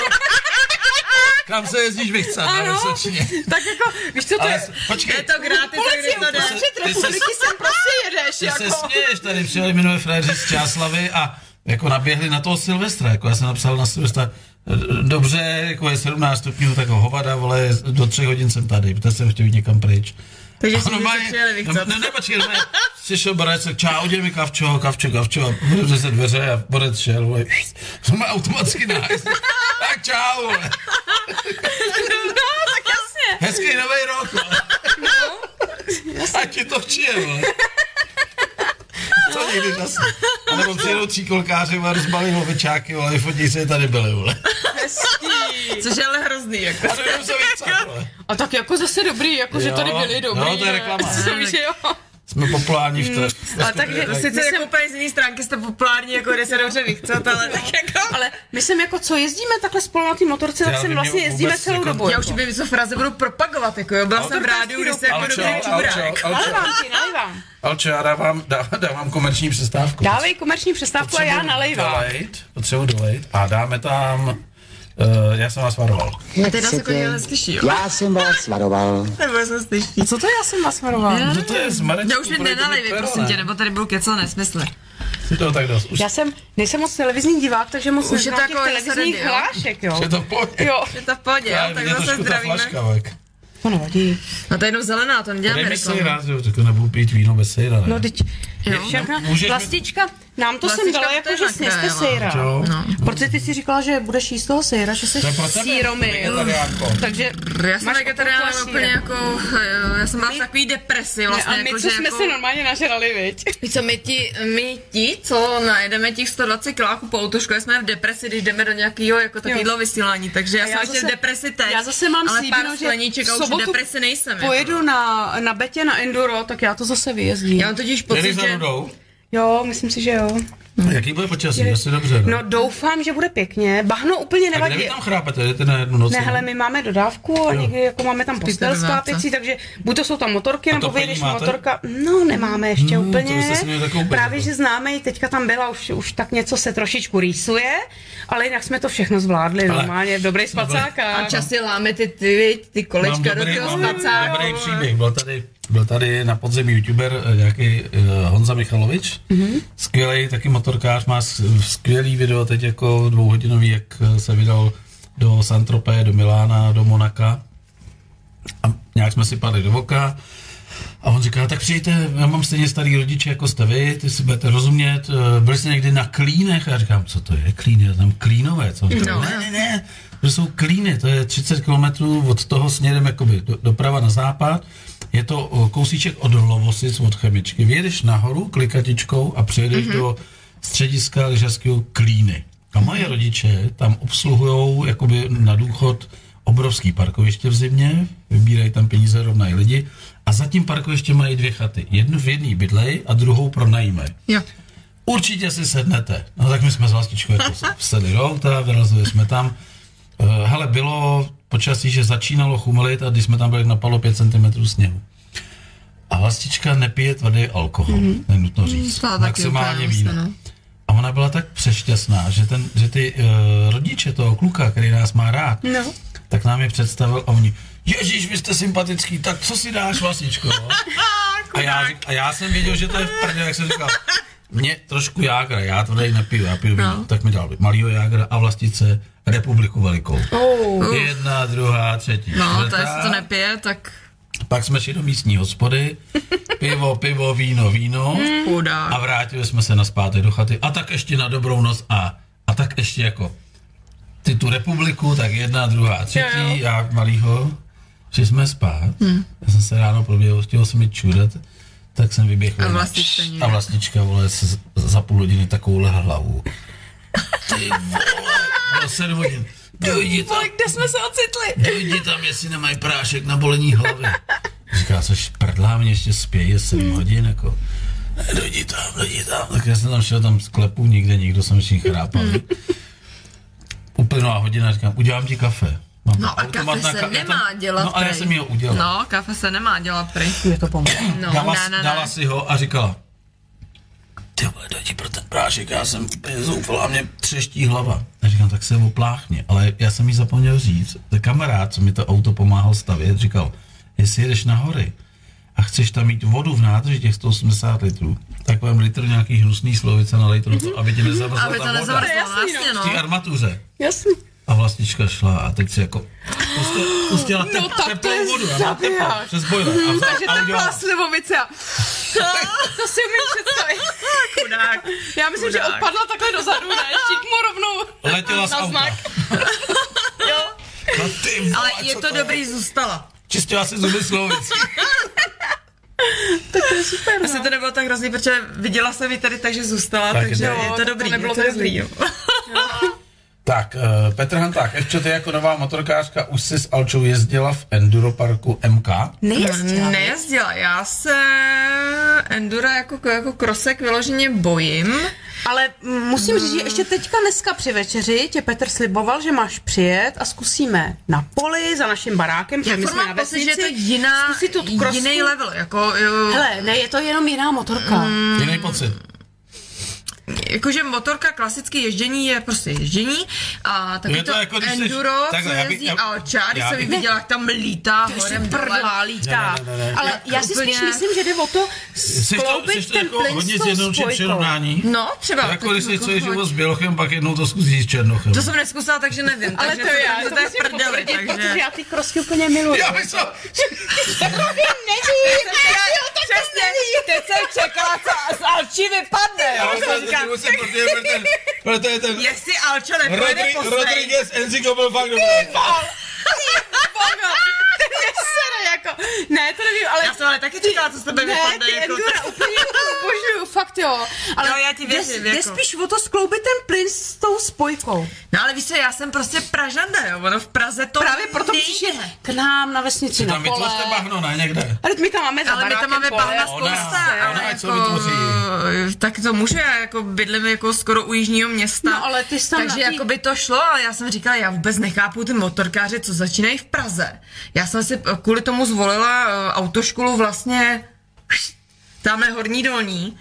B: Kam se jezdíš vychcat na
D: Ano.
B: Vysočině?
D: Tak jako, víš co to
B: Ale
D: je?
B: s- počkej,
D: gratis, policie
B: to jde.
D: uprostřed
B: Ty se-
D: republiky sem prostě jedeš,
B: ty se
D: jako.
B: směješ, tady přijeli minulé fréři z Čáslavy a jako naběhli na toho Silvestra, jako já jsem napsal na Silvestra, "D- dobře, jako je 17 stupňů, tak ho hovada, vole, do třech hodin jsem tady, protože jsem chtěl jít někam pryč.
C: Takže
B: A
C: si
B: normálně-
C: můžete přijeli vychcat.
B: Ne, ne, počkej, ne, přišel Borec, tak čau, udělej mi kavčo, kavčo, kavčo, a otevře se dveře a Borec šel, vole, jsme automaticky na tak čau, vole.
D: No, tak jasně.
B: Hezký nový rok, vole.
C: No.
B: A ti to přijde, vole. To někdy zase. A nebo přijedou tříkolkáři, vole, rozbalí hovečáky, vole, vyfotí se, tady byli, vole.
C: Což je ale hrozný, jako.
B: A to jenom se víc, vole.
D: A tak jako zase dobrý, jako že
B: Jo,
D: tady byli dobrý.
B: jo, to je reklama. no,
D: ne? Víš, že jo.
B: Jsme populární v to.
C: Ale takže sice jako úplně z jiné stránky jste populární, jako kde se dobře vychcet, ale tak jako...
D: Ale my sem jako, co jezdíme takhle spolu na té motorce, tak
B: Já
D: sem
B: nevím,
D: vlastně
B: mě
D: jezdíme
B: vůbec
D: celou
B: jako-
D: dobu.
C: Já už vím, co fraze budu propagovat, jako jo, byla jsem v rádiu, když se jako
E: Alčo,
C: dobrý
E: Alčo,
C: čurák.
E: Alčo,
D: Nalivám ti, nalivám.
E: Alčo, já dávám, dávám, dávám komerční přestávku.
D: Dávej komerční přestávku a já nalejvám.
E: Dolejt, potřebuji dolejt a dáme tam,
B: eh,
E: uh, já jsem vás varoval.
C: A teda se jako někdo slyší, jo?
I: Já jsem vás varoval.
C: Nebo se slyší.
D: Co to já jsem vás jmenovala?
E: No to je zmarečku.
C: Mm. Já už mi nenalej, prosím tě, nebo tady budou kecal nesmysly.
E: To tak dost. Už
D: Já jsem, nejsem moc televizní divák, takže moc
C: je
D: neznám
C: to
D: těch
C: jako
D: televizních
C: srdy, jo?
D: hlášek, jo.
B: Je to pojď.
D: Jo,
C: Je to v pohodě, jo, tak
B: mě
C: zase
B: trošku ta
C: zdravíme.
B: flaška, vek.
D: to nevadí.
C: A No to je jenom zelená, to neděláme
B: Dej mi
C: reklamu.
B: sejra, že jo, řekl, nebudu pít víno bez sejra, ne?
D: No, teď,
C: Jo.
D: všechna,
B: No, můžeš-
D: vlastička, nám to sem
C: Vlastička
D: dala
C: to
D: jako,
C: je
D: že
C: na
D: sněste
C: kraje, no.
D: sejra.
B: Jo.
D: Protože ty si říkala, že budeš jíst toho sejra, že jsi
B: To jako. je pro tebe,
D: síromil.
B: vegetariánko.
D: Takže
C: No, Já jsem
D: máš
C: vegetarián
D: okurku a
C: úplně
D: sír.
C: jako, eh, já jsem byla v takový depresi vlastně,
D: Ne, a my,
C: jako,
D: co
C: že
D: jsme
C: jako,
D: se normálně nažrali, viď?
C: Víš co, my ti, my ti, co najedeme těch 120 kiláků po autoškole, jsme v depresi, když jdeme do nějakého jako takového vysílání, takže já,
D: A já
C: jsem ještě
D: zase-
C: v depresi teď,
D: já zase mám
C: ale
D: slíbeno,
C: pár
D: že
C: skleníček
D: v
C: a už v
D: sobotu
C: depresi nejsem. Jako.
D: Pojedu na, na betě na enduro, tak já to zase vyjezdím.
C: Já mám totiž
B: Jdeš
C: pocit,
B: za
C: že...
B: rudou?
D: Jo, myslím si, že jo.
B: Jaký bude počasí? Asi dobře, ne?
D: No doufám, že bude pěkně. Bahno úplně
B: A kde
D: nevadí.
B: vy tam chrápete? Jdete na jednu noc?
D: Ne, hele, my máme dodávku a někdy jako máme tam postel
C: dodávce.
D: sklápěcí, takže buď to jsou tam motorky, nebo
B: topení
D: vyjdeš
B: máte?
D: motorka. No, nemáme ještě
B: Hmm, to
D: úplně.
B: byste si měli zakoupit,
D: Právě,
B: jako.
D: že známe, teďka tam byla, už, už tak něco se trošičku rýsuje, ale jinak jsme to všechno zvládli
B: Ale-
D: normálně, v dobrý
B: Jsme byli-
D: spacáka.
C: A časy láme ty, ty, viď, ty
B: Mám
C: kolečka do
B: dobrý,
C: toho
B: mám
C: spacáka.
B: dobrý příběh. Byl tady, byl tady na podzemí youtuber eh, nějaký uh, Honza Michalovič.
C: Mhm.
B: Mm-hmm. Skvělý taky motorkář, má s- skvělý video teď jako dvouhodinový, jak eh, se vydal do Santropé, do Milána, do Monaka. A nějak jsme si padli do oka. A on říká, tak přijďte, já mám stejně starý rodiče, jako jste vy, ty si budete rozumět, eh, byli jste někdy na klínech? A já říkám, co to je klín, je tam klínové, co? On říká,
C: No,
B: ne,
C: jo.
B: ne, ne, to jsou klíny, to je 30 km od toho směrem jakoby do, doprava na západ, je to o, kousíček od Lovosic, od chemičky. Vyjedeš nahoru klikatičkou a přejedeš mm-hmm. do střediska lyžařského klíny. A moje rodiče tam obsluhují jakoby na důchod obrovský parkoviště v zimě, vybírají tam peníze, rovnají lidi a za tím parkoviště mají dvě chaty. Jednu v jedný bydlej a druhou pronajíme.
C: Jo.
B: Určitě si sednete. No tak my jsme s Vlastičkou jako sedli do auta, vyrazili jsme tam. Eh, Hele, bylo počasí, že začínalo chumlit a když jsme tam byli, napalo 5 cm sněhu. A Vlastička nepije tvrdý alkohol, mm-hmm. nenutno říct.
C: Stále Mhm. taky
B: Maximálně
C: úplně
B: víno.
C: no.
B: A ona byla tak přešťastná, že, ten, že ty uh, rodiče toho kluka, který nás má rád,
D: No.
B: tak nám je představil a oni, Ježíš, vy jste sympatický, tak co si dáš, Vlastičko? a, já, řík- a já jsem věděl, že to je v prdě, jak jsem říkal. Mě trošku jágra, já tvrdý nepiju, já piju víno.
C: No.
B: Tak mi dal malýho jágra a vlastice republiku velikou.
D: Oh.
B: Jedna, druhá, třetí.
C: No, to
B: čtvrtá.
C: jestli to nepije, tak
B: Pak jsme šli do místní hospody, pivo, pivo, víno, víno.
C: Hmm. chudák.
B: A vrátili jsme se na zpátek do chaty. A tak ještě na dobrou noc a, a tak ještě jako ty tu republiku, tak jedna, druhá, třetí,
D: Jo, Hm. jo.
B: já malýho. Šli jsme spát, hmm. já jsem se ráno proběhl, chtělo se mi čurat, tak jsem vyběhl.
C: A
B: ven.
C: vlastička
B: Šš,
C: nějak.
B: A vlastička, vole, s- za půl hodiny takovouhle hlavu. Ty vole, bylo sedm hodin. Dojdi tam,
C: kde jsme se ocitli?
B: dojdi tam, jestli nemají prášek na bolení hlavy. Říká, což prdlá mě ještě spěje 7 hodin, jako. "Ne, Dojdi tam, dojdi tam. Tak já jsem tam šel tam z klepu, nikde nikdo jsem všichni chrápal.
C: Hmm.
B: Uplynula hodina, říkám, udělám ti kafe. Mám
C: No a
B: automat
C: kafe
B: na
C: se
B: ka- já tam-
C: nemá dělat
B: No ale já
C: prej.
B: jsem ji ho udělal.
C: No, kafe se nemá dělat prej.
I: Je to pomohlo.
C: No,
B: dala,
C: ne, ne,
B: dala
C: ne.
B: si ho a říkala, ty vole, dojdi pro ten prášek, já jsem úplně zoufalá, mě třeští hlava. A říkám, tak se opláchni, ale já jsem jí zapomněl říct, ten kamarád, co mi to auto pomáhal stavět, říkal, jestli jedeš na hory a chceš tam mít vodu v nádrži těch 180 litrů, tak vám litr nějaký hnusný slovice nalej to, na to, aby tě nezamrzla
C: Aby to
B: ta voda
C: nezavrzlo, vlastně
B: v té
C: no.
B: armatuře.
D: Jasný.
B: A vlastnička šla a teď si jako pustila, pustila tep,
D: tak to je
B: teplou vodu, já mám teplou,
D: zabiják.
B: přes boiler. A, vzala-
D: Takže
B: a
D: tam
B: udělala-
D: byla slivovice a... To si umím představit.
C: Chudák.
D: Já myslím, že
C: Chudák.
D: odpadla takhle dozadu, ne? Štík mu rovnou
B: Letěla z
D: na
B: auta.
D: znak.
C: Jo,
B: No ty vole,
C: ale je
B: co
C: to dobrý, zůstala.
B: Čistila si zuby slovic.
D: No.
C: Asi to nebylo tak hrozný, protože viděla jsem ji tady, takže zůstala,
B: Tak je
C: takže
B: dobrý.
C: je to
D: Jo,
C: dobrý.
D: No, to nebylo
C: je
D: tak
C: dobrý.
D: zlý.
E: Tak,
B: eh,
E: uh, Petr Hanták, ještě ty jako nová motorkářka už si s Alčou jezdila v Enduro parku MK.
I: Nejezdila. Ne.
C: Nejezdila, já se endura jako, jako krosek vyloženě bojím.
D: Ale mm, musím říct, že ještě teďka dneska při večeři tě Petr sliboval, že máš přijet a zkusíme na poli za naším barákem, že
C: Já
D: my
C: furt
D: jsme na
C: mám pocit, že je
D: vesnici.
C: to jiná,
D: Zkusit tu krosku.
C: jiný level, jako, jo,
D: Hele, ne, je to jenom jiná motorka.
C: Hmm.
D: Mm.
B: Jiný pocit.
C: jakože motorka, klasické ježdění je prostě ježdění a taky
B: Je to
C: to,
B: jako, když seš-
C: enduro,
B: takhle,
C: co
B: já bych-
C: jezdí
B: já-
C: Alča, když
B: já
C: jsem ji
B: bych-
C: viděla, jak tam lítá horem dole.
D: prostě Prdlá lítá.
B: Ne, ne, ne, ne.
D: Ale já si
C: Jako úplně-
D: spíš myslím, že jde o to
B: Jsi to, jsi
D: skloubit
B: to
D: ten
B: jako
D: plyn
B: hodně
D: s tou
B: zjednodušit
D: spojkou.
B: přirovnání.
C: No, třeba.
B: Jako
C: tak
B: když si
C: jako
B: chceš
C: choď.
B: život s Bělochem, pak jednou to zkusíš s Černochem.
C: To jsem neskusila, takže nevím.
D: Ale
C: takže
D: to já,
C: to,
D: to,
C: to je v
D: musím
C: prdeli,
D: potvrdit,
C: takže...
D: protože já ty krosky úplně miluji.
B: Já myslím,
I: Nevím, přesně, teď jsem čekala, co z Alčí vypadne,
B: já
I: jo.
B: myslím, že musím, protože ten- protože je ten
C: Jestli Alča nepojede
B: Rodri-
C: posej,
B: Rodriguez Enzico byl fakt dobrý.
D: Bono, to je sere, jako. Ne, to nevím, ale...
C: Já jsem ale taky čekala, co z tebe
D: Ne,
C: vypadne.
D: ty
C: jako-
D: Endura úplně to ubožňuju, fakt jo. Ale
C: Jo, já ti
D: jde-
C: věřím,
D: Jde
C: jako.
D: spíš o to skloubit ten plyn s tou spojkou.
C: No ale víš co, já jsem prostě Pražanda, jo, ono v Praze to
D: Právě proto
C: nejde.
D: přišel k nám na vesnici
C: No,
D: na
B: Tam
D: pole.
B: vytvořte bahno, ne, někde.
D: Ale my tam máme za
C: Ale my tam
D: barákem
C: máme
D: pole.
C: bahna
B: ona-
C: spousta,
B: ona
C: ale
B: ať co
C: jako,
B: vytvoří.
C: tak to může, já jako bydlím jako skoro u jižního města.
D: No, ale ty jsi tam
C: Takže
D: na tý-
C: jako by to šlo, ale já jsem říkala, já vůbec nechápu ty motorkáře, co začínají v Praze. Já jsem si eh, kvůli tomu zvolila eh, autoškolu vlastně tamhle horní dolní.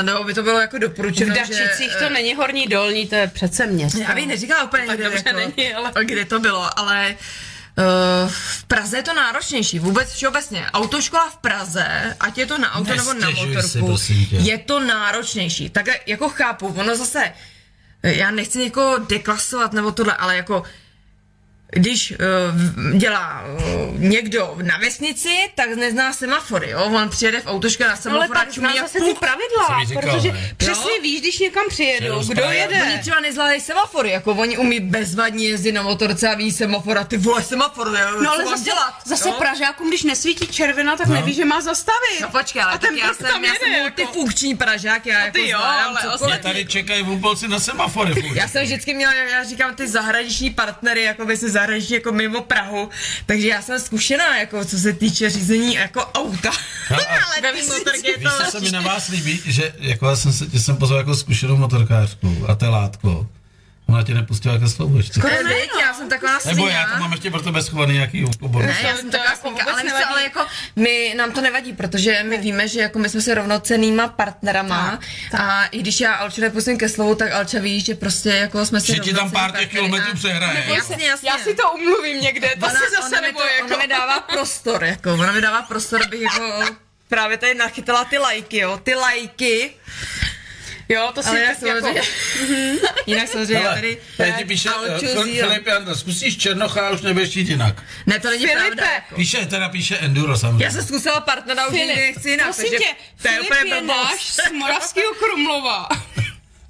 C: Eh, No, by to bylo jako doporučeno,
D: V
C: že,
D: Dačicích
C: eh,
D: to není horní dolní, to je přece město.
C: já bych neříkala úplně,
D: No tak
C: kde,
D: dobře
C: jako,
D: není, ale-
C: kde to bylo, ale uh, v Praze je to náročnější, vůbec všeobecně. Autoškola v Praze, ať je to na auto nebo na
B: Nestěžuj si,
C: motorku,
B: prosím tě.
C: je to náročnější. Tak jako eh, chápu, ono zase, já nechci někoho deklasovat nebo tohle, ale jako když uh, dělá uh, někdo na vesnici, tak nezná semafory, jo? On přijede v autoška na
D: Ale
C: semafor a
D: pak
C: čumí
D: znám
C: jak
D: zase ty
C: půl
D: pravidla,
B: mi říkal,
D: protože
B: ne?
D: přesně víš, když někam přijedu,
B: Přijedou z
D: kdo
B: Prahy.
D: jede.
C: Oni třeba nezvládají semafory, jako oni umí bezvadně jezdit na motorce a ví semafor a ty vole semafor, jo,
D: No
C: co
D: ale
C: mám
D: zase,
C: dělat,
D: zase
C: jo?
D: Pražákům, když nesvítí červená, tak neví, že má zastavit.
C: No počkej, ale
D: A
C: tak
D: ten
C: já
D: prst
C: jsem,
D: tam
C: já
D: jede,
C: jsem
D: jako.
C: multifunkční pražák, já jako
D: ty jo,
C: zvládám
D: ale
C: cokoliv.
B: Mě tady čekají v půlci na semafory. furt.
C: Já jsem vždycky měla, já říkám, ty zahraniční partnery, jako by se zahraniční jako mimo Prahu, takže já jsem zkušená, jako co se týče řízení jako auta. ale ve motorky je
B: Víš, co
C: to...
B: se mi na vás líbí, že jako já jsem, se, tě jsem pozval jako zkušenou motorkářku a té látko. Ona tě nepustila ke sloubočce.
C: Skoro ne, já jsem taková
B: Nebo jako já to
C: sviňák.
B: mám ještě pro tebe schovaný nějaký obor.
C: Ne, já
D: To-
C: jsem
D: to
C: taková
D: jako
C: sníka,
D: vůbec
C: ale, víš co,
D: nevadí.
C: ale jako my, nám to nevadí, protože my víme, že jako my jsme se rovnocenýma partnerama
D: Tak,
C: a i když já Alču nepustím ke slovu, tak Alča ví, že prostě jako jsme si
B: Že ti tam
C: rovnocenní
B: pár těch
C: partnery
B: kilometrů
C: a-
B: přehraje.
C: Jasně, jasně.
I: Já si to umluvím někde, to
C: ona,
I: si
C: ona,
I: zase
C: mi
I: nebo
C: to, ona
I: jako...
C: mi dává prostor, jako, ona mi dává prostor, abych jako právě tady nachytala ty lajky, jo, ty lajky,
D: Jo, to si
C: ale jinak
D: tak
C: samozřejmě,
D: jako...
C: jinak samozřejmě já tady,
B: Tady ti píše
C: Alču
B: eh, Fil-
C: Zíl.
B: Filip Janda, zkusíš Černocha a už nebudeš jít jinak.
C: ne, to není
D: Filipe,
C: pravda, jako.
B: Píše, teda píše Enduro samozřejmě.
C: Já jsem zkusila partnera, už
D: Filip,
C: nikdy nechci jinak,
D: prosím
C: takže
D: tě,
C: to je
D: Filip
C: úplně
D: je
C: blbost.
D: náš z Moravského Krumlova.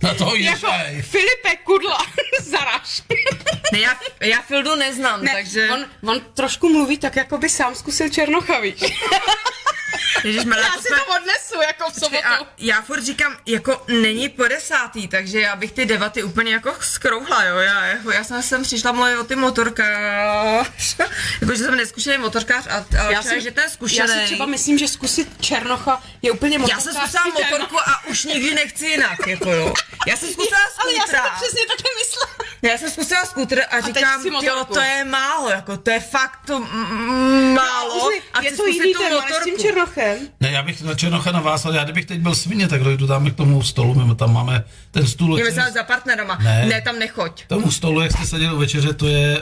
B: Na toho jíš,
D: jako
B: jako...
D: Filipe Kudla, zaraž.
C: Ne, já, já Fildu neznám,
D: Ne,
C: No, takže...
D: on, on trošku mluví tak, jako by sám zkusil Černocha, víš.
C: Ježišmarja,
D: Já
C: to
D: si
C: jsme-
D: to odnesu, jako v
C: Počkej,
D: sobotu.
C: A já furt říkám, jako není po desátý, takže já bych ty debaty úplně jako zkrouhla, jo. Já, jako, já jsem sem přišla mluvit o ty motorkář. jako, že jsem neskušený motorkář a, a já jsem, že ten zkušený.
D: Já si třeba myslím, že zkusit Černocha je úplně
C: já jsem zkusila
D: motorkářský téma.
C: motorku a už nikdy nechci jinak, jako jo. Já jsem zkusila
D: Ale já jsem
C: skútra.
D: to přesně taky myslela.
C: Já jsem zkusila skútr a
D: teď
C: říkám,
D: si
C: jo,
D: motorku.
C: to je málo, jako to je fakt to mm, málo.
D: Uznej,
C: A
D: No, je
C: chci
D: to
C: zkusit
D: jiný
C: tu
D: téma, ale s tím
C: motorku.
D: Černochem.
B: Ne, já bych na Černocha navázal, já kdybych teď byl svině, tak dojdu dáme k tomu stolu, my tam máme ten stůl.
C: Já
B: o čem-
C: myslím, za partnerama.
B: Ne.
C: ne, tam nechoď.
B: Tomu stolu, jak jste seděli u večeře, to je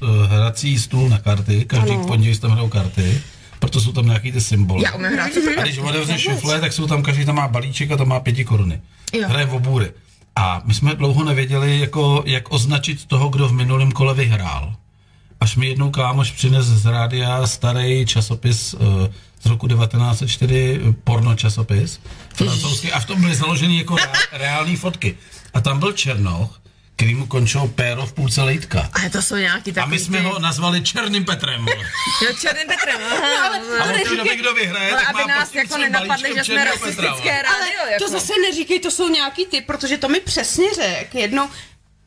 B: uh, hrací stůl na karty, každý ano. pondělí se tam hrajou karty, proto jsou tam nějaký ty symboly.
C: Já umím hrát.
B: A když otevřeš šufle, tak jsou tam, každý tam má balíček a tam má pěti koruny.
C: Jo.
B: Hraje v obůry. A my jsme dlouho nevěděli, jako, jak označit toho, kdo v minulém kole vyhrál. Až mi jednou kámoš přines z rádia starý časopis eh, z roku 1904, eh, porno časopis, francouzský, a v tom byly založeny jako reální fotky. A tam byl Černoch, který mu končilo péro v půlce lejtka.
C: Ale to jsou nějaký
B: A
C: takový
B: my jsme
C: ty-
B: ho nazvali Černým Petrem. vole.
C: Jo, černým Petrem, aha. ale
B: A od té doby, kdo vyhraje,
C: ale
B: tak
C: aby
B: má pod
C: nás
B: tím
C: jako
B: svým
C: nenapadlo,
B: balíčkem
C: že jsme
B: Černého Petra, vole.
C: rasistické rádio,
D: Ale
C: jako.
D: to zase neříkej, to jsou nějaký ty, protože to mi přesně řek. Jednou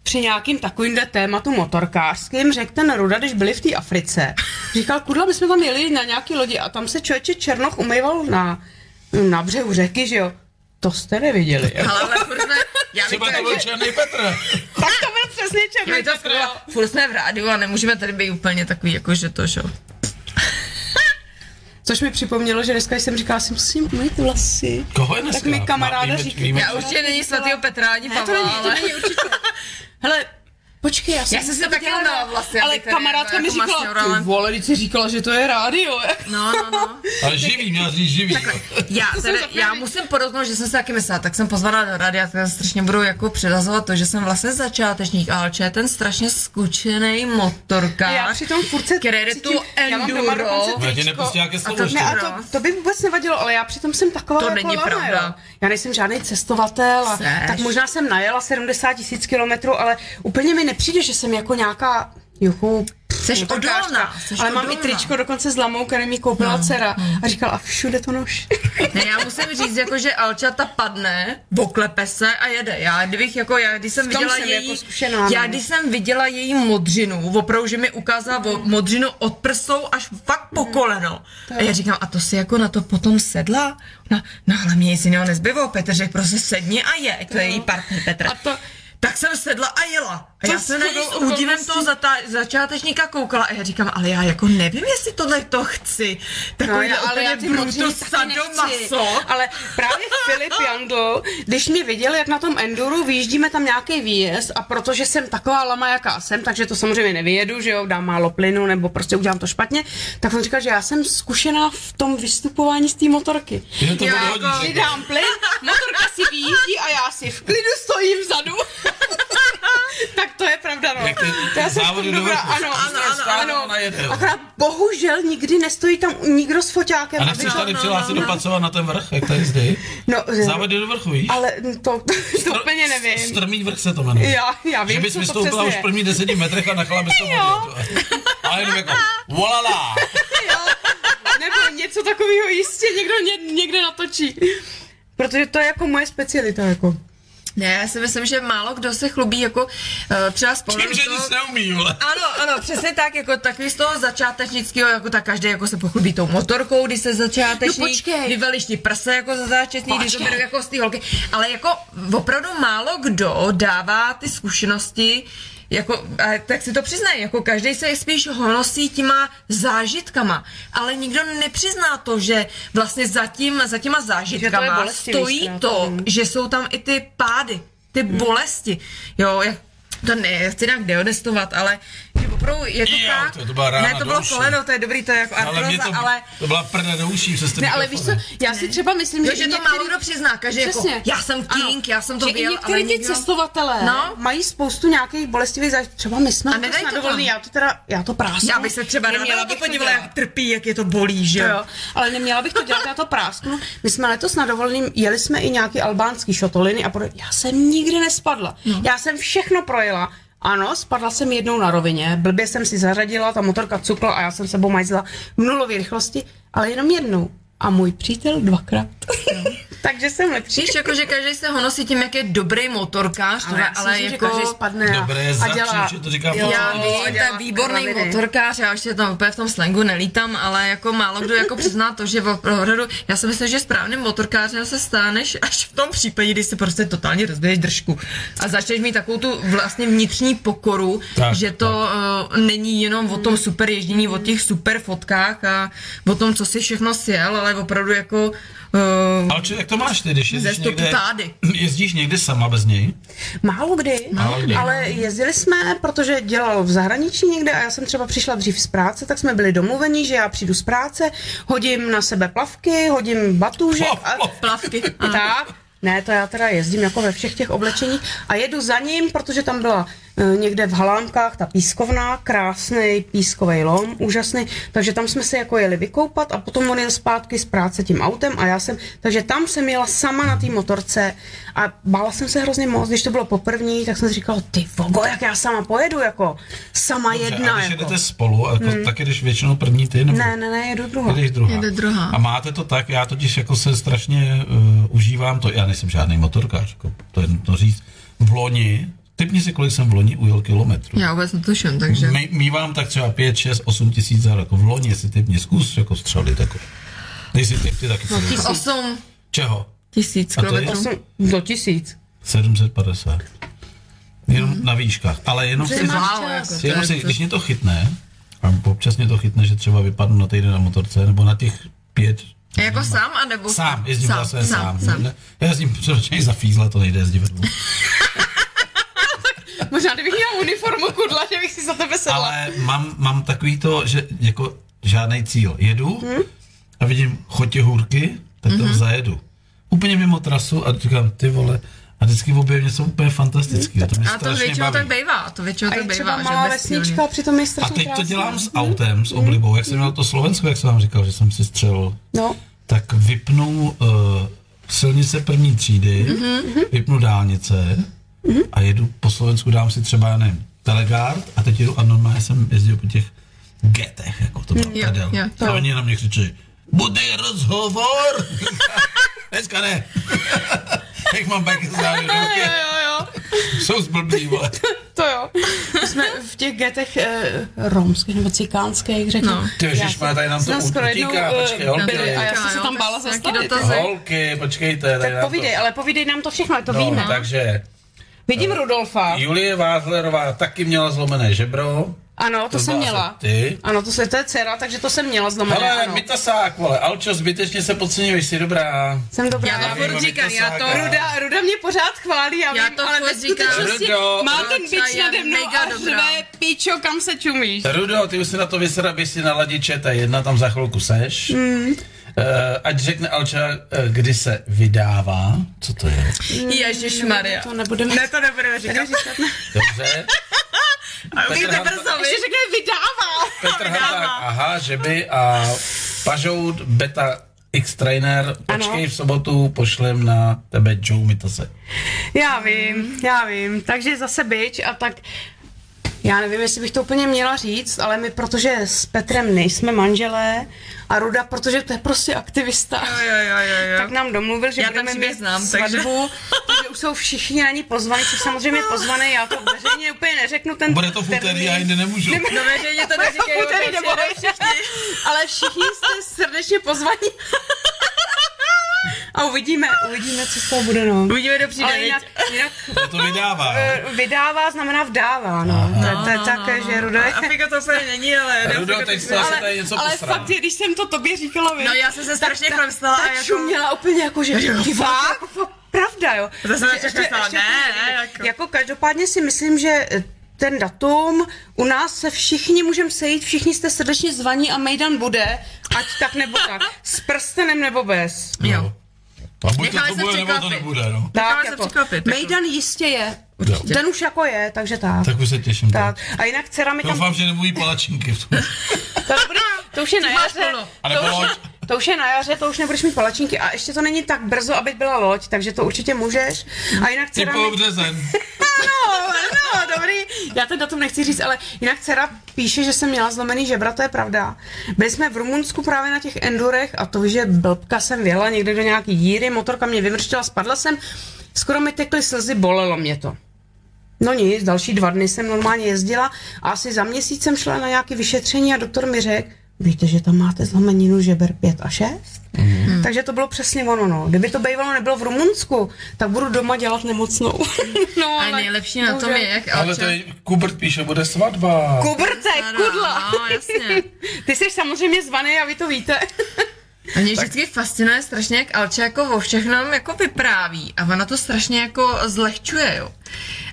D: při nějakým takovýmhle tématu motorkářským řekl ten Ruda, když byli v té Africe. Říkal, kudla, my jsme tam jeli na nějaký lodi a tam se člověče Černoch umýval na, na břehu řeky, že jo. To jste neviděli.
C: Ale, ale furt jsme, já bych
B: Třeba
C: to,
B: to byl
C: jako,
B: Černý Petr.
D: tak to byl přesně
C: já
D: černý.
C: bych to furt, furt jsme v rádiu a nemůžeme tady být úplně takový, jako že to, že jo.
D: Což mi připomnělo, že dneska když jsem říkala, si musím umýt vlasy.
B: Koho je dneska?
D: Tak mi kamaráda
B: Má- víme-
D: říká-
B: víme-
C: Já určitě není svatýho Petra ani
D: Ne, to není,
C: Pavla,
D: to
C: ale...
D: není určitě. Hele, počkej, já jsem,
C: Já jsem se
D: to
C: taky
D: viděla
C: umila
D: rád.
C: vlasy,
D: Ale
C: abych tady
D: kamarádka
C: byla
D: mi
C: jako
D: říkala,
C: masňouralem.
D: ty vole, když jsi říkala, že to je rádio.
C: No, no, no.
B: Ale živý, měl říct živý. jo.
C: Já,
D: To
C: teda,
D: jsem
C: já
D: zapomněla.
C: musím podotknout, že jsem se taky myslela, tak jsem pozvala do rádia, tak já strašně budu jako předazovat to, že jsem vlastně začátečník, ale je ten strašně skučený motorkář,
D: Já přitom furt se
C: který jde tu
D: cítím- já mám doma
C: enduro.
D: dokonce
B: Já tě
D: tričko.
B: nepustila ke slovu
C: to-
B: ještě.
D: Ne, a
C: Enduro.
D: to, to by vůbec nevadilo, ale já přitom jsem taková
C: To
D: jako
C: není
D: lana,
C: pravda.
D: Jo. Já nejsem žádný cestovatel, a,
C: Seš.
D: tak možná jsem najela 70 tisíc kilometrů, ale úplně mi nepřijde, že jsem jako nějaká juchu,
C: Seš
D: motorkářka.
C: odolná, seš
D: ale mám i
C: odolná. No,
D: tričko dokonce s lamou, které mi koupila dcera a říkala, a všude to nož.
C: Ne, já musím říct, jako, že Alčata padne, oklepe se a jede. Já, kdybych, jako, já, když jsem
D: V tom
C: viděla
D: jsem
C: její,
D: jako zkušená,
C: já,
D: no.
C: když jsem viděla její modřinu, opravdu, že mi ukázala vo- modřinu od prsou až fakt
D: Mm.
C: po koleno. A já říkám, a to si jako na to potom sedla? Na, no, ale mě nic jiného nezbylo, Petr řekl, prostě sedni a je, to je její partner Petra.
D: A to-
C: tak jsem sedla a jela. A
D: To
C: já jsem na něj s
D: shodou
C: údivem
D: okolností.
C: toho zata- začátečníka koukala a já říkám, ale já jako nevím, jestli tohle to chci. Takový
D: já-
C: ale No, já
D: ty
C: brutus
D: modřiny taky nechci.
C: sadomaso.
D: Ale právě Filip Jandl, když mě viděl, jak na tom Enduru vyjíždíme tam nějaký výjezd a protože jsem taková lama, jaká jsem, takže to samozřejmě nevyjedu, že jo, dám málo plynu nebo prostě udělám to špatně, tak on říkal, že já jsem zkušená v tom vystupování z té motorky.
B: Že to
D: já
B: bylo hodně,
D: si
B: že?
D: dám plyn, motorka si vyjíždí a já si v klidu stojím vzadu. tak to je pravda, no.
B: Jak ty
D: To já jsem
B: závody
E: ji
D: dobrá,
E: dovezli.
D: ano,
E: Ano, ano, ano,
D: ano, ano.
E: ona jede.
D: Akorát bohužel nikdy nestojí tam nikdo s foťákem.
B: A
D: aby
B: nechceš
D: to-
B: tady přihlásit
D: no.
B: dopracovat na ten vrch, jak tady zde?
D: No,
B: Závody do vrchu, víš?
D: ale to, to úplně nevím.
B: Strmý vrch se to jmenuje.
D: Já, já vím,
B: že bys
D: co to
B: vystoupila
D: přesně
B: už
D: je.
B: v prvních deseti metrech a nechala bys to modlit. A jenom jako, volala.
D: Nebo něco takového jistě někdo ně, někde natočí. Protože to je jako moje specialita, jako.
C: Ne, já si myslím, že málo kdo se chlubí jako eh, třeba z pohledu
B: Tím, že
C: toho-
B: nic neumí, vole.
C: Ano, ano, přesně tak, jako takový z toho začátečnického, jako tak každý jako se pochlubí tou motorkou, když se začátečník,
D: No počkej.
C: vyveliš ti prsa jako za začátečník, když to beru jako z té holky, ale jako opravdu málo kdo dává ty zkušenosti, jako, a tak si to přiznají, jako každý se spíš honosí těma zážitkama, ale nikdo nepřizná to, že vlastně za, tím, za těma zážitkama
D: bolestivý
C: stojí
D: ztráta,
C: to,
D: no.
C: že jsou tam i ty pády, ty bolesti, jo, jak to ne, já chci nějak deodestovat, ale že opravdu je to
B: Jo,
C: tak,
B: to- to byla rána
C: ne, to
B: do
C: bylo
B: uši.
C: koleno, to je dobrý, to je jako
B: Ale mě
C: artroza,
B: to,
C: ale
B: to byla prda do uší přes ten
D: Ne, ale víš co,
B: mikrofon.
D: já si třeba myslím,
C: jo,
D: i
C: že to
D: některý-
C: málo kdo přizná, že jako,
D: Přesně.
C: já jsem king, já jsem to
D: že i
C: byl, ale
D: některý ty
C: nikdo...
D: cestovatelé
C: No.
D: no? mají spoustu nějakých bolestivých zážitků. Třeba my jsme
C: A
D: a
C: nedají
D: na
C: to
D: dovolený,
C: tam.
D: já to teda, já to prásknu.
C: Já bych se třeba ráda
D: Neměla
C: na to
D: bych to
C: podívala,
D: dělat.
C: jak trpí, jak je to bolí, že
D: Jo, jo. Ale neměla bych to dělat, já to prásknu. My jsme letos na dovoleným, jeli jsme i nějaký albánský šotoliny a podobně. Já jsem nikdy nespadla. No. Já jsem všechno projela. Ano, spadla jsem jednou na rovině, blbě jsem si zařadila, ta motorka cukla a já jsem sebou majzla v nulové rychlosti, ale jenom jednou. A můj přítel dvakrát.
B: No.
D: Takže jsem lepší.
C: Víš, jako, že každý se honosí tím, jak je dobrý motorkář, ale,
D: já si
C: ale
D: myslím, že
C: jako...
D: každý spadne a,
B: Dobré,
D: a dělá.
B: začnu, že to říká
D: Jo,
C: Já
D: a
C: vím, to
D: dělá
C: je výborný
D: kraviny.
C: motorkář, já ještě tam úplně v tom slangu nelítám, ale jako málo kdo jako přizná to, že opravdu, já si myslím, že správným motorkářem se stáneš až v tom případě, kdy si prostě totálně rozbiješ držku a začneš mít takovou tu vlastně vnitřní pokoru, tak,
B: Tak,
C: že to tak. Uh, není jenom o tom super ježdění, o těch super fotkách a o tom, co si všechno sjel, ale opravdu jako uh,
B: Ale či, jak to máš ty, když jezdíš
C: Ze stopu
B: někde,
C: pády.
B: jezdíš někde sama bez něj?
D: Málo kdy,
B: Málo kdy.
D: ale jezdili jsme, protože dělal v zahraničí někde a já jsem třeba přišla dřív z práce, tak jsme byli domluveni, že já přijdu z práce, hodím na sebe plavky, hodím batůžek
B: Plav,
D: a
B: plav.
C: plavky.
D: a tak. Ne, to já teda jezdím jako ve všech těch oblečeních a jedu za ním, protože tam byla eh, někde v Halámkách ta pískovna, krásný pískový lom, úžasný, takže tam jsme se jako jeli vykoupat a potom on jel zpátky z práce tím autem a já jsem, takže tam jsem jela sama na té motorce a bála jsem se hrozně moc, když to bylo poprvní, tak jsem si říkala, ty vogo, jak já sama pojedu, jako sama
B: a
D: jedna,
B: když
D: jako.
B: jedete spolu, a to, taky když většinou první ty, nebo
D: Ne, ne, ne, jedu druhou.
B: Jdeš druhá.
C: Jede druhá.
B: A máte to tak, já totiž jako se strašně uh, užívám to, já nejsem žádný motorkář, jako, to je nutno říct, v loni, typně si kolik jsem v loni ujel kilometrů.
C: já vůbec netuším, takže...
B: My, mývám tak třeba 5, 6, 8 tisíc za rok. V loni si typně zkus jako střelit. Jako. Nejsi ty, ty taky. No,
C: Osm
B: Čeho?
C: tisíc
B: A to je-
C: kilometrů.
D: Osm, do tisíc.
B: 750. Jenom na výškách. Ale jenom si,
C: Wow, jako to
B: jenom
C: je-
B: si,
C: to-
B: když mě to chytne, a občas mě to chytne, že třeba vypadnu na týden na motorce, nebo na těch pět
C: A Jako sám, anebo...
B: Sám, jezdím sám, zase sám.
C: sám.
B: Ne, Já jezdím předročeně za fízla, to nejde jezdit vedle.
D: Možná, kdybych měla uniformu kudla, že bych si za tebe sedla.
B: Ale mám, mám takový to, že jako žádný cíl. Jedu
C: Hmm.
B: a vidím chotě hůrky, tak
C: Mhm.
B: tam zajedu. Úplně mimo trasu a říkám, ty vole, a vždycky objevím něco úplně fantastického. To mě
C: A to
B: strašně
C: většinou
B: baví.
C: tak bývá, to většinou
D: A
C: tak
D: je třeba
C: bývá, že
D: malá
C: bezcílně.
D: vesnička, a přitom je
B: A
D: strašně
B: teď to
D: krásná.
B: dělám s autem, s oblibou. Jak jsem měl to Slovensko, jak jsem vám říkal, že jsem si střelil
D: No,
B: tak vypnu uh, silnice první třídy,
D: Mhm,
B: mm-hmm. vypnu dálnice mm-hmm. a jedu po Slovensku, dám si třeba, já nevím, Telegard a teď jedu a normálně jsem jezdil po těch getech, jako to bylo
C: jo,
B: kadel.
C: jo.
B: A oni na mě křičí, bude rozhovor! Dneska ne. Jak mám baky závěr,
D: jo, jo,
B: jsou zblblí, vole.
D: to jo. My jsme v těch getech eh, romských nebo cikánských, řeknu.
C: No.
E: Ty ježiš, má tady nám to
D: Jsem skoro jednou,
E: utíká,
D: eh,
E: počkej, holky.
D: byli a já jsem se
C: Jo,
D: tam
C: tak
D: bála
C: jsou nějaký
D: zastavit.
C: dotazy.
E: Holky, počkejte. tady
D: Tak
E: nám to-
D: povídej, ale povídej nám to všechno, ale to
E: No, eh,
D: víme.
E: takže
D: Vidím Rudolfa.
E: Julie Vázlerová taky měla zlomené žebro.
D: Ano, to,
E: byla
D: jsem měla.
E: Ty.
D: Ano, to, se, to je dcera, takže to jsem měla znamená,
E: Hele,
D: ano.
E: bytasák, vole, Alčo, zbytečně se podceňuješ, jsi dobrá.
D: Jsem dobrá.
C: Já to furt
E: vím,
C: říkám,
E: to
C: já to...
E: sáka.
D: Ruda, Ruda mě pořád chválí, já,
C: Já
D: vím,
C: to
D: ale
C: furt
D: ve
C: říkám.
D: skutečnosti
E: Rudo,
D: má ten
C: Ruda
D: bič
C: je
D: nade mnou
C: mega
D: a
C: dobrá.
D: řve, pičo, kam se čumíš.
E: Rudo, ty už si na to vysera, běž si na ladiče, ta jedna tam za chvilku seš.
D: Hmm.
E: Mm. ať řekne Alča, eh, kdy se vydává. Co to je?
C: Ježíš Maria.
D: To nebudeme, ne, to nebudeme říkat.
E: Dobře.
C: A už
E: Petr
C: jste
E: Hanta-
C: brzo, ještě řekne vydává.
E: Petr Hanták,
C: vydává.
E: aha, že by a Pažout Beta X Trainer,
D: Ano.
E: počkej v sobotu, pošlem na tebe Joe Mitase.
D: Já vím, já vím. Takže zase byč a tak... Já nevím, jestli bych to úplně měla říct, ale my, protože s Petrem nejsme manželé a Ruda, protože to je prostě aktivista,
C: Jo, jo, jo, jo.
D: tak nám domluvil, že
C: Já ten
D: budeme
C: příběh
D: mít
C: znám, takže-
D: svatbu, takže... už jsou všichni na ní pozvaní, což samozřejmě pozvané, já to veřejně úplně neřeknu. Ten
B: Bude to v úterý, já jinde nemůžu.
C: No veřejně to
D: Bude to
C: neříkej,
D: v úterý, nebo ale všichni jste srdečně pozvaní. A uvidíme, uvidíme, co z toho bude, no.
C: Uvidíme, kdo přijde,
D: Ale
C: viď?
D: jinak, jinak
B: To vydává.
D: eh, vydává znamená vdává, no. To, to je tak,
C: no.
D: že Rudo je...
C: Afrika to úplně není, ale...
E: Rudo, teď jste asi tady něco
D: ale
E: posral.
D: fakt, je, když jsem to tobě říkala, vy,
C: No já jsem se strašně chlemstala a
D: tak
C: jako...
D: šuměla úplně jako, že ty vole, jako fakt pravda, jo.
C: Zase
D: Že
C: na Češku stala, ne, ne, jako-
D: jako každopádně si myslím, že eh, ten datum, u nás se všichni můžeme sejít, všichni jste srdečně zvaní a Mejdan bude, ať tak nebo tak, s prstenem nebo bez.
C: Jo.
B: A buď to,
C: Necháme
B: to
C: se
B: bude, nebo to
C: překvapit.
B: nebude, no.
C: Necháme
D: Tak,
C: se
D: jako,
C: překvapit, jako.
D: Mejdan jistě je.
B: Určitě.
D: Ten už jako je, takže tak.
B: Tak už se těším.
D: tak.
B: Tak.
D: A jinak dcera mi tam...
B: Doufám, že nemluví palačinky. v tom.
D: To, bude, to už je na
C: Máš
D: jaře.
C: plno.
B: A
D: To
B: nebo
D: už,
B: loď.
D: to už je na jaře, to už nebudeš mít palačinky. A ještě to není tak brzo, aby byla loď, takže to určitě můžeš. A jinak
B: Ty
D: dcera mi...
B: po březen.
D: No, no, dobrý. Já ten datum nechci říct, ale jinak dcera píše, že jsem měla zlomený žebra, to je pravda. Byli jsme v Rumunsku právě na těch endurech a to, že blbka jsem věla někde do nějaký díry, motorka mě vymrštila, spadla jsem, skoro mi tekly slzy, bolelo mě to. No nic, další dva dny jsem normálně jezdila a asi za měsíc jsem šla na nějaké vyšetření a doktor mi řekl, víte, že tam máte zlomeninu žeber 5 a 6? Mm. Takže to bylo přesně ono, no. Kdyby to bývalo nebylo v Rumunsku, tak budu doma dělat nemocnou. no,
C: A nejlepší na tom
D: bohužel.
C: je, jak
E: Ale to je, Kubert píše, bude svatba.
D: Kubrce, kudla!
C: No, jasně.
D: Ty jsi samozřejmě zvaný a vy to víte.
C: A mě vždycky fascinuje strašně, jak Alče jako o všechnom jako vypráví a ona to strašně jako zlehčuje, jo.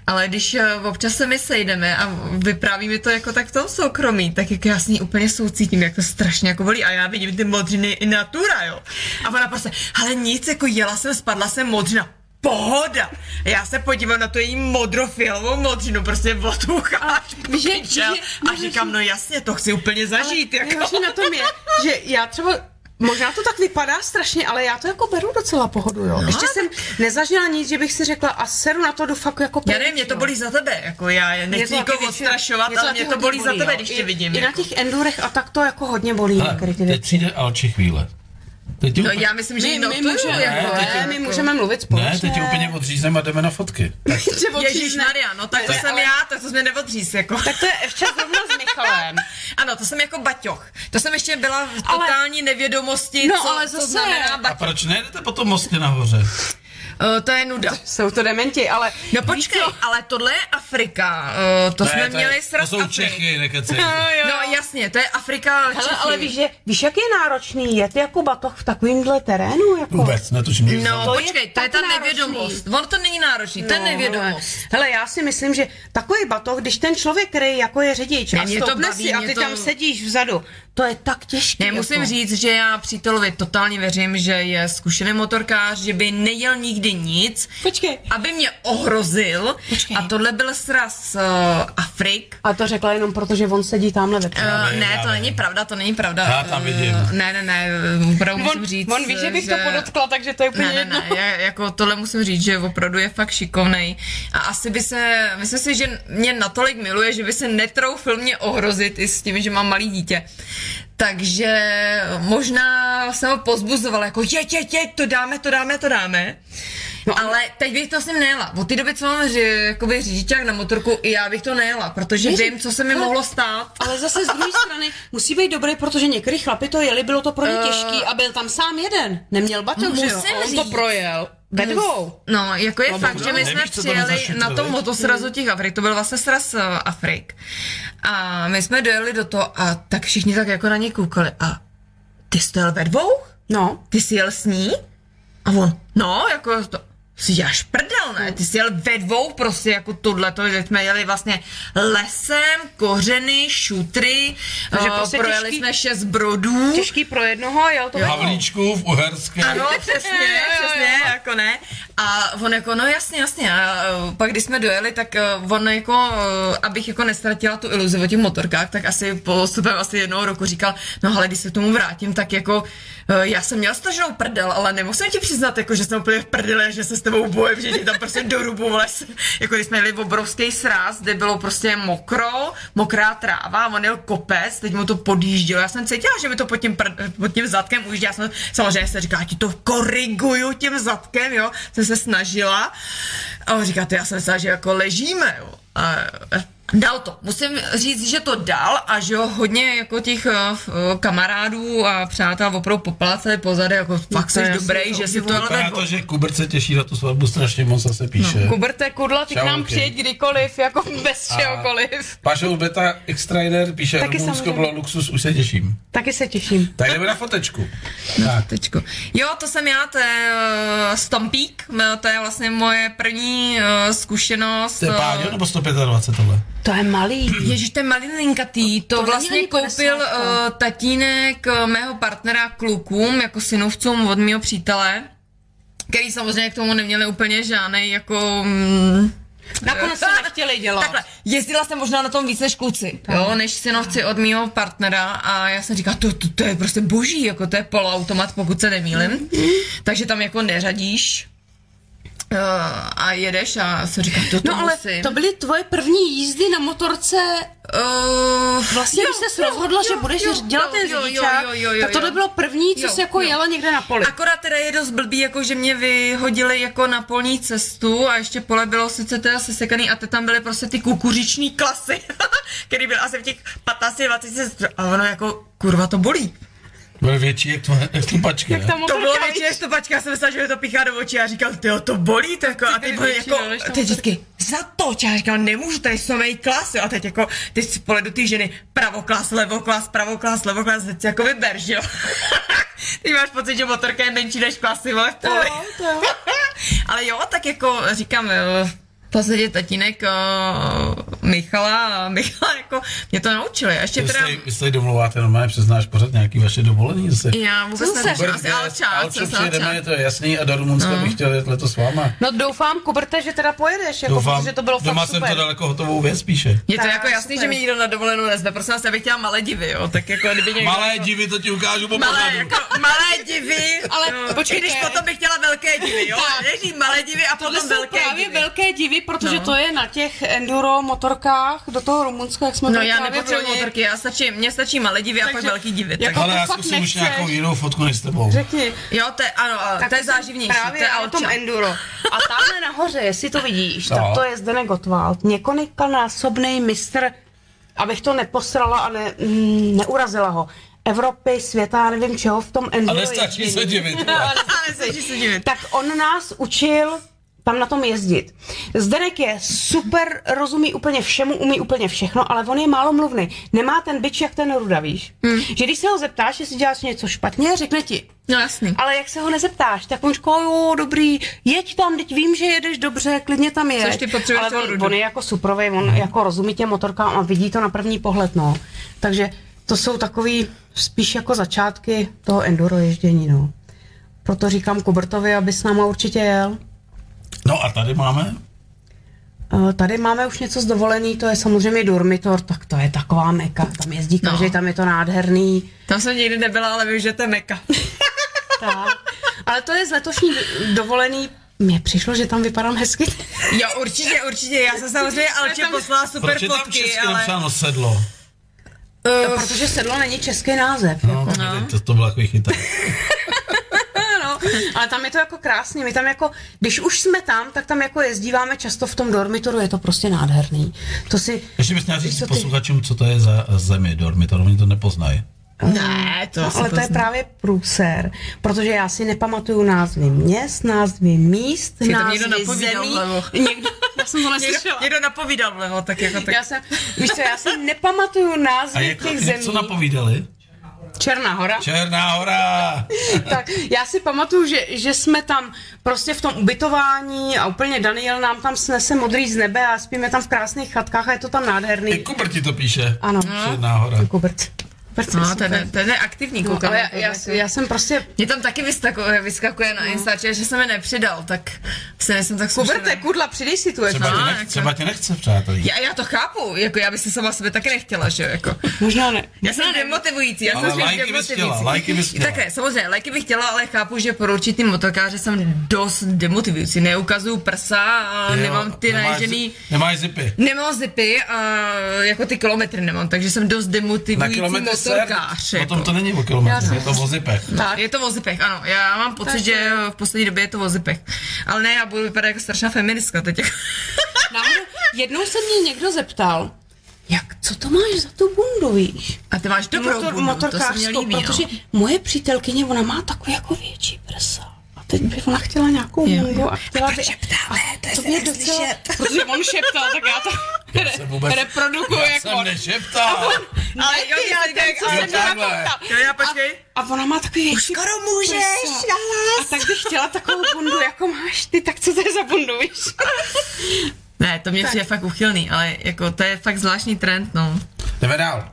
C: Ale když eh, občas se my sejdeme a vypráví mi to jako tak v tom soukromí, tak jako já s ní úplně soucítím, jak to strašně jako bolí a já vidím ty modřiny i natura, jo. A ona prostě, ale nic, jako jela jsem, spadla jsem modřina, pohoda. A já se podívám na tu její modrofialovou modřinu, prostě od ucha až po
D: víš, že-
C: kyčel
D: že-
C: a říkám, no jasně, to chci úplně zažít, jako.
D: Nejhorší na tom je, že já třeba Možná to tak vypadá strašně, ale já to jako beru docela pohodu, jo. No, Ještě jsem nezažila nic, že bych si řekla a seru na to jdu fakt jako
C: Já nevím, mě to
D: no.
C: bolí za tebe, jako já je
D: Mě
C: nechci
D: to taky
C: nikoho
D: většinou-
C: odstrašovat, ale
D: taky
C: mě to
D: hodně
C: bolí za tebe,
D: jo.
C: když
D: I-
C: tě vidím.
D: I na
C: jako.
D: těch endurech a tak to jako hodně bolí.
B: Ale
D: některé ty
B: Teď
D: věci.
B: přijde Alči chvíle. Teď
C: No
B: úplně,
C: já myslím, že
D: My,
C: jinou
D: my,
C: tu,
D: můžeme,
C: jako,
D: ne,
C: ne,
D: my můžeme mluvit společně.
B: ne, teď je úplně odřízneme a jdeme na fotky.
D: Že odřízne.
C: jako- Ježíš Maria, no tak to
D: Ne,
C: jsem
D: ale-
C: já, tak to jsme neodříz, jako.
D: Tak to je ještě zrovna s Michalem.
C: Ano, to jsem jako baťoch. To jsem ještě byla v
D: Ale-
C: totální nevědomosti,
D: No,
C: co,
D: ale
C: co
D: zase-
C: znamená
B: A
C: baťoch.
B: proč nejdete po tom mostě nahoře?
C: Eh, to je nuda.
D: Jsou to dementi, ale...
C: No počkej, ale tohle je Afrika. Eh, to jsme
B: Ne, to,
C: měli
B: je, to
C: sraz
B: jsou
C: Afrik.
B: Čechy, nekecej.
C: No jasně, to je Afrika, ale
D: Hele,
C: Čechy.
D: ale víš, že, víš, jak je náročný jet jako batoh v takovýmhle terénu? Jako?
B: Vůbec, netuším.
C: No
D: To je
C: počkej, to je
D: tak
C: ta
D: náročný.
C: nevědomost. On to není náročný, to je nevědomost.
D: Hele, No, hele, já si myslím, že takový batoh, když ten člověk, který jako je řidič
C: Ne,
D: a
C: mě to
D: stoupne
C: baví,
D: si a
C: mě
D: ty
C: to-
D: tam sedíš vzadu, to je tak těžké.
C: Ne, musím
D: jako.
C: říct, že já přítelovi totálně věřím, že je zkušený motorkář, že by nejel nikdy nic,
D: Počkej.
C: aby mě ohrozil.
D: Počkej.
C: A tohle byl sraz uh, Afrik.
D: A to řekla jenom proto, že on sedí tamhle ve tmě.
C: Uh,
B: vím,
C: ne,
B: já
C: to
B: vím.
C: není pravda, to není pravda.
B: Já tam vidím.
C: Eh, ne, ne, ne, opravdu musím říct.
D: on ví, že bych to podotkla, takže to je úplně
C: Ne, ne,
D: jedno.
C: ne, já, jako tohle musím říct, že opravdu je fakt šikovnej a asi by se, myslím si, že mě natolik miluje, že by se netroufil mě ohrozit i s tím, že mám malý dítě. Takže možná jsem ho pozbuzovala, jako jeď, jeď, jeď, to dáme, to dáme, to dáme. No, ale teď bych to s ním nejela. Od té doby, co mám ři, jakoby řidičák na motorku, i já bych to nejela, protože
D: Víš,
C: vím, co se mi
D: ale-
C: mohlo stát.
D: Ale zase z druhé strany musí být dobrý, protože některý chlapy to jeli, bylo to pro ně těžký a byl tam sám jeden. Neměl batoh, že jo?
C: Eh. Musím
D: A On to
C: říct.
D: projel. Ve dvou.
C: No, jako je
B: No,
C: fakt,
B: bohužel
C: že my
B: nevíš,
C: jsme
B: co tam
C: přijeli
B: zašito,
C: na tom
B: viď?
C: motosrazu těch Afrik, to byl vlastně sraz eh, Afrik. A my jsme dojeli do toho a tak všichni tak jako na ně koukali a ty jsi to jel ve dvou?
D: No.
C: Ty jsi jel s ní? A on, no, jako to, si děláš prdel, ne? Ty jsi jel ve dvou prostě jako tohle, to, že jsme jeli vlastně lesem, kořeny, šutry,
D: Takže
C: eh,
D: prostě
C: projeli
D: těžký-
C: jsme šest brodů.
D: Těžký pro jednoho a jel to ve dvou.
B: Havlíčku v Uherské.
C: Ano, přesně,
D: Jo, jo, jo.
C: přesně, jako ne. A on jako, no jasně, jasně. A eh, pak, když jsme dojeli, tak eh, on jako, eh, abych jako nestratila tu iluzi o těch motorkách, tak asi postupem asi jednoho roku říkal, no ale když se k tomu vrátím, tak jako eh, já jsem měl staženou prdel, ale nemusím ti přiznat, jako, že jsem úplně v prdele, že se s tebou bojím, že ti tam prostě dorubu v les. Jako když jsme jeli obrovský sraz, kde bylo prostě mokro, mokrá tráva, on jel kopec, teď mu to podjíždělo. Já jsem cítila, že mi to pod tím, pr- pod tím zadkem ujíždí. Já jsem samozřejmě se říkala, já ti to koriguju tím zadkem, jo. Jsem se snažila. A on říká, ty já jsem myslela, že jako ležíme, jo. A, a Dal to. Musím říct, že to dal a že ho hodně jako těch uh, kamarádů a přátel opravdu poplácali pozady, jako
B: No
C: fakt jsi
D: jasně,
C: dobrý,
D: to
C: že si tohle
B: Vypadá to, že Kubert se těší na tu svatbu, strašně moc zase píše. No.
I: Kuberte, kudla, ty k nám
B: Čauky.
I: přijď kdykoliv, jako bez čehokoliv.
B: Pašou Beta Extrider píše,
D: Taky
B: Rumunsko
D: samozřejmě.
B: bylo luxus, už se těším.
D: Taky se těším.
B: Tak jdeme na fotečku. Tak,
C: Tečko. Jo, to jsem já, to je uh, Stompík, no, to je vlastně moje první uh, zkušenost. Eh,
D: No.
B: to je Páďo nebo 125 tohle?
D: To je malý.
C: Ježíš, to je malilinkatý, to, to
D: není
C: vlastně
D: ani
C: koupil uh,
D: 50.
C: tatínek uh, mého partnera klukům, jako synovcům od mého přítele, který samozřejmě k tomu neměli úplně žádnej jako... Mm,
I: Nakonec to nechtěli dělat.
C: Takhle, jezdila jsem možná na tom víc než kluci, jo, než synovci od mýho partnera a já jsem říkala, to, to, to je prostě boží, jako to je poloautomat, pokud se nemýlim, takže tam jako neřadíš eh, a jedeš a se říká, to, to
D: No ale
C: musím.
D: to byly tvoje první jízdy na motorce
C: Eh,
D: Vlastně,
C: jo,
D: když jsi se
C: jo,
D: rozhodla,
C: jo,
D: že budeš
C: jo,
D: dělat
C: jo,
D: ten
C: jo, jo,
D: řidičák,
C: jo, jo, jo,
D: tak tohle
C: jo.
D: bylo první, co
C: Jo,
D: jsi jako
C: jo.
D: jela někde na poli.
C: Akorát teda je dost blbý, jako že mě vyhodili jako na polní cestu a ještě pole bylo sice teda sesekaný a teď tam byly prostě ty kukuřiční klasy, který byl asi v těch 15-20 sestr. A ono jako, kurva, to bolí.
B: Byl větší jak, tvoje, jak tlupačky, jak
D: Tam
C: To bylo
D: motorka-
C: větší než to pačka, já jsem myslela, že mi to píchá do očí a říkal, ty to bolí, to jako, a ty byly jako, ty vždycky, za to, já říkal, nemůžu, tady jsou mé klasy, a teď jako, teď si poledu ty ženy, pravoklas, levoklas, pravoklas, levoklas, teď si jako vyber, že jo. Ty máš pocit, že motorka je menší než klasy, vole, v poli. Ale jo, tak jako říkám, eh, v podstatě tatínek uh, Michala, a Michala jako mě to naučili. A ještě
B: Vy
C: teda,
B: jste, vy jste domluváte normálně přes náš pořad nějaký vaše dovolení zase.
C: já vůbec nevím, asi Alčák,
B: Alčo
C: co se
B: přijedeme,
C: Alčák.
B: je to jasný a do Rumunska bych chtěl jet letos s váma.
D: No doufám, Kuberte, že teda pojedeš, jako,
B: Doufám,
D: protože to bylo
B: doma
D: fakt
B: jsem to
D: super.
B: dal jako hotovou věc spíše.
C: Je to
D: Tak,
C: jako jasný,
D: super.
C: že mi nikdo na dovolenou nezve. Prosím vás, já bych chtěla malé divy, jo. Tak jako kdyby někdo...
B: Malé divy, to ti ukážu po
C: Malé,
B: pořadu.
C: jako, malé divy,
I: Ale
C: no,
I: počkejte.
C: i když potom bych chtěla velké divy, jo.
I: Tak.
C: Neří malé divy a
D: Tohle
C: potom
D: jsou
C: velké
D: právě
C: divy.
D: velké divy, protože
C: No.
D: to je na těch enduro motorkách do toho Rumunska, jak jsme
C: No
D: byli
C: já
D: právě v
C: nepotřebuji
D: loni.
C: motorky, já stačí, mě stačí malé divy a pak
D: Takže-
C: velký divy. Tak.
D: jako
B: Ale
D: to
B: já
D: fakt
B: zkusím už
D: nechceš.
B: nějakou jinou fotku než s tebou.
D: Řekni.
C: Jo, to je, ano, a to je
D: jsem
C: záživnější, to
D: právě
C: je
D: na tom
C: Alča.
D: enduro. A tamhle nahoře, jestli to vidíš, no.
B: No.
D: tak to je Zdenek Gottwald. Několikanásobný mistr, abych to neposrala a ne, mm, neurazila ho. Evropy, světa, nevím čeho, v tom
B: A
D: enduro
B: nestačí
D: ježdění.
B: se divit.
C: Ale se, že se divit.
D: Tak on nás učil tam na tom jezdit. Zdenek je super, rozumí úplně všemu, umí úplně všechno, ale on je málo mluvný. Nemá ten byč jak ten ruda, víš? Hmm. Že když se ho zeptáš, jestli děláš něco špatně, řekne ti,
C: No jasný.
D: ale jak se ho nezeptáš, tak on říká, jo, dobrý, jeď tam, teď vím, že jedeš dobře, klidně tam je.
C: Což ty potřebuješ Mhm.
D: Ale
C: toho
D: on,
C: rudu.
D: on, je jako suprovej, on jako rozumí těm motorkám a vidí to na první pohled, no. Takže to jsou takový spíš jako začátky toho enduro ježdění, no. Proto říkám Kubertovi, aby s náma určitě jel.
B: No a tady máme
D: Eh, Tady máme už něco z dovolený, to je samozřejmě Durmitor, tak to je taková meka. Tam jezdí každý,
C: No.
D: tam je to nádherný.
C: Tam jsem nikdy nebyla, ale vím, že to je meka.
D: Tak. Ale to je z letošní dovolený. Mně přišlo, že tam vypadám hezky.
C: Jo, určitě, určitě. Já jsem samozřejmě Alče poslala super
B: Proč je tam
C: fotky,
B: česky
C: ale...
B: napsáno sedlo?
C: Eh,
D: Protože sedlo není český název. No.
B: No, to, to, to bylo takový chytrý.
D: Ano, ale tam je to jako krásný. My tam jako, když už jsme tam, tak tam jako jezdíváme často v tom dormitoru, je to prostě nádherný. To si...
B: Ještě bych měl
D: Víš,
B: říct
D: co ty-
B: posluchačům, co to je za zemi dormitor, oni to nepoznají.
C: Ne, to
D: No,
C: asi
D: ale to je
C: poznám.
D: právě průser, protože já si nepamatuju názvy měst, názvy míst,
C: to
D: názvy
C: někdo napovídal
D: zemí.
C: vlevo.
D: Někdo, já jsem to
C: Někdo,
D: neslyšela.
C: někdo napovídal vlevo, tak jako tak.
D: Já jsem, víš co, já si nepamatuju
B: A
D: názvy
B: jak,
D: těch
B: jak
D: zemí.
B: co napovídali?
D: Černá hora.
B: Černá hora!
D: tak já si pamatuju, že, že jsme tam prostě v tom ubytování a úplně Daniel nám tam snese modrý z nebe a spíme tam v krásných chatkách a je to tam
B: I
D: nádherný.
B: Kubert ti to píše.
D: Ano.
B: Černá hora.
D: Kubert. Prce,
C: Jako No,
D: super.
C: ten, je- ten je aktivní,
D: No,
C: koukám.
D: ale
C: jako
D: já, já,
C: taky.
D: já jsem prostě
C: Mě tam taky vyskakuje, vyskakuje na Instače, že jsem je nepřidal, tak se nejsem tak zkušená.
D: Kuberte, kudla, přidej si tu
B: Třeba,
D: ještě.
B: tě,
C: No,
B: nech,
C: jako-
B: třeba tě nechce, přátelí.
C: Já, já to chápu, jako já bych se sama sebe taky nechtěla, že jo, jako.
D: Možná ne.
C: Já jsem demotivující, já
B: Ale
C: jsem
B: lajky bys chtěla, lajky bys chtěla.
C: Také, samozřejmě, lajky bych chtěla, ale chápu, že pro určitý motorkáře jsem dost demotivující. Neukazuju prsa a
B: Jo,
C: nemám ty
B: nemáš
C: naježený...
B: zi- Nemáš zipy.
C: Nemám zipy a jako ty kilometry nemám, takže jsem dost
B: Na
C: demotivující
B: kilometr se...
C: motorkář. jako.
B: O tom to není o kilometru, je to o zipech.
C: Tak. Je to o zipech, ano. Já mám pocit, že v poslední době je to o zipech. Ale ne, já budu vypadat jako strašná feministka teď.
D: Náhodou, jednou se mě někdo zeptal,
C: Jak?
D: co to máš za tu bundu, víš?
C: A ty máš dobrou
D: Motor-
C: bundu, no, to se mě
D: motorkářskou,
C: líbí,
D: protože
C: no.
D: moje přítelkyně, ona má takový jako větší prsa. A teď by ona chtěla nějakou
C: Jo.
D: bundu a chtěla by... A to, mě docela... Protože on šeptal, tak já to
B: se vůbec-
D: reprodukuju
B: Já
C: Jako-
B: jsem nešeptal.
D: Ale jo, já tak,
B: Jo,
D: ale
B: takhle.
C: Jo, já počkej.
D: A ona má takový větší Už skoro můžeš, A tak bych chtěla takovou bundu, jako máš ty, tak co to je za bundu, víš?
C: Ne, to mě přijde fakt uchylný, ale jako to je fakt zvláštní trend, no.
B: Jdeme dál.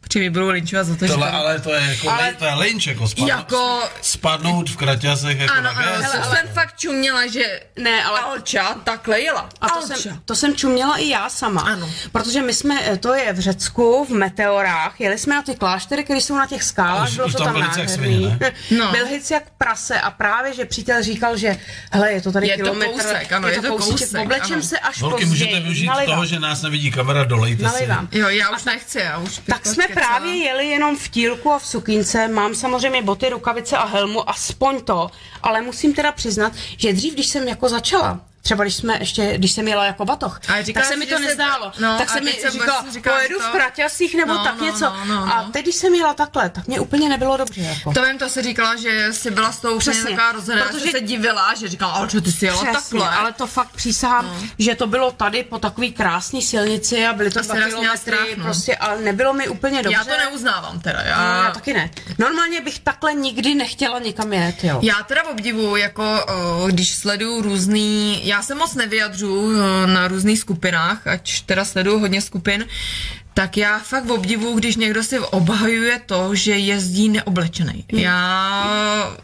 C: Protože mi budou linčovat za to, že
B: Tohle
C: tam-
B: ale to je jako, ale... to je lynč, jako spadnout,
C: Jako-
B: spadnout v kraťasech, jako
C: Ano,
B: na
C: ano,
B: věc.
C: hele, ale... jsem fakt čuměla, že
D: Ne, ale-
C: Alča takhle jela.
D: A to
C: Alča.
D: jsem, to jsem čuměla i já sama.
C: Ano.
D: Protože my jsme, eh, to je v Řecku, v Meteorách, jeli jsme na ty kláštery, které jsou na těch skálách,
B: Už-
D: bylo
B: už
D: to
B: tam
D: tam
B: byli jak
D: nádherný.
B: svině, ne?
C: No.
D: Byl hic jak prase a právě, že přítel říkal, že hele, je to tady
C: Je to
D: kilometr.
C: kousek, ano, je to kousek,
D: Oblečem
C: ano.
D: se až
B: Holky,
D: později.
B: můžete využít
D: nalivám,
B: toho, že nás nevidí kamera, dolejte
D: nalivám.
B: si.
C: Jo, já už nechci, já už jako
D: Tak
C: pěkně
D: jsme
C: kecala.
D: právě jeli jenom v tílku a v sukínce, mám samozřejmě boty, rukavice a helmu, aspoň to, ale musím teda přiznat, že dřív, když jsem jako začala, třeba když jsme ještě, když jsem jela jako batoh,
C: A říkala
D: tak se
C: jsi,
D: mi
C: že
D: to
C: se-
D: nezdálo.
C: no,
D: tak
C: a
D: se mi
C: teď jsem
D: říkala,
C: vlastně říkala, že
D: pojedu
C: to-
D: v kraťasích nebo
C: No,
D: tak
C: no,
D: něco.
C: no, no,
D: A
C: no.
D: teď, když jsem jela takhle, tak mě úplně nebylo dobře. Jako.
C: To vím, to si říkala, že jsi byla s tou úplně
D: Přesně,
C: taková rozhodná, protože...
D: protože-
C: že se divila, že říkala, ale ty jsi jela takhle.
D: ale to fakt přísahám, no. že to bylo tady po takové krásné silnici a byly to
C: Asi
D: dva
C: nás měla
D: kilometry,
C: strach, no.
D: prostě, ale nebylo mi úplně dobře.
C: já to neuznávám teda, já...
D: No, já taky ne. Normálně bych takhle nikdy nechtěla nikam jet, jo.
C: Já teda obdivuju, jako eh, když sleduju různý, já se moc nevyjadřu eh, na různých skupinách, ač teda sleduju hodně skupin, tak já fakt obdivuju, když někdo si obhajuje to, že jezdí neoblečený. Já,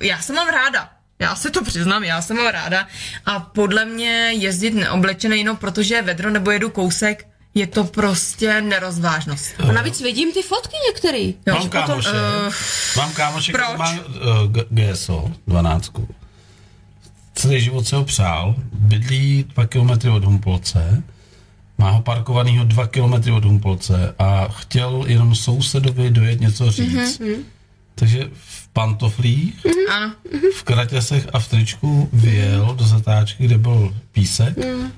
C: já se mám ráda. Já se to přiznám, já jsem mám ráda. A podle mě jezdit neoblečený, no protože je vedro nebo jedu kousek, je to prostě nerozvážnost.
D: A navíc vidím ty fotky některý.
B: Mám kámoše,
C: eh,
B: mám kámoše, který
C: proč?
B: má uh, GSO 12. Celý život se ho přál, bydlí 2 kilometry od Humpolce, má ho parkovanýho 2 kilometry od Humpolce a chtěl jenom sousedovi dojet něco říct. Mm-hmm. Takže v pantoflích
C: Mhm, Ano.
B: v kraťasech a v tričku vyjel do zatáčky, kde byl písek
C: Mhm.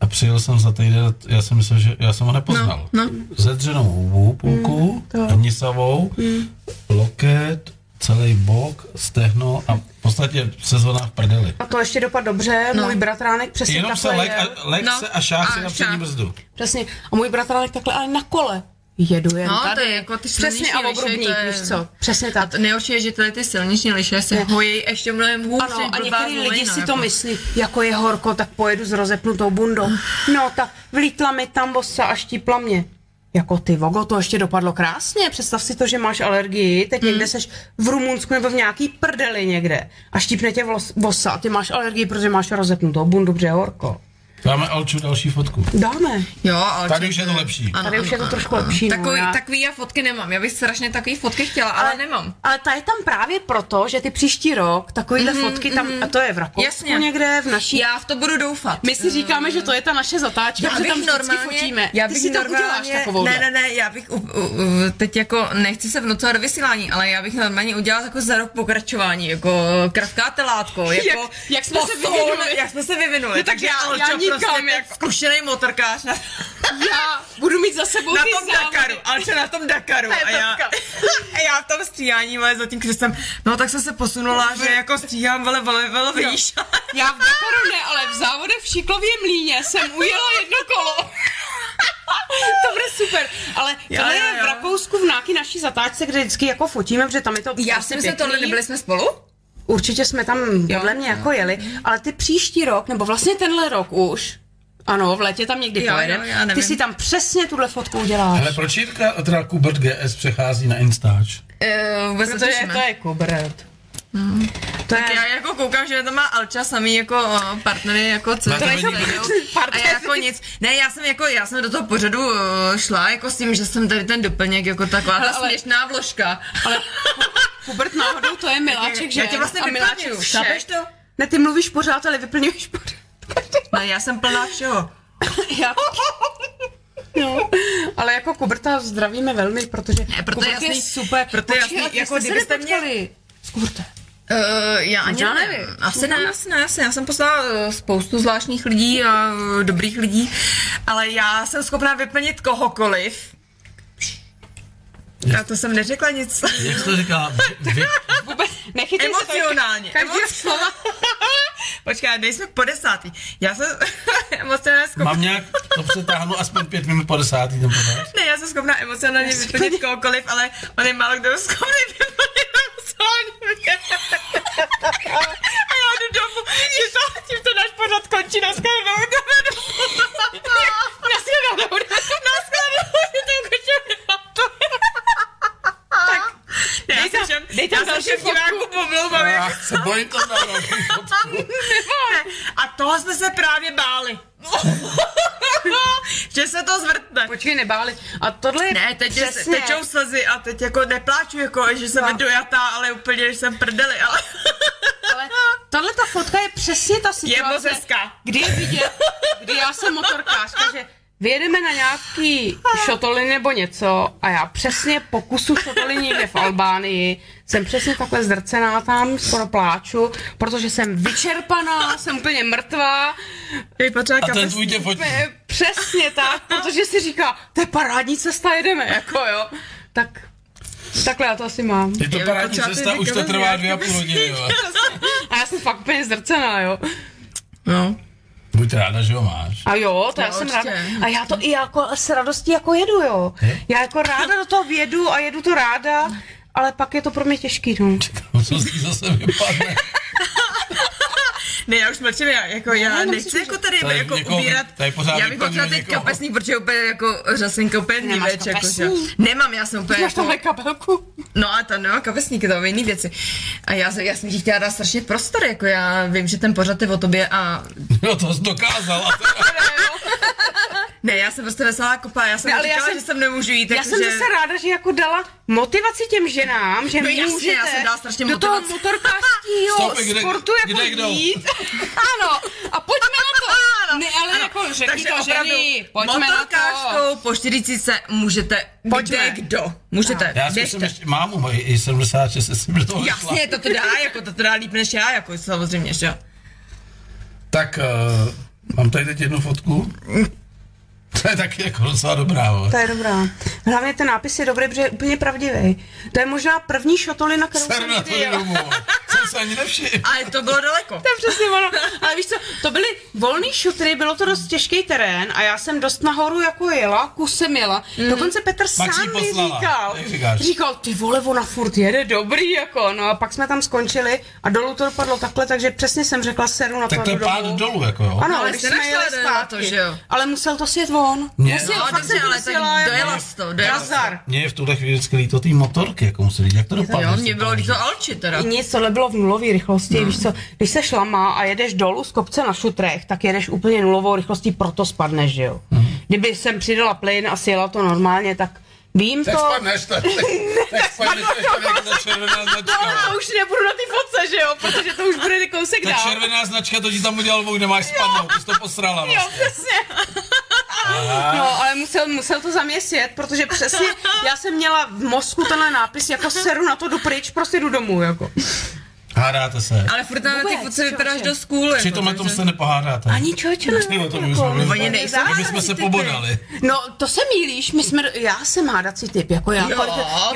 B: a přijel jsem za týden, a t- já jsem myslel, že já jsem ho nepoznal.
C: No, no.
B: Zedřenou hubu, půlku, mm, nisavou,
C: Mm.
B: loket, celý bok, stehno a v podstatě sezóna v prdeli.
D: A to ještě dopad dobře, no. můj bratránek přesně
B: Jenom se
D: takhle
B: lek,
D: jel.
B: a, lek
C: No.
B: se a šách si
C: A
B: na přední
C: šách.
B: brzdu.
D: Přesně. A můj bratránek takhle, ale na kole. Jedu jen
C: No,
D: tady.
C: to je jako ty
D: Přesně
C: silniční
D: a
C: lišej,
D: obrubník,
C: to je-
D: víš co. Přesně
C: A
D: tak.
C: to nejhorší je, že tady ty silniční liše se hojí ještě mnohem hůř.
D: Ano,
C: než
D: a
C: blbá
D: některý lidi
C: zvolejna,
D: si to
C: jako.
D: myslí, jako je horko, tak pojedu s rozepnutou bundou. No, tak vlítla mi tam bosa a štípla mě. Jako ty, Vogo, to ještě dopadlo krásně. Představ si to, že máš alergii, teď
C: Hmm.
D: někde seš v Rumunsku nebo v nějaký prdeli někde a štípne tě vlos- vosa a ty máš alergii, protože máš rozepnutou bundu, protože je horko.
B: Dáme Alču další fotku.
D: Dáme.
C: Jo, ale
B: Tady už je to lepší.
D: Tady už je to trošku lepší, no,
C: Takový,
D: já-
C: takový já fotky nemám. Já bych strašně takový fotky chtěla, ale, nemám.
D: Ale ta je tam právě proto, že ty příští rok takovýhle mm-hmm, fotky tam, a to je v Rakousku
C: Mhm, Jasně.
D: někde, v naší...
C: Já v to budu doufat.
D: My si říkáme, že to je ta naše zatáčka, že tam vždycky fotíme.
C: já
D: ty
C: bych
D: si to
C: normálně,
D: uděláš takovou.
C: Ne, ne, ne, já bych u, u, u, teď jako nechci se vnucovat do vysílání, ale já bych normálně udělala jako za rok pokračování, jako kravkáte látko, jako
D: jak jsme se
C: posun,
D: vyvinuli.
C: Jak jsme se vyvinuli,
D: No tak
C: takže
D: já-
C: Alčo
D: já nikam,
C: prostě
D: jako.
C: jako. zkušený motorkář na,
D: Já budu mít za sebou
C: na
D: ty
C: tom
D: závody.
C: Dakaru, Alčo na tom Dakaru
D: To je
C: a já,
D: topka.
C: a já v tom stříhání, ale za tím křestem, no tak jsem se posunula, že jako stíhám vele, vele, vele, víš.
D: Já v Dakaru ne, ale v závodech v Šiklově mlíně jsem ujela jedno kolo. to bude super, ale
C: Jo,
D: tohle
C: jo,
D: je
C: jo.
D: v Rakousku v nějaký naší zatáčce, kde vždycky jako fotíme, protože tam je to
C: Já
D: prostě
C: jsem se
D: pěkný.
C: tohle, nebyli jsme spolu?
D: Určitě jsme tam podle mě jako jeli, ale ty příští rok, nebo vlastně tenhle rok už, Ano, v létě tam někdy
C: Jo, jo,
D: pojedem.
C: já nevím.
D: Ty si tam přesně tuhle fotku uděláš.
B: Ale proč Jirka, teda Kubert GS přechází na Instač?
C: Eh, vůbec
D: Protože
C: netušíme.
D: to je kubret.
C: No.
D: To
C: Tak já jako koukám, že to má Alča samý jako o, partnery, jako co
B: to
D: nejsou
C: A
D: partneři.
C: já jako nic. Ne, já jsem jako, já jsem do toho pořadu o, šla jako s tím, že jsem tady ten doplněk, jako taková ta
D: Ale-
C: směšná vložka.
D: Ale Kubert náhodou to je miláček, že?
C: Já tě vlastně
D: A miláček
C: vyplňuju.
D: vše.
C: Chápeš to?
D: Ne, ty mluvíš pořád, ale vyplňuješ pořád.
C: Ne, No, já jsem plná všeho.
D: Já... No, ale jako Kuberta zdravíme velmi, protože
C: Ne, proto
D: Kubert
C: jasný-
D: je super.
C: proto
D: Počkej,
C: jasný,
D: a ty
C: jako
D: jste se
C: kdybyste mě-
D: nepotkali S Kubertem.
C: Uh, já ani
D: Možná
C: nevím.
D: nevím.
C: Asi ne, asi ne, asi ne. Já jsem poslala eh, spoustu zvláštních lidí a eh, dobrých lidí, ale já jsem schopná vyplnit kohokoliv. A to jsem neřekla nic.
B: Jak jsi to říká?
D: Vůbec nechytej se toho.
C: Emocionálně.
D: Každý
C: emoc-
D: slova.
C: Počkej, nejsme po desátý. Já jsem emocionálně schopná.
B: Mám nějak, to přetáhnu aspoň pět minut po desátý ten pořád.
C: Ne, já jsem schopná emocionálně vyplnit kohokoliv, ale on je málo kdo schopný vyplnit emocionálně. A já jdu domů, že to, tím to náš pořad končí na skladnou. Na skladnou. Na skladnou. že to ukončíme. Tak, ne, já
D: dej tam-
C: se všem,
D: dej tam
C: já se
D: další
C: všem
D: fotku.
C: divákům pomlouvám.
B: Já
C: jak-
B: se bojím to na
C: Ne, A toho jsme se právě báli. že se to zvrtne.
D: Počkej, nebáli. A tohle je
C: Ne, teď je,
D: přesně.
C: tečou slzy a teď jako nepláču, jako, že jsem no. dojatá, ale úplně, že jsem v prdeli, ale
D: Ale tahle ta fotka je přesně ta
C: je
D: situace,
C: moc hezká.
D: kdy je vidět, kdy já jsem motorkářka, že vyjedeme na nějaký šotolin nebo něco a já přesně po kusu šotolin někde v Albánii jsem přesně takhle zdrcená tam, skoro pláču, protože jsem vyčerpaná, jsem úplně mrtvá.
C: Je potřeba
B: A ten tvůj tě fotí.
D: Eh, Přesně tak, protože si říká, to je parádní cesta, jedeme, jako jo. Tak takhle já to asi mám.
B: Je to parádní cesta, už to trvá dvě a půl hodiny. jo.
D: A já jsem fakt úplně zdrcená, jo.
C: No.
B: Buď ráda, že ho máš.
D: A jo, to
C: Jo,
D: já jsem
C: určitě.
D: ráda. A já to i jako s radostí jako jedu, jo. Já jako ráda do toho vědu a jedu to ráda, ale pak je to pro mě těžký, no.
B: No co z ní zase vypadne?
C: Ne, já už mlčím, já, jako, já
D: Ne,
C: ne,
D: nemusíš
C: nechci jako tady
B: Tady
C: jako
B: někoho-
C: ubírat.
B: tady pořád
C: já bych potřeba
B: vyplňuji
C: teď
B: někoho.
C: kapesník, protože úplně jako řasenka úplně
D: Nemáš
C: vníveč, jako, že?
D: kapesník?
C: Nemám, já jsem úplně
D: Máš
C: jako,
D: tamhle kabelku?
C: no a tam nemám kapesníky, tam jiný věci. A já, se- já jsem ti chtěla dát strašně prostor, jako já vím, že ten pořad je o tobě a
B: No to jsi dokázal. A to,
C: ne, já jsem prostě veselá kopa, já jsem
D: Ne,
C: ne,
D: ale já
C: říkala,
D: jsem-
C: že jsem nemůžu jít,
D: Já jsem
C: že...
D: zase ráda, že jako dala motivaci těm ženám, že
C: No jasně,
D: můžete
C: já jsem dala strašně
D: do toho
C: motivaci.
D: motorkářskýho
B: Stopy, kde-
D: sportu jako
B: kde jdou?
D: jít. Ano, a pojďme na to. Ne, ale jako řekni
C: Takže
D: to,
C: opravdu
D: ženy, pojďme na to.
C: motorkářkou po 40 můžete
D: Pojďme.
C: pojďme. kde kdo. Můžete,
B: já
C: běžte.
B: zkusím ještě, mámu moji, i 76, jsem do toho šla.
C: Jasně, to to dá, jako to to dá líp než já, jako samozřejmě, že jo.
B: Tak, uh, mám tady teď jednu fotku. To je taky jako docela dobrá, vole.
D: To je dobrá. Hlavně ten nápis je dobrý, protože je úplně pravdivý. To je možná první šotolina, kterou
B: Jsem
D: jsem
B: na to
D: kdy jela.
B: domů. Jsem se ani nevšiml.
C: Ale to bylo daleko.
D: To je přesně ono. Ale víš co, to byly volný šutry, bylo to dost těžký terén a já jsem dost nahoru jako jela, kusem jela. Mm. Dokonce Petr
B: Pak si
D: sám mi
B: Mhm. poslala.
D: říkal,
B: Jak říkáš?
D: říkal, ty vole, ona furt jede dobrý, jako. No a pak jsme tam skončili a dolů to dopadlo takhle, takže přesně jsem řekla seru na
B: Tak to je
D: dobu.
B: pád dolů, jako jo.
D: Ano,
C: No, ale
D: ale když
C: se
D: jsme
C: našla
D: jeli
C: jeden na
D: zpátky,
C: to, že jo?
D: ale musel to sjet on.
B: Ne.
D: Musel,
B: No,
D: fakt
C: dobře,
D: jsem
C: ale tak
D: musela, jako
C: dojela jsi to, dojela jsi to.
D: Razar.
B: Mně je v tuhle chvíli vždycky líto té motorky, jako musí říct, jak to dopadlo.
C: Jo,
B: jestli
C: mě
B: to
C: bylo
B: může.
C: líto Alči teda.
D: Nic, tohle bylo v nulové rychlosti,
B: Hmm.
D: víš co, když se šlama a jedeš dolů z kopce na šutrech, tak jedeš úplně nulovou rychlostí, proto spadneš, že jo.
B: Hmm.
D: Kdyby jsem přidala plyn a sjela to normálně, tak vím
B: Tak
D: to.
B: spadneš, tak, tak, tak spadneš, tak spadneš, ta červená
D: Ale
B: značka.
D: já už nebudu na ty fotce, že jo, protože to už bude kousek
B: Ta
D: dál.
B: červená značka, to ti tam udělal kde máš spadnout, ty jsi to posrala
D: Jo,
B: vlastně.
D: přesně. No, ale musel, musel to zaměstit, protože přesně já jsem měla v mozku tenhle nápis, jako seru na to, jdu pryč, prostě jdu domů, jako.
B: Hádáte se.
C: Ale furt tam na ty
D: Vůbec,
C: fotce vypadáš
D: čoče.
C: do skůl.
B: Při
C: Jako,
B: tomhle tom
C: takže-
B: se nepohádáte.
D: Ani čoče, ne,
B: Ty o tom už
D: jako.
B: jsme byli.
C: Oni nejsou
B: My bychom se pobodali.
D: No, to se mýlíš, my jsme, já jsem hádací typ, jako já.
C: Jo,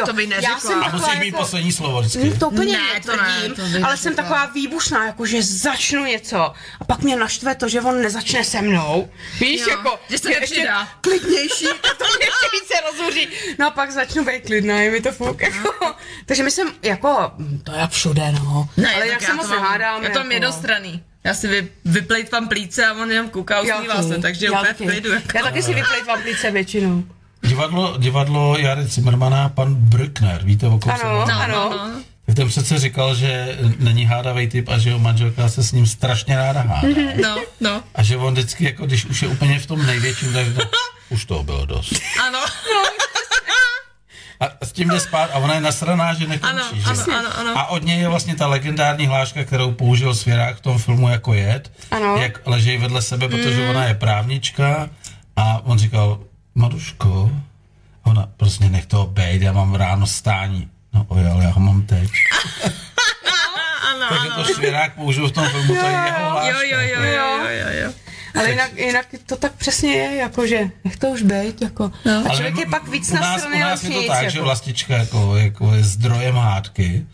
C: to by neřekla.
D: Já jsem
C: A
B: A
D: taková
B: musíš mít
D: jako,
B: poslední slovo vždycky.
D: Hm, to úplně
C: Ne,
D: ne,
C: to ne, to by
D: netvrdím, ale jsem
C: neřekla.
D: taková výbušná, jako že začnu něco a pak mě naštve to, že on nezačne se mnou. Víš,
C: Jo,
D: jako,
C: že se
D: je
C: nepřidá.
D: klidnější, tak to mě ještě více rozhoří. No a pak začnu být klidná, je mi to fuk. Jako. Takže my jsem, jako, hm, to je všude, no.
C: Ne,
D: ale
C: tak
D: jak
C: já
D: se
C: to
D: moc
C: mám-
D: nehádám.
C: Já to mám
D: jako.
C: jednostranný. Já si vy, vyplejtvám plíce a on jenom kouká,
D: Já
C: usmívá
D: taky.
C: se, takže
D: Já
C: úplně v
D: taky.
C: klidu. Jako.
D: Já taky si vyplejtvám plíce většinou.
B: Divadlo, divadlo Jary Cimrmana, pan Brückner, víte o kom se
D: Ano,
B: mluví?
C: No,
D: ano.
C: no, no.
B: Tak ten přece říkal, že není hádavej typ a že jeho manželka se s ním strašně ráda hádá.
C: No, no,
B: A že on vždycky, jako když už je úplně v tom největším, tak to, už toho bylo dost.
C: ano,
B: A s tím jde spát a ona je nasraná, že
C: ano,
B: nekončí. že?
C: ano, ano, ano.
B: A od něj je vlastně ta legendární hláška, kterou použil Svěrák v tom filmu jako jed,
D: Ano.
B: jak ležejí vedle sebe, protože
C: Mm.
B: ona je právnička a on říkal, Maruško, a ona prostě nech toho bejt, já mám ráno stání. No oj, ale já ho mám teď.
C: Ano,
B: Takže to Svěrák použil v tom filmu, to je jeho hláška.
C: Jo, jo, jo, jo, jo, jo.
D: Ale jinak, jinak to tak přesně je, jakože, nech to už být, jako. No. A
B: Ale
D: člověk je
B: m-
D: pak víc
B: u nás,
D: nasraný
B: u
D: na
B: nás je to tak, že
D: jako.
B: vlastička jako, jako je zdrojem hádky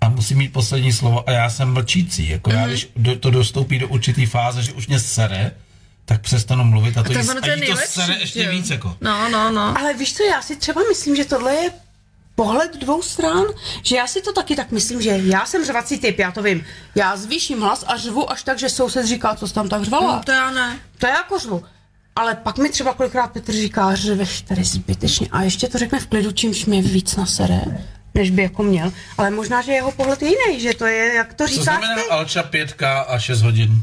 B: a musí mít poslední slovo a já jsem mlčící. Jako já, když do, to dostoupí do určitý fáze, že už mě sere, tak přestanu mluvit a to,
C: To
B: jí,
C: ono
B: a
C: to je
B: jí to
C: nejlepší.
B: sere ještě
C: že jo.
B: víc. Jako.
C: No, no, no.
D: Ale víš co, já si třeba myslím, že tohle je pohled dvou stran, že já si to taky tak myslím, že já jsem řvací typ, já to vím. Já zvýším hlas a řvu až tak, že soused říká, co jsi tam tak řvala.
C: No, to já ne.
D: To já jako řvu. Ale pak mi třeba kolikrát Petr říká, řveš tady zbytečně a ještě to řekne v klidu, čímž mě víc nasere, než by jako měl. Ale možná, že jeho pohled je jiný, že to je, jak to
E: Co
D: říkáš
E: znamená
D: ty.
E: Alča 5 a 6 hodin?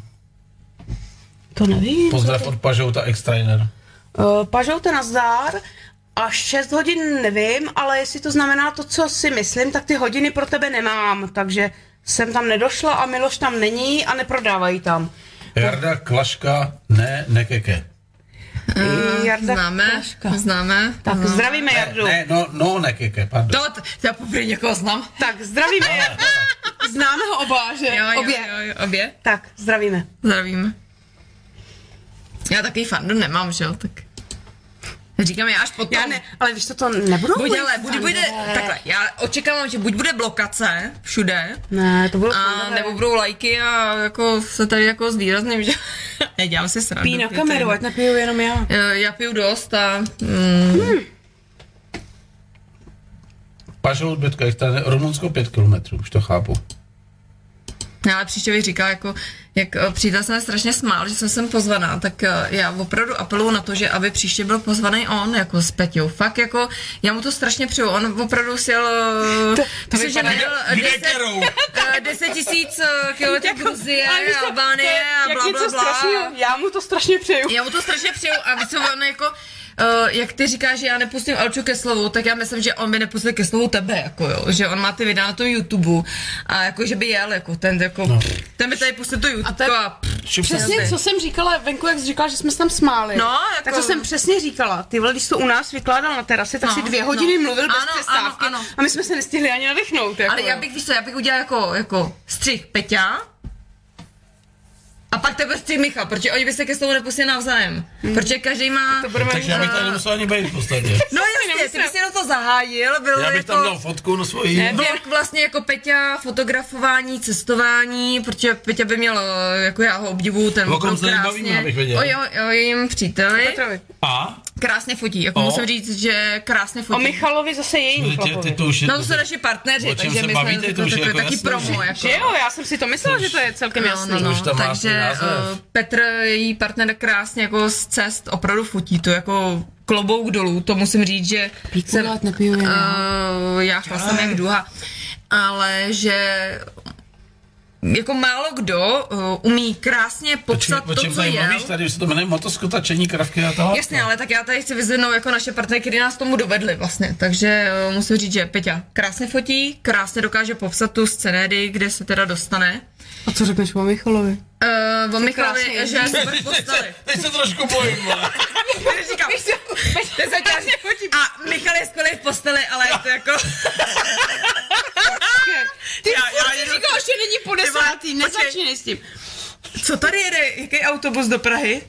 D: To nevím.
E: Pozdrav od Pažouta Extrainer.
D: Uh, pažoute nazdár. A 6 hodin nevím, ale jestli to znamená to, co si myslím, tak ty hodiny pro tebe nemám, takže jsem tam nedošla a Miloš tam není a neprodávají tam.
E: Jarda Klaška, ne, nekeke.
D: Uh, Jarda
C: Známe,
D: Klaška.
C: známe.
D: Tak
C: no.
D: zdravíme
E: Ne,
D: Jardu.
E: ne, no, no nekeke, pardon.
C: To, t- já poprvé někoho znám.
D: Tak zdravíme Jardu. Známe ho oba, že?
C: Jo, jo,
D: Obě.
C: jo, jo, obě.
D: Tak, zdravíme.
C: Zdravíme. Já takový fandu nemám, že jo, tak... Říkám, já až potom.
D: Já ne, ale víš, to to nebudou
C: Buď,
D: moji
C: ale, buď
D: fandové.
C: bude, takhle, já očekávám, že buď bude blokace všude,
D: Ne, to bylo
C: a nebo budou lajky a jako se tady jako zvýrazním, že ne, dělám si srandu.
D: Pí na
C: je to
D: kameru,
C: jedno.
D: ať nepiju jenom já.
C: Eh, Já piju dost a mm,
E: Pažout 5 extrainer, Rumunsko 5 kilometrů, už to chápu.
C: No, ale příště bych říkala, jako, jak eh, přítel se mi strašně smál, že jsem sem pozvaná, tak eh, já opravdu apeluju na to, že aby příště byl pozvaný on, jako s Peťou. Fakt, jako, já mu to strašně přeju. On opravdu sjel, to,
D: to
C: myslím, že
D: vypadá-
C: najel eh, 10 tisíc eh, kilometrů Gruzie,
D: jako, ale víš co, to
C: Albánie
D: je
C: Jako a
D: jak
C: bla,
D: něco
C: bla, bla.
D: strašného. Já mu to strašně přeju.
C: Já mu to strašně přeju a víš co, on jako, Uh, jak ty říkáš, že já nepustím Alču ke slovu, tak já myslím, že on by nepustil ke slovu tebe, jako jo, že on má ty videa na tom YouTube a jako, že by jel, jako ten, jako, no. ten by tady pustil to YouTube a,
D: to je-
C: a pff,
D: Přesně, co jsem říkala, venku, jak jsi říkala, že jsme se tam smáli.
C: No, jako-
D: Tak to jsem přesně říkala. Ty vole, když jsi to u nás vykládal na terase, tak
C: No,
D: si dvě hodiny
C: no.
D: mluvil bez
C: Ano,
D: přestávky.
C: ano, ano.
D: A my jsme se nestihli ani nadechnout. Jako.
C: ale já bych, víš co, já bych udělal jako, jako střih Peťa a pak tebe střih Michal, protože oni by se ke slovu nepustili navzájem, protože každý má...
D: To budeme
B: Takže já bych tady nemusel ani být v podstatě.
C: No jasně, ty bys jenom to zahájil, bylo
B: Já bych
C: jako...
B: tam dal fotku na svoji.
D: Ne,
C: Vlog vlastně jako Peťa, fotografování, cestování, protože Peťa by měl, eh, jako já ho obdivuju, ten
B: O kom
C: opravdu
B: se tady
C: krásně-
B: bavíme, abych věděl.
C: O, jo, o jejím příteli,
D: Petrovi.
B: A?
C: krásně fotí, jako
B: O.
C: musím říct, že krásně
D: O
C: fotí.
D: Michalovi zase je jiný
B: Ty, ty
D: chlapovi.
B: to už je...
C: No to jsou naši partneři,
B: O čem
C: takže
B: se
C: my
B: bavíte,
C: jsme
B: to už je
C: takový,
B: jako
C: taky
B: jasný,
C: promo,
B: že-
C: jako.
D: Že jo, já jsem si to myslela, že to je celkem jasný.
C: No, no,
B: už
C: no.
B: tam má svůj
C: Takže
B: název.
C: eh, Petr, její partner, krásně jako z cest opravdu fotí to jako klobouk dolů, to musím říct, že
D: Píku dát nepiju jen já.
C: Eh, já chlastám jak duha, ale že jako málo kdo eh, umí krásně popsat
B: o
C: to,
B: čem
C: co
B: tady
C: je.
B: mluvíš? Tady už se to jmenuje motoskotačení, kravky a to.
C: Jasně, ale tak já tady chci vyzvednout jako naše partnery, který nás k tomu dovedli vlastně. Takže eh, musím říct, že Peťa krásně fotí, krásně dokáže popsat tu scenérii, kde se teda dostane.
D: A co řekneš o Michalovi?
C: Uh, o
D: krásně
C: Michalovi,
D: jezdíš.
C: že je super v posteli.
B: Teď se trošku bojím, vole.
C: Říkám, to je krásně fotí. A Michal je skvělý v posteli, ale je to jako...
D: Ty
C: Já- já
D: furt
C: jedu-
D: říkáš, že není po desátý,
C: vole, počkej.
D: nezačínej s tím.
C: Co tady jede? Jaký autobus do Prahy?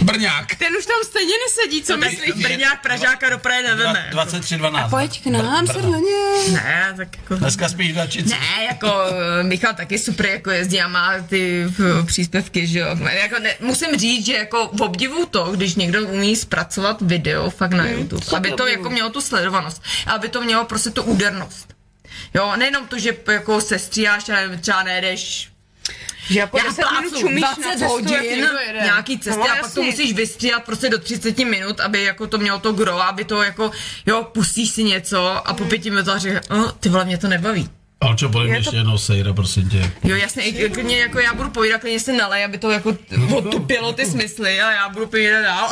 B: Brňák.
D: Ten už tam stejně nesedí, co myslíš?
C: Brňák Pražáka do Prahy neveme.
B: 23.12.
D: Pojď k nám, se do něj.
C: Ne, tak jako...
B: Dneska spíš dačici.
C: Ne, jako eh, Michal taky super jako jezdí a má ty eh, příspěvky, že jo. Jako ne, musím říct, že jako v obdivu to, když někdo umí zpracovat video fakt
D: Mhm.
C: na YouTube, aby to
D: obdivuju.
C: jako mělo tu sledovanost, aby to mělo prostě tu údernost. Jo, nejenom to, že p- jako se stříháš a třeba nejedeš
D: Že jako
C: Já
D: 10 minut
C: plácu
D: čumíš na
C: 20
D: cestu,
C: hodin
D: jak někdo jede.
C: nějaký cesty
D: No,
C: a pak to
D: jasně.
C: musíš vystříhat prostě do 30 minut, aby jako to mělo to gro, aby to jako, jo, pustíš si něco a
D: Mhm.
C: po pěti minutách říkáš, "Oh, ty vole, mě to nebaví.
B: Ale čo, podle mě
D: Je to-
B: ještě jednou sejra, prosím tě.
C: Jo, jasně, i- i klidně jako já budu povídat, klidně se nalej, aby to jako otupilo ty smysly a já budu povídat dál.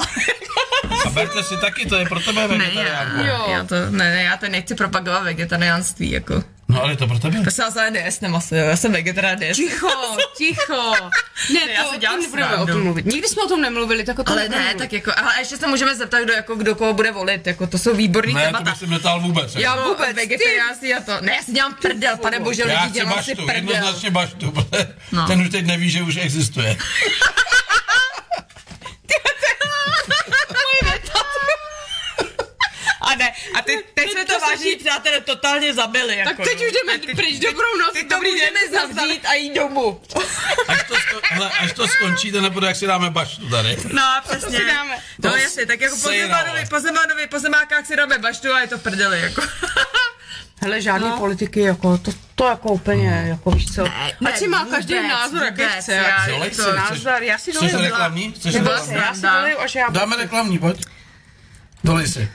B: A berte si taky, to je pro tebe
C: ne, já,
B: vegetariánku.
C: já, to, ne, ne, já to nechci propagovat vegetariánství, jako.
B: No ale je to pro tebe.
C: Prosím vás, ale nejesne maso, jo, já jsem vegetarián, nejesne.
I: Ticho, ticho.
C: Ne,
I: Ne,
C: já
I: to,
C: si
I: to
C: dělám
I: nebudeme o
C: srandu.
I: tom mluvit. Nikdy jsme o tom nemluvili, tak o tom
C: Ale ne, tak jako, ale ještě se můžeme zeptat, kdo, jako, kdo koho bude volit, jako to jsou výborný
B: Ne, to
C: témata.
B: bych si netal vůbec. jako.
C: Já
I: No,
C: vůbec,
I: ty-
C: vegetariánství a to. Ne, já si dělám prdel, pane bože,
B: Já
C: lidi,
B: chci
C: dělám si
B: baštu,
C: prdel.
B: jednoznačně baštu, protože
C: No.
B: ten už teď neví, že už existuje.
C: A ne, a ty, teď jsme to vážení přátelé totálně zabili. jako, no.
I: Tak teď už jdeme pryč, dobrou noc,
C: Ty to
I: dobrý den,
C: můžeme zavřít a jít domů.
B: Až to, sko- hele, až to skončí, to nebude, jak si dáme baštu tady.
C: No, přesně.
D: si dáme.
C: No, jasně, tak jako po
B: Sejra,
C: Zemanovi,
B: ale.
C: po Zemanovi, po Zemákách si dáme baštu a je to v prdeli, jako.
D: Hele, žádný no. politiky, jako, to, to jako úplně,
J: Hmm.
D: jako víš co.
I: Ať si má každý
C: vůbec,
I: názor, jaký
C: vůbec,
I: chce,
C: já-
I: jak
B: Dolej
C: to-
B: si, chceš-
D: Názor, já si
B: Chceš
D: doleju.
B: reklamní? Chceš
C: Nebyla
B: reklamní?
D: Já si doleju, až já
B: Dáme reklamní, pojď. Dolej si.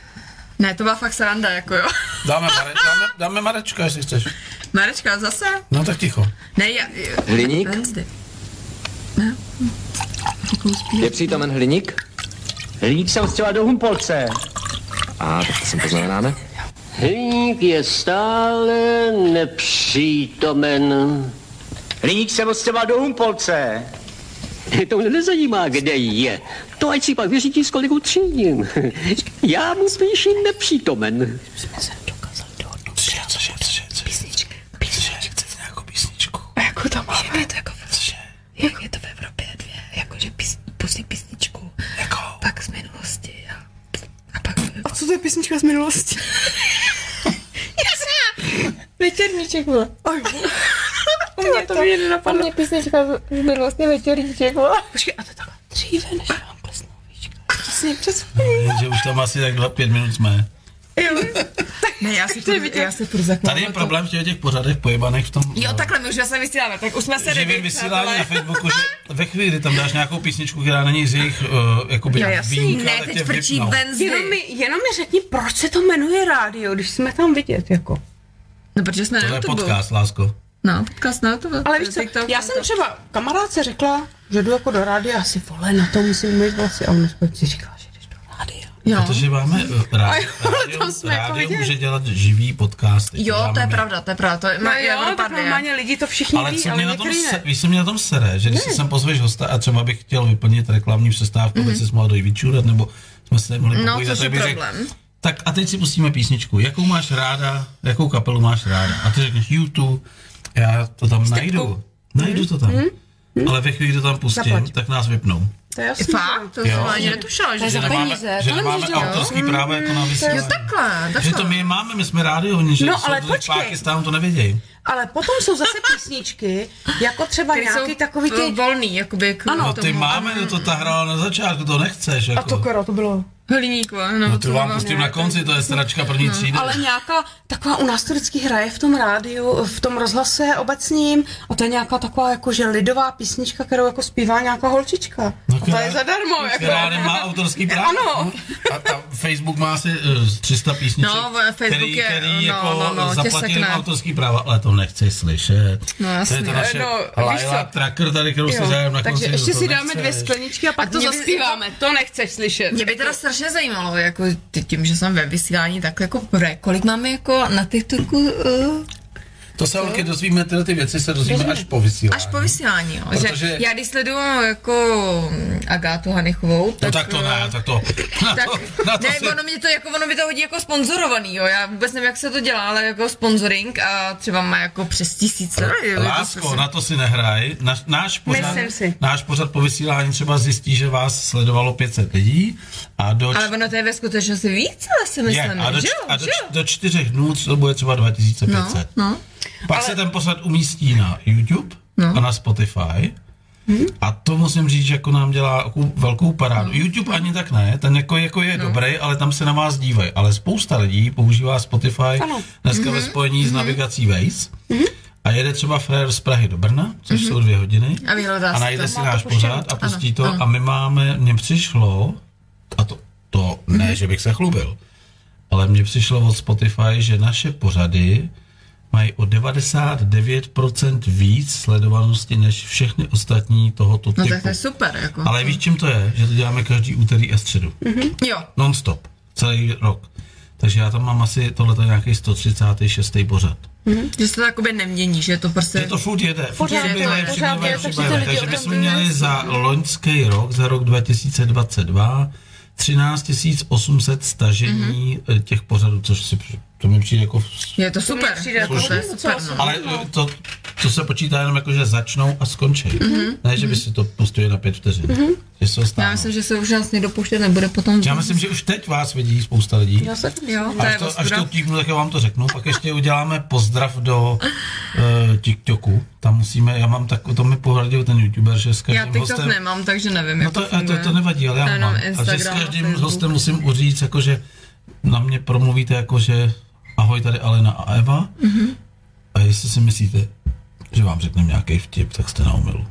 C: Ne, to byla fakt sranda, jako jo.
B: Dáme, mare, dáme, dáme Marečka, jestli chceš.
C: Marečka, zase?
B: No tak ticho.
C: Ne, já...
G: Hliník?
C: Zde.
G: Je přítomen hliník?
H: Hliník se odstěhoval do Humpolce.
G: A tak to si poznamenáme.
H: Hliník je stále nepřítomen.
G: Hliník se odstěhoval do Humpolce.
H: To mě nezajímá, kde je. To ať si pak vyřídí s kolegou třídím. Já mu spíš nepřítomen.
B: Cože, cože, cože, cože. Písnička. Cože, chcete nějakou písničku?
J: A jako tam máme? Je to jako,
B: Cože,
J: jak je to v Evropě dvě, jakože pís, pustí písničku,
B: jako?
J: pak z minulosti a, a pak...
D: A co to je písnička z minulosti?
J: Večerníček, vole. U mě to mě nenapadlo. U mě písnička z z minulosti večerníček, vole.
D: Počkej, a to je takhle.
J: Dříve, než vám plesnou, víš,
D: Přesně, přesně.
B: Je, Že už tam asi takhle pět minut jsme.
C: Ne, já si furt, já si furt zakládám.
B: Tady je problém v těch, těch pořadech pojebaných v tom...
C: Jo, takhle, my už vlastně vysíláme, tak už jsme se
B: živým
C: nevyhnuli,
B: vysílání
C: ale-
B: na Facebooku, že ve chvíli, kdy tam dáš nějakou písničku, která není z jejich uh, jakoby
D: No jasný,
B: výjimka,
C: Ne,
B: tak tě
C: teď
B: vypnou.
C: frčí
D: Jenom mi,
C: Wednesday.
D: jenom mi řekni, proč se to jmenuje rádio, když jsme tam vidět, jako.
C: No, protože jsme
B: To
C: na
B: je
C: YouTube.
B: podcast, lásko.
C: No, podcast na YouTube.
D: Ale víš co,
C: TikTok,
D: já jsem třeba kamarádce řekla, že jdu jako do rádia, asi vole, na to musím mít vlasy. A ona si říkala, že jdeš do rádia.
C: Jo.
B: Protože máme eh, rádio,
D: to
B: rádio,
D: jsme jako
B: rádio
D: viděli.
B: může dělat živý podcast.
C: Jo, to
B: Dáme
C: je
B: my-
C: pravda, to je pravda, to je,
D: No
C: má, já
D: jo,
C: budu
D: tak
C: pár
D: normálně lidi to všichni
B: Ale
D: ví,
B: co
D: ale
B: mě na tom,
D: některý
B: se,
D: ne.
B: víš, co mě na tom sere, že když si sem pozveš hosta a třeba bych chtěl vyplnit reklamní přestávku, mm-hmm. si jsi mohla dojít vyčůrat, nebo jsme se mohli
C: No,
B: popovídat,
C: což je
B: tak bych řekl,
C: problém.
B: Tak a teď si pustíme písničku. Jakou máš ráda, jakou kapelu máš ráda? A ty řekneš YouTube, já to tam najdu. Najdu to tam. Ale ve chvíli, kdy to tam pustím,
D: Zaplať.
B: tak nás vypnou.
D: To je jasný. no.
C: Fakt? To jsem
B: Jo.
C: ani netušila, že...
B: Že
I: za
B: nemáme,
I: peníze,
B: že
I: to
B: nemáme
I: nemůžeš dělat.
B: autorský práva jako na
C: Jo,
B: vysílání.
C: takhle,
B: Že
C: takhle.
B: to my máme, my jsme rádi, oni, že
D: No,
B: jsou
D: ale
B: to
D: počkej.
B: z Pákistánu, to nevědějí.
D: Ale potom jsou zase písničky, jako třeba
C: Ty
D: nějaký
C: jsou,
D: takový
C: eh,
D: ty...
C: volný, jakoby jako- k
B: No, ty
C: tomu-
B: máme, no to ta hrála na začátku, to nechceš. Jako.
D: A to kero, to bylo...
C: Hliníku, ano.
B: No to vám
C: bylo-
B: pustím na konci, to je stračka první třídy.
D: Ale nějaká taková u nás to vždycky hraje v tom rádiu, v tom rozhlase obecním a to je nějaká taková jakože lidová písnička, kterou jako zpívá nějaká holčička.
B: No,
D: a ta je
B: která-
D: zadarmo,
B: Která
D: jako.
B: nemá autorský práv.
D: Ano.
B: A ta Facebook má asi eh, 300 písniček,
C: No, v- Facebook
B: který,
C: je,
B: který
C: no,
B: jako
C: no, no, tě
B: zaplatili
C: sekne.
B: autorský práva, ale to nechci slyšet.
C: No,
B: to je
C: jasně.
B: to naše
D: Eh, no,
B: no,
D: víš
B: Laila
D: co?
B: Tracker tady, kterou si
D: Jo,
B: zájem na konci.
D: Takže ještě
B: to
D: si dáme dvě
B: nechceš.
D: skleničky a pak
I: To
D: mě by-
I: zaspíváme, to nechceš slyšet.
C: Mě by teda strašně zajímalo, jako ty- tím, že jsem ve vysílání, tak jako prvé, kolik máme jako na TikToku uh,
E: To se holky dozvíme, tyhle ty věci se dozvíme až po vysílání.
C: až po vysílání, jo.
E: Protože-
C: Že já když sleduju jako mm, Agátu Hanichovou, tak,
B: No tak to ne, tak to, na
C: tak,
B: to, na to
C: ne,
B: si,
C: ono mě to jako, ono mi to hodí jako sponzorovaný, jo. Já vůbec nevím, jak se to dělá, ale jako sponsoring a třeba má jako přes tisíc. jako prostě.
B: Lásko, na to si nehraj. Naš, náš, pořad,
D: Myslím si.
B: náš pořad po vysílání třeba zjistí, že vás sledovalo 500 lidí a do,
C: Ale ono to je ve skutečnosti víc, ale si myslím,
B: je, a do,
C: že
B: č-
C: jo,
B: a do,
C: že
B: č-
C: jo.
B: do čtyřech dnů to bude třeba 2500.
C: No, no.
B: Pak ale... se ten pořad umístí na YouTube
C: No. Mhm.
B: no. a na Spotify. Hmm? A to musím říct, že jako nám dělá jako velkou parádu.
C: No.
B: YouTube ani tak ne, ten jako, jako je no. dobrý, ale tam se na vás
C: Mhm.
B: dívají. Ale spousta lidí používá Spotify ano. dneska ve spojení s navigací Waze. a jede třeba frér z Prahy do Brna, což mm-hmm.
C: Mhm.
B: jsou dvě hodiny,
C: A vyhledá
B: a
C: si
B: najde
C: to.
B: si
C: Má to
B: náš
C: puštěný.
B: pořád a
C: Ano,
B: pustí to
C: ano.
B: a my máme, mně přišlo, a to, to ne,
C: Mhm.
B: že bych se chlubil, ale mně přišlo od Spotify, že naše pořady mají o 99% víc sledovanosti než všechny ostatní tohoto
C: No
B: typu.
C: tak to je super, jako.
B: Ale víš, čím to je? Že to děláme každý úterý a středu.
C: Jo,
B: Non-stop. Celý rok. Takže já tam mám asi tohleto nějaký 136. pořad.
C: že se to jakoby nemění, že je to prostě...
B: Je to furt jede. Furt
C: je
B: se
C: to,
B: bývají,
C: pořád
B: přibývají,
C: je to,
B: přibývají.
J: všichni
B: Takže
J: lidi
B: my
J: o tom
B: jsme měli
J: mluví.
B: za loňský rok, za rok 2022, 13 800 stažení eh, těch pořadů, což si při- to mi přijde jako...
C: Je to
D: To
C: super,
D: mi přijde
C: jako
D: jako
C: to je
D: docela
C: super, no.
D: super.
B: Ale eh, to, to se počítá jenom jako, že začnou a skončí. Ne, že by si to postuje na pět vteřin. Že se
C: Já
B: Já,
C: myslím, že se už nás nedopouštět nebude potom.
B: Já myslím, že už teď vás vidí spousta lidí.
C: jo, to
B: Až
C: je
B: to, až to
C: ostuda.
B: tíknu, tak já vám to řeknu. Pak ještě uděláme pozdrav do uh, TikToku. Tam musíme, já mám tak, to mi pohradil ten youtuber, že s
C: Já
B: každým
C: TikTok
B: hostem...
C: nemám, takže nevím,
B: No
C: jak
B: to, a to,
C: funguje.
B: to nevadí, ale já
C: To je
B: ho mám.
C: jenom
B: A že s
C: Instagram a
B: každým
C: Facebook.
B: hostem musím uříct, jakože na mě promluvíte jako, že ahoj, tady Alena a Eva. Mm-hmm.
C: Mhm.
B: A jestli si myslíte, že vám řekneme nějaký vtip, tak jste na omylu.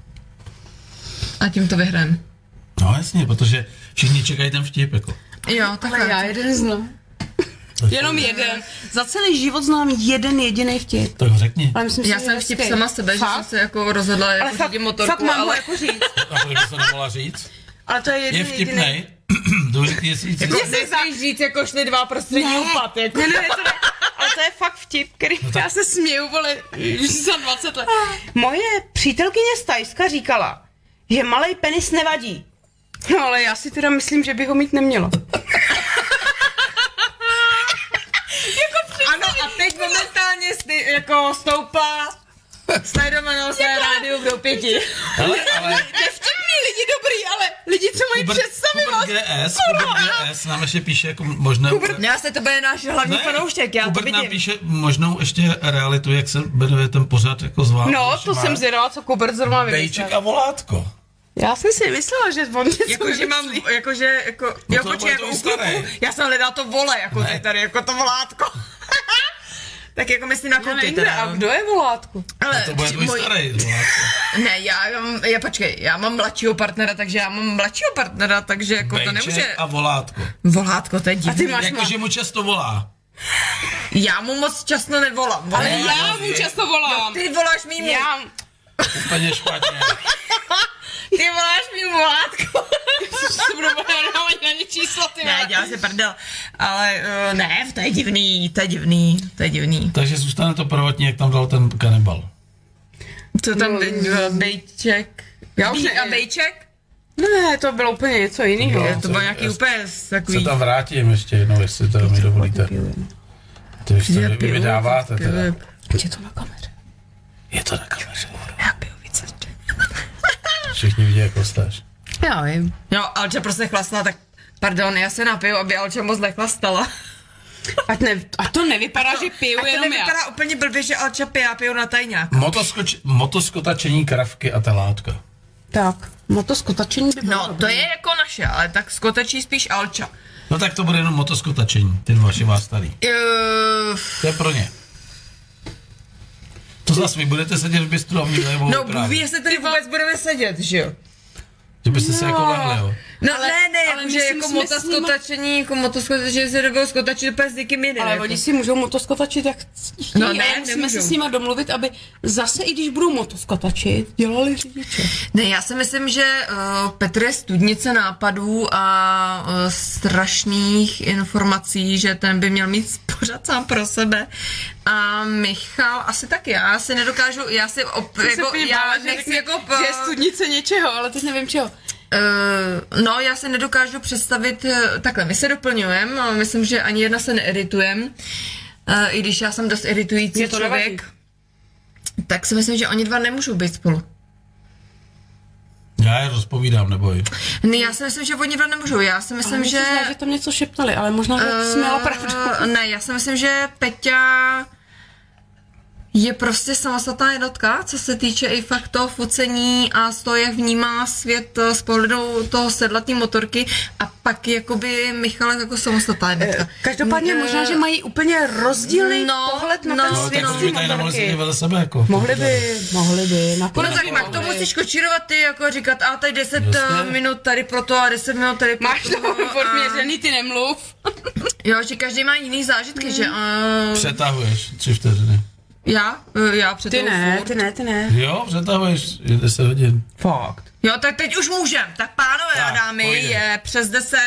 C: A tím to vyhrajem.
B: No jasně, protože všichni čekají ten vtip, jako.
C: Jo, takhle.
J: Já jeden znám.
D: Jenom jeden. Za celý život znám jeden jediný vtip.
B: Tak ho řekni.
D: Ale myslím, si,
C: Já
D: že
C: jsem
D: hezký.
C: vtip sama sebe, že jsem
D: Fakt?
C: se jako rozhodla
D: ale
C: jako
D: fakt, fakt
C: řídit motorku,
D: mám ho
C: ale
D: jako říct.
B: A proč by se nemohla říct?
D: Ale to je jeden
B: Je
D: jediný.
B: vtipnej. Důležitý je si říct.
D: Jestli za...
I: říct, jako šli dva prostřední upad, jako.
D: Ne, ne, ne, to ne. Ale to je fakt vtip, který
B: No tak-
D: já se směju, vole.
I: Už za 20 let.
D: Moje přítelkyně z Tajska říkala, že malý penis nevadí. No ale já si teda myslím, že by ho mít nemělo.
I: Ano, a teď momentálně sty, jako stoupá sledovanost na rádiu v doupěti.
B: Hele, ale
I: Nevtipný lidi dobrý, ale lidi, co mají
B: Kubert, Kubert
I: představivost.
B: GS, Kubert GS nám ještě píše jako možné...
I: Já se to bude náš hlavní
B: Ne,
I: fanoušek, já to
B: Kubert nám
I: vidím.
B: píše možnou ještě realitu, jak se jmenuje ten pořad jako zvládl.
D: No, to jsem zvědavá, co Kubert zrovna vymyslel.
B: Pejček a volátko.
D: Já jsem si myslela, že on něco
C: Jako,
I: Jakože
D: vymyslel.
I: mám, jakože, jako,
B: No
I: jo,
B: to
I: počkej,
B: bude
I: jako
B: to už
I: u kluku,
B: staré.
I: já jsem hledal to vole, jako
B: Ne.
I: ty tady, jako to volátko. tak jako myslím na kluky,
D: Jinde, a
B: no.
I: teda.
D: kdo je volátku?
C: ale
B: To bude
C: při-
B: tvůj
C: můj-
B: starý volátko.
C: Ne, já, já, já počkej, já mám mladšího partnera, takže já mám mladšího partnera, takže jako to nemůže...
B: Pejček a volátko.
C: Volátko, to je divný.
D: máš-
B: Jakože mu často volá.
C: Já mu moc často nevolám. Ale ne,
D: Já mu často volám.
C: ty voláš mým
D: Já,
B: Úplně špatně.
C: Ty voláš mým volátko.
I: se budu bavit na ně číslo, ty
C: Ne, dělá se prdel. Ale uh, ne, to je divný, to je divný, to je divný.
B: Takže zůstane to prvotně, jak tam dal ten kanibal.
C: Co tam byl? Bejček. Já už ne, Mm. a bejček?
D: ne, to bylo úplně něco jiného.
C: To byl nějaký úplně
E: Se
C: takový...
E: tam vrátím ještě jednou, jestli to mi dovolíte. To už to
C: Já
E: vy- vy
C: piju,
E: vydáváte
C: piju.
E: teda.
D: Je to na kameře.
B: Je to na kameře.
C: Já piju víc než ty.
E: Všichni vidí, jak hostáš.
C: Já vím. No, Alča prostě chlastá, tak pardon, já se napiju, aby Alča moc nechlastala.
D: Ať ne, a to nevypadá, že piju
C: A to
D: jenom já.
C: nevypadá úplně blbě, že Alča pije, já piju na tajňák.
B: Motoskoč, motoskotačení kravky a ta látka.
D: Tak, no to skotačení by bylo
C: No, to je jako naše, ale tak skotečí spíš Alča.
B: No tak to bude jenom motoskotačení, ty dva šivá starý.
C: Uh,
B: To je pro ně. To zase vy budete sedět v bistru a mě levou
C: no, Bůh ví, jestli tady vůbec budeme sedět, že jo?
B: Že byste se jako lehli, jo.
C: No ale, ne, ne,
D: ale
C: jako, že
D: myslím,
C: jako
D: jsme
C: mota
D: s nima-
C: skotačení, jako moto skotačení, se nebudou skotačit úplně s nikým jiným.
D: Ale
C: jako.
D: oni si můžou motoskotačit, jak chtějí,
C: No
D: no,
C: ne,
D: ne, ale musíme
C: nemůžou.
D: se s nima domluvit, aby zase, i když budou motoskotačit, dělali řidiče.
C: Ne, já si myslím, že uh, Petr je studnice nápadů a uh, strašných informací, že ten by měl mít pořád sám pro sebe. A Michal, asi tak já si nedokážu, já si op, jako, já nechci jako...
D: že je
C: eh,
D: studnice něčeho, ale teď nevím čeho.
C: Eh, no, já se nedokážu představit, eh, takhle, my se doplňujeme, ale myslím, že ani jedna se needitujeme, Eh, i když já jsem dost iritující
D: Mně to
C: člověk,
D: nevadí.
C: tak si myslím, že oni dva nemůžou být spolu.
B: Já je rozpovídám, neboj.
C: Ne, já si myslím, že oni dva nemůžou, já si myslím,
D: Ale že...
C: že...
D: Zdá, že tam něco šeptali, ale možná, že uh... směla pravdu.
C: Eh, Ne, já si myslím, že Peťa je prostě samostatná jednotka, co se týče i fakt toho focení a z toho, jak vnímá svět eh, z pohledu toho sedlatní motorky a pak jakoby Michalek jako
D: Eh,
C: samostatná jednotka.
D: Každopádně
C: Eh,
D: možná, že mají úplně rozdílný
C: no,
D: pohled na
C: no,
D: ten
C: no,
D: svět
C: tak
D: Mm, no,
C: už
B: by tady nemohli
D: motorky.
B: sedět vedle sebe, jako.
D: Mohli by, mohli by. Na
C: No tak pak to musíš kočírovat ty, jako říkat, a tady 10 Jasně. minut tady pro to a 10 minut tady pro
D: Máš
C: to.
D: to podměřený, ty nemluv.
C: Jo, že každý má jiný zážitky,
D: Hmm.
C: že? A,
B: Přetahuješ tři vteřiny.
C: já? Eh, Já před
D: Ty
C: tou
D: ne,
C: furt.
D: ty ne, ty ne.
B: Jo, přetahuješ, je 10 hodin.
D: Fakt.
C: Jo, tak teď už můžem. Tak pánové tak, a
B: Tak,
C: dámy,
B: pojde.
C: je přes 10.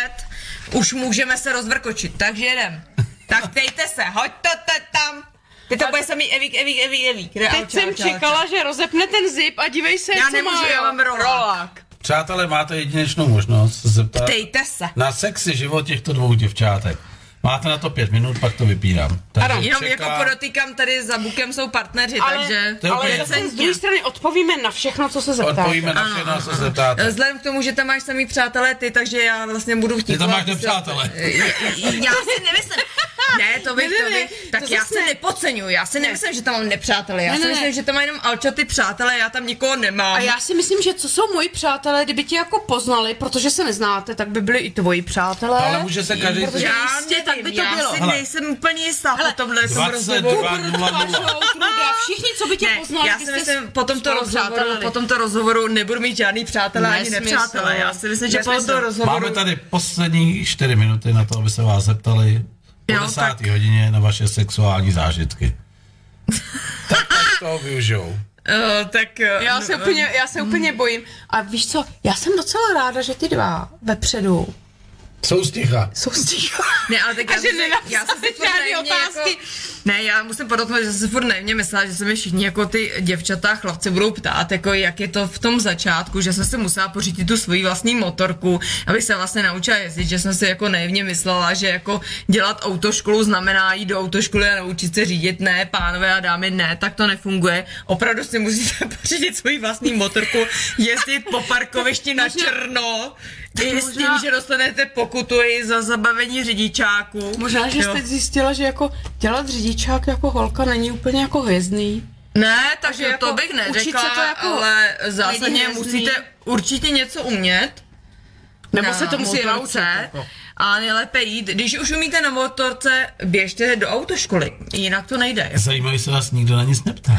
C: Už můžeme se rozvrkočit, takže jedem. Tak tejte se, hoď to teď tam. Teď to bude samý evík, evík, evík, evík. Reál,
D: Teď jsem čekala, že rozepne ten zip a dívej se,
C: Já
D: co
C: nemůžu,
D: má,
C: já
D: jo.
C: mám rolák.
B: Přátelé, máte jedinečnou možnost se zeptat
C: Tejte se.
B: na sexy život těchto dvou děvčátek. Máte na to pět minut, pak to vypínám. Takže
D: Ano,
C: Jenom
B: čeká-
C: jako podotýkám, tady za bukem jsou partneři,
D: Ale-
C: takže...
B: To je
D: Ale
B: úplně
D: zase
B: jedno.
D: z druhé strany odpovíme na všechno, co se zeptáte.
B: Odpovíme na všechno, co se ptáte.
C: Vzhledem k tomu, že tam máš samý přátelé ty, takže já vlastně budu chtít...
B: Ty tam máš
C: volat-
B: nepřátele.
D: Eh,
C: Já si nemyslím. Ne, to bych,
D: Ne, ne,
C: to
D: ne,
C: bych. Tak
D: to
C: já
D: zase
C: se
D: ne.
C: nepodceňuju, já si nemyslím, že tam mám nepřátelé, já
D: Ne,
C: si
D: ne, ne.
C: myslím, že tam mám jenom alčaty přátelé, já tam nikoho nemám.
D: A já si myslím, že co jsou moji přátelé, kdyby tě jako poznali, protože se neznáte, tak by byli i tvoji přátelé.
B: Ale může se každý...
D: Protože-
C: já
D: jistě,
C: prostě nevím,
D: tak by to
C: já
D: bylo.
C: si
B: Hele.
C: nejsem úplně jistá po tomhle tom rozhovoru.
B: 22.00.
D: Truda, všichni, co by tě
C: Ne,
D: poznali,
C: já
D: ty
C: si
D: jste
C: myslím, po tomto,
D: spolu
C: rozhovoru,
D: přátelili.
C: po tomto rozhovoru nebudu mít žádný přátelé ani
D: Nesmysl.
C: nepřátelé. Já si myslím, že po
D: Nesmysl.
C: tomto rozhovoru...
B: Máme tady poslední čtyři minuty na to, aby se vás zeptali po
C: Jo,
B: desáté hodině na vaše sexuální zážitky. tak ať toho využijou.
C: Eh, tak... eh,
D: Já se, úplně, já se
C: Hmm.
D: úplně bojím. A víš co, já jsem docela ráda, že ty dva vepředu
B: Jsou sticha.
D: jsou stího.
C: Ne, ale tak
D: A
C: já,
D: že
C: jsem se-
D: nenapsali
C: já jsem si furt
D: žádný
C: naivně
D: otázky.
C: Jako, ne, já musím podotknout, že jsem si furt naivně myslela, že se mi všichni jako ty děvčata a chlapci budou ptát, jako jak je to v tom začátku, že jsem si musela pořídit tu svoji vlastní motorku, abych se vlastně naučila jezdit, že jsem si jako naivně myslela, že jako dělat autoškolu znamená jít do autoškoly a naučit se řídit, ne, pánové a dámy, ne, tak to nefunguje. Opravdu si musíte pořídit svoji vlastní motorku, jezdit po parkovišti na černo, i s tím,
D: možná-
C: že dostanete pokutu i za zabavení řidičáku.
D: Možná, že
C: Jo.
D: jste zjistila, že jako dělat řidičák jako holka není úplně jako hvězdný.
C: Ne, takže
D: Takže
C: jako to
D: jako
C: bych
D: učit se
C: neřekla,
D: to jako
C: ale zásadně
D: lidi nezní.
C: musíte určitě něco umět.
D: Nebo
C: na
D: se to musí
C: motorce,
D: naučit, jako.
C: A nejlépe jít, když už umíte na motorce, běžte do autoškoly, jinak to nejde.
B: Zajímají se vás, nikdo na nic neptá.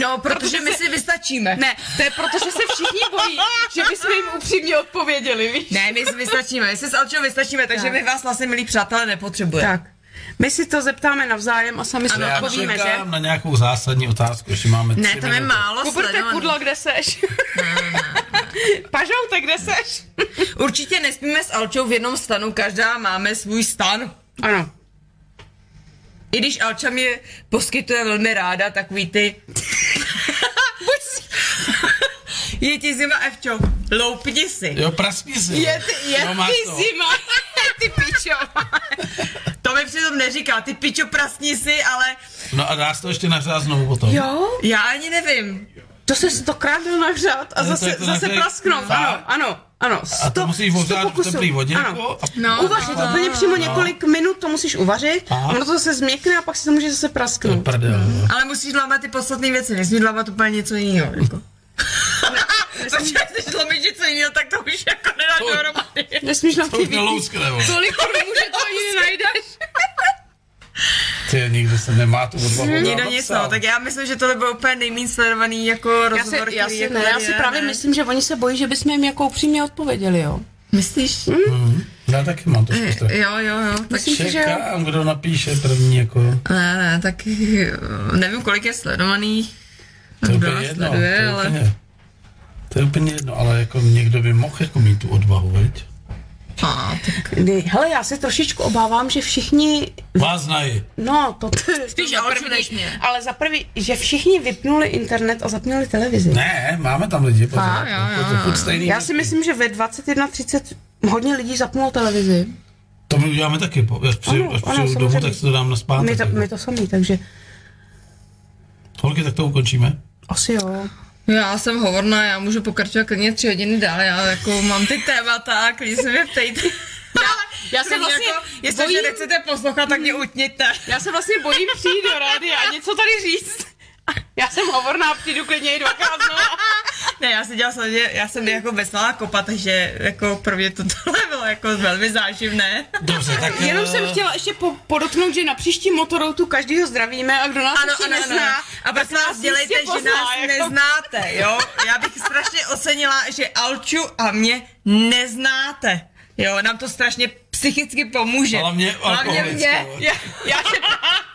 C: No, protože my si vystačíme.
D: Ne, to je proto, že se všichni bojí, že bychom jim upřímně odpověděli, víš?
C: Ne, my si vystačíme, my si s Alčou vystačíme, takže
D: Tak.
C: my vás vlastně, milí přátelé, nepotřebujeme.
D: Tak. My si to zeptáme navzájem a sami
B: Ale
D: si
B: já
D: No, odpovíme, že?
B: čekám na nějakou zásadní otázku, ještě máme
C: Ne,
B: tři
C: tam je
B: minuty.
C: málo
D: Kuberte
C: sledovaných.
D: kudlo, kde seš? Pažoute, kde seš?
C: Určitě nespíme s Alčou v jednom stanu, každá máme svůj stan.
D: Ano.
C: I když Alča mě poskytuje velmi ráda takový ty... je ti zima, Evčo, loupni si.
B: Jo, praskni si.
D: Je, ty- je
B: Jo, No, máš
D: ty
B: to.
D: zima, ty pičo.
C: To mi přitom neříká, ty pičo, prasni si, ale
B: No a dá se to ještě nařát znovu potom.
D: Jo,
C: já ani nevím.
D: to se stokrát měl nahřát a
B: No, to je
D: zase,
B: to
D: zase
B: nahřej-
D: prasknout.
B: Fakt?
D: Ano, ano, ano. Sto,
B: A to musíš
D: sto
B: ohřát v
D: pokusů.
B: teplý vodě.
D: Ano.
B: jako, a-
C: No,
D: Uvařit úplně přímo několik minut, to musíš uvařit,
B: Aha.
D: ono to se změkne a pak si to může zase
B: To
D: prasknout.
B: prdel.
C: ale musíš dlámat ty podstatné věci, nesmíš dlámat úplně něco jiného. Jako. Protože když dlámíš něco jiného, tak to už jako nedá dohromady.
D: Nesmíš na Prostě-
B: To
D: ty
B: už
D: víc.
B: nelouskne, vole.
D: Tolik kurvů, že to ani nenajdeš.
B: Ty nikdo se nemá tu odvahu.
C: Nikdo nic, no, tak já myslím, že tohle byl úplně nejméně sledovaný jako
D: Já si,
C: rozhovor,
D: já
C: který
D: si,
C: jako
D: ne, já si
C: je,
D: právě
C: ne?
D: myslím, že oni se bojí, že bychom jim jako upřímně odpověděli, jo.
C: Myslíš?
B: Já taky mám trošku strach.
C: Jo, jo, jo. Tak
B: Prostě.
D: Myslím si, že jo.
B: Čekám, kdo napíše první, jako...
C: Ne, ne, tak eh, nevím, kolik je sledovaných.
B: To je
C: Kdo
B: úplně
C: nás
B: jedno.
C: sleduje,
B: to, je
C: ale-
B: úplně, to je úplně jedno, ale jako někdo by mohl jako mít tu odvahu, veď?
C: A, tak.
D: Ne, Hele, já se trošičku obávám, že všichni,
B: Vás znají.
D: no to
C: Spíš
D: za
C: Alču
D: první-
C: než mě.
D: Ale za prvý, že všichni vypnuli internet a zapnuli televizi.
B: Ne, máme tam lidi, pozor.
C: A, jo,
B: jako
C: jo,
B: to furt stejný.
D: Já si myslím, že ve 21.30 hodně lidí zapnulo televizi.
B: To my uděláme taky, po- až přijdu,
D: Ano,
B: až
D: ano,
B: přijdu domů,
D: samozřejmě.
B: tak se to dám na jako. spánek.
D: My to, my to samý, takže
B: Holky, tak to ukončíme.
D: asi jo.
C: Já jsem hovorná, já můžu pokračovat klidně tři hodiny dál, já jako mám ty témata, klidně se mě ptejte.
D: Já se
C: Klidně
D: vlastně
C: jako, jestliže
D: bojím,
C: nechcete poslouchat, tak mě utněte.
D: já se vlastně bojím přijít do rádia a něco tady říct. Já jsem hovorná, přijdu klidně i dvakrát znova.
I: Ne, já jsem dělala sledě, já jsem jako veslala kopa, takže jako pro mě to tohle bylo jako velmi záživné.
B: Dobře, tak...
D: Jenom
B: eh,
D: jsem chtěla ještě po, podotknout, že na příští motoroutu každýho zdravíme a kdo nás
I: Ano,
D: ještě
I: ano, ano.
D: nezná,
I: A
D: tak
I: prosím vás,
D: nás
I: dělejte,
D: jistě
I: že nás
D: pozná, jako-
I: neznáte, jo? Já bych strašně ocenila, že Alču a mě neznáte. Jo, nám to strašně psychicky pomůže.
B: Ale mě
I: Hlavně mě.
B: alkoholickou.
I: Já,
D: Já, se,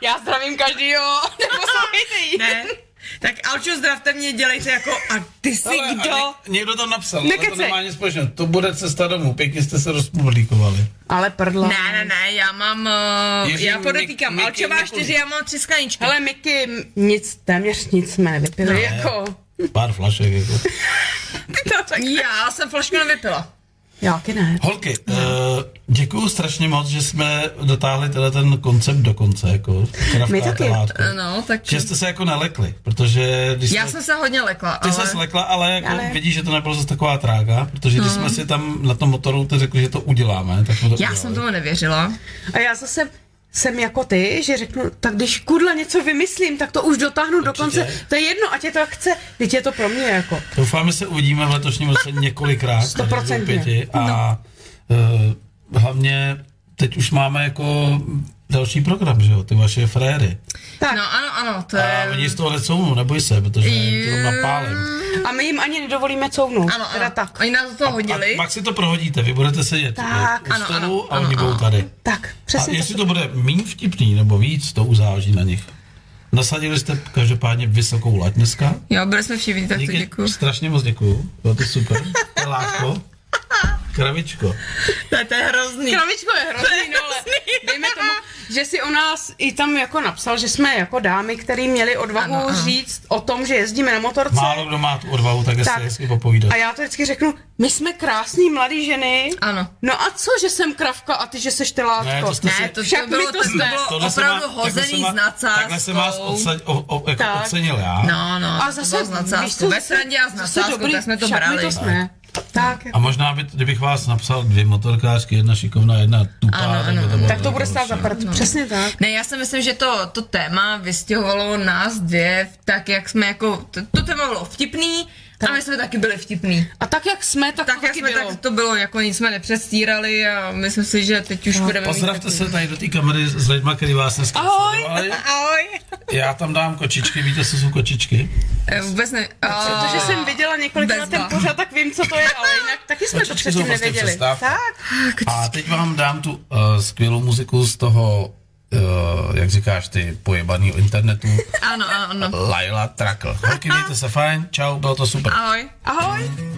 D: já zdravím každýho, neposlouchejte jí.
I: ne. Tak Alču, zdravte mě, dělejte jako, a ty jsi
E: Ale- a
I: kdo?
E: ně- Někdo tam napsal, ale to
D: Nekecej.
E: nemá nic společného. To bude cesta domů, pěkně jste se rozpublikovali.
D: Ale prdla.
C: Ne, ne, ne, já mám, uh,
E: Ježíš,
C: já podotýkám,
E: Mik-
C: Alčo má
E: Miky,
C: čtyři, já mám tři skleničky.
D: Hele, Miky, m- nic, téměř nic jsme nevypili, no, jako...
B: Pár flašek, jako.
C: Já jsem flašku nevypila.
D: Jáky ne.
B: Holky, uh, děkuju strašně moc, že jsme dotáhli tenhle ten koncept do konce, jako. teda v
D: My taky.
B: Katelátku.
C: No, tak
B: Že jste se jako nelekli, protože když
C: já
B: jsme-
C: jsem se hodně lekla,
B: Ty
C: ale...
B: se slekla, ale, jako
D: Ale-
B: vidíš, že to nebylo zase taková trága, protože když jsme si tam na tom motoru ty řekli, že to uděláme, tak jsme to
C: Mhm. Já
B: udělali.
C: jsem tomu nevěřila.
D: A já zase jsem jako ty, že řeknu, tak když kudle něco vymyslím, tak to už dotáhnu do konce. To je jedno, ať je to jak chce, teď je to pro mě jako.
B: Doufám, že se uvidíme v letošním roce několikrát.
D: Stoprocentně.
B: tady v Loupěti A
C: No.
B: eh, hlavně teď už máme jako další program, že jo, ty vaše fréry.
D: Tak.
C: No ano, ano, to
B: A
C: je...
B: oni z toho necounou, neboj se, protože to tam napálím.
D: A my jim ani nedovolíme couvnout.
C: Ano,
D: Teda
C: ano.
D: tak.
C: Oni nás do toho
B: A
C: hodili.
B: pak si to prohodíte, vy budete sedět
D: Tak.
B: eh, u
C: Ano,
B: stolu
C: ano,
B: a oni
C: ano,
B: budou tady.
D: Tak,
B: A
D: přesně.
B: jestli to bude méně vtipný nebo víc, to uzáží na nich. Nasadili jste každopádně vysokou lať dneska.
C: Jo, byli jsme všichni, tak to
B: Díky,
C: děkuju.
B: strašně moc děkuju, bylo to super. Látko, kravičko.
I: To, je- to je hrozný.
D: Kravičko je hrozný, no, ale dejme tomu, že si o nás i tam jako napsal, že jsme jako dámy, který měli odvahu
C: Ano,
D: ano,
C: ano.
D: ano. říct o tom, že jezdíme na motorce.
B: Málo kdo má tu odvahu, tak, tak.
D: Tak.
B: se hezky popovídat.
D: A já to vždycky řeknu, my jsme krásný mladý ženy.
C: Ano.
D: No a co, že jsem kravka a ty, že seš telátko?
B: Ne, to jste
C: Ne, to, to
D: Však my
C: bylo,
D: to
C: to, to
D: jsme.
C: bylo
B: Tohle jsem
C: opravdu
B: vás- takhle jsem
C: hozený
B: vás-
C: s nadsázkou.
B: Takhle jsem vás odsaď, o, o, jako
D: Tak.
B: ocenil já.
C: No, no,
D: a zase,
C: to bylo s nadsázkou. Ve srandě a s
D: zase
C: nadsázkou, tak jsme to
D: však my
C: brali.
D: to jsme. Tak, jako-
B: A možná, by, kdybych vás napsal dvě motorkářky, jedna šikovná, jedna tupá,
C: Ano,
B: tak,
C: ano,
B: by to
C: ano.
B: bylo
D: tak to bude
B: horší.
D: stát za prd,
C: No.
D: přesně tak.
C: Ne, já si myslím, že to, to téma vystěhovalo nás dvě, tak jak jsme jako, to, to téma bylo vtipný, a my jsme taky byli vtipný.
D: A tak, jak jsme, tak,
C: Tak jak
D: taky
C: jsme,
D: bylo.
C: tak to bylo, jako nic jsme nepřestírali a myslím si, že teď už budeme mít
B: No, Pozdravte
C: takový-
B: se tady do té kamery s lidma, který vás dneska
D: Ahoj.
B: sledovali.
I: Ahoj.
B: Já tam dám kočičky, víte, co jsou kočičky?
C: Eh, Vůbec ne. A-
D: Protože jsem viděla
C: Bezva.
D: několikrát ten pořad, tak vím, co to je, ale jinak taky jsme to
B: Kočičky jsou
D: předtím
B: vlastně
D: nevěděli.
B: přestávka.
D: Tak,
B: A teď vám dám tu uh, skvělou muziku z toho, uh, jak říkáš ty, pojebaný internetu,
C: Ano, ano, ano.
B: Laila Trakl. Holky, mějte se fajn, čau, bylo to super.
C: Ahoj.
D: ahoj.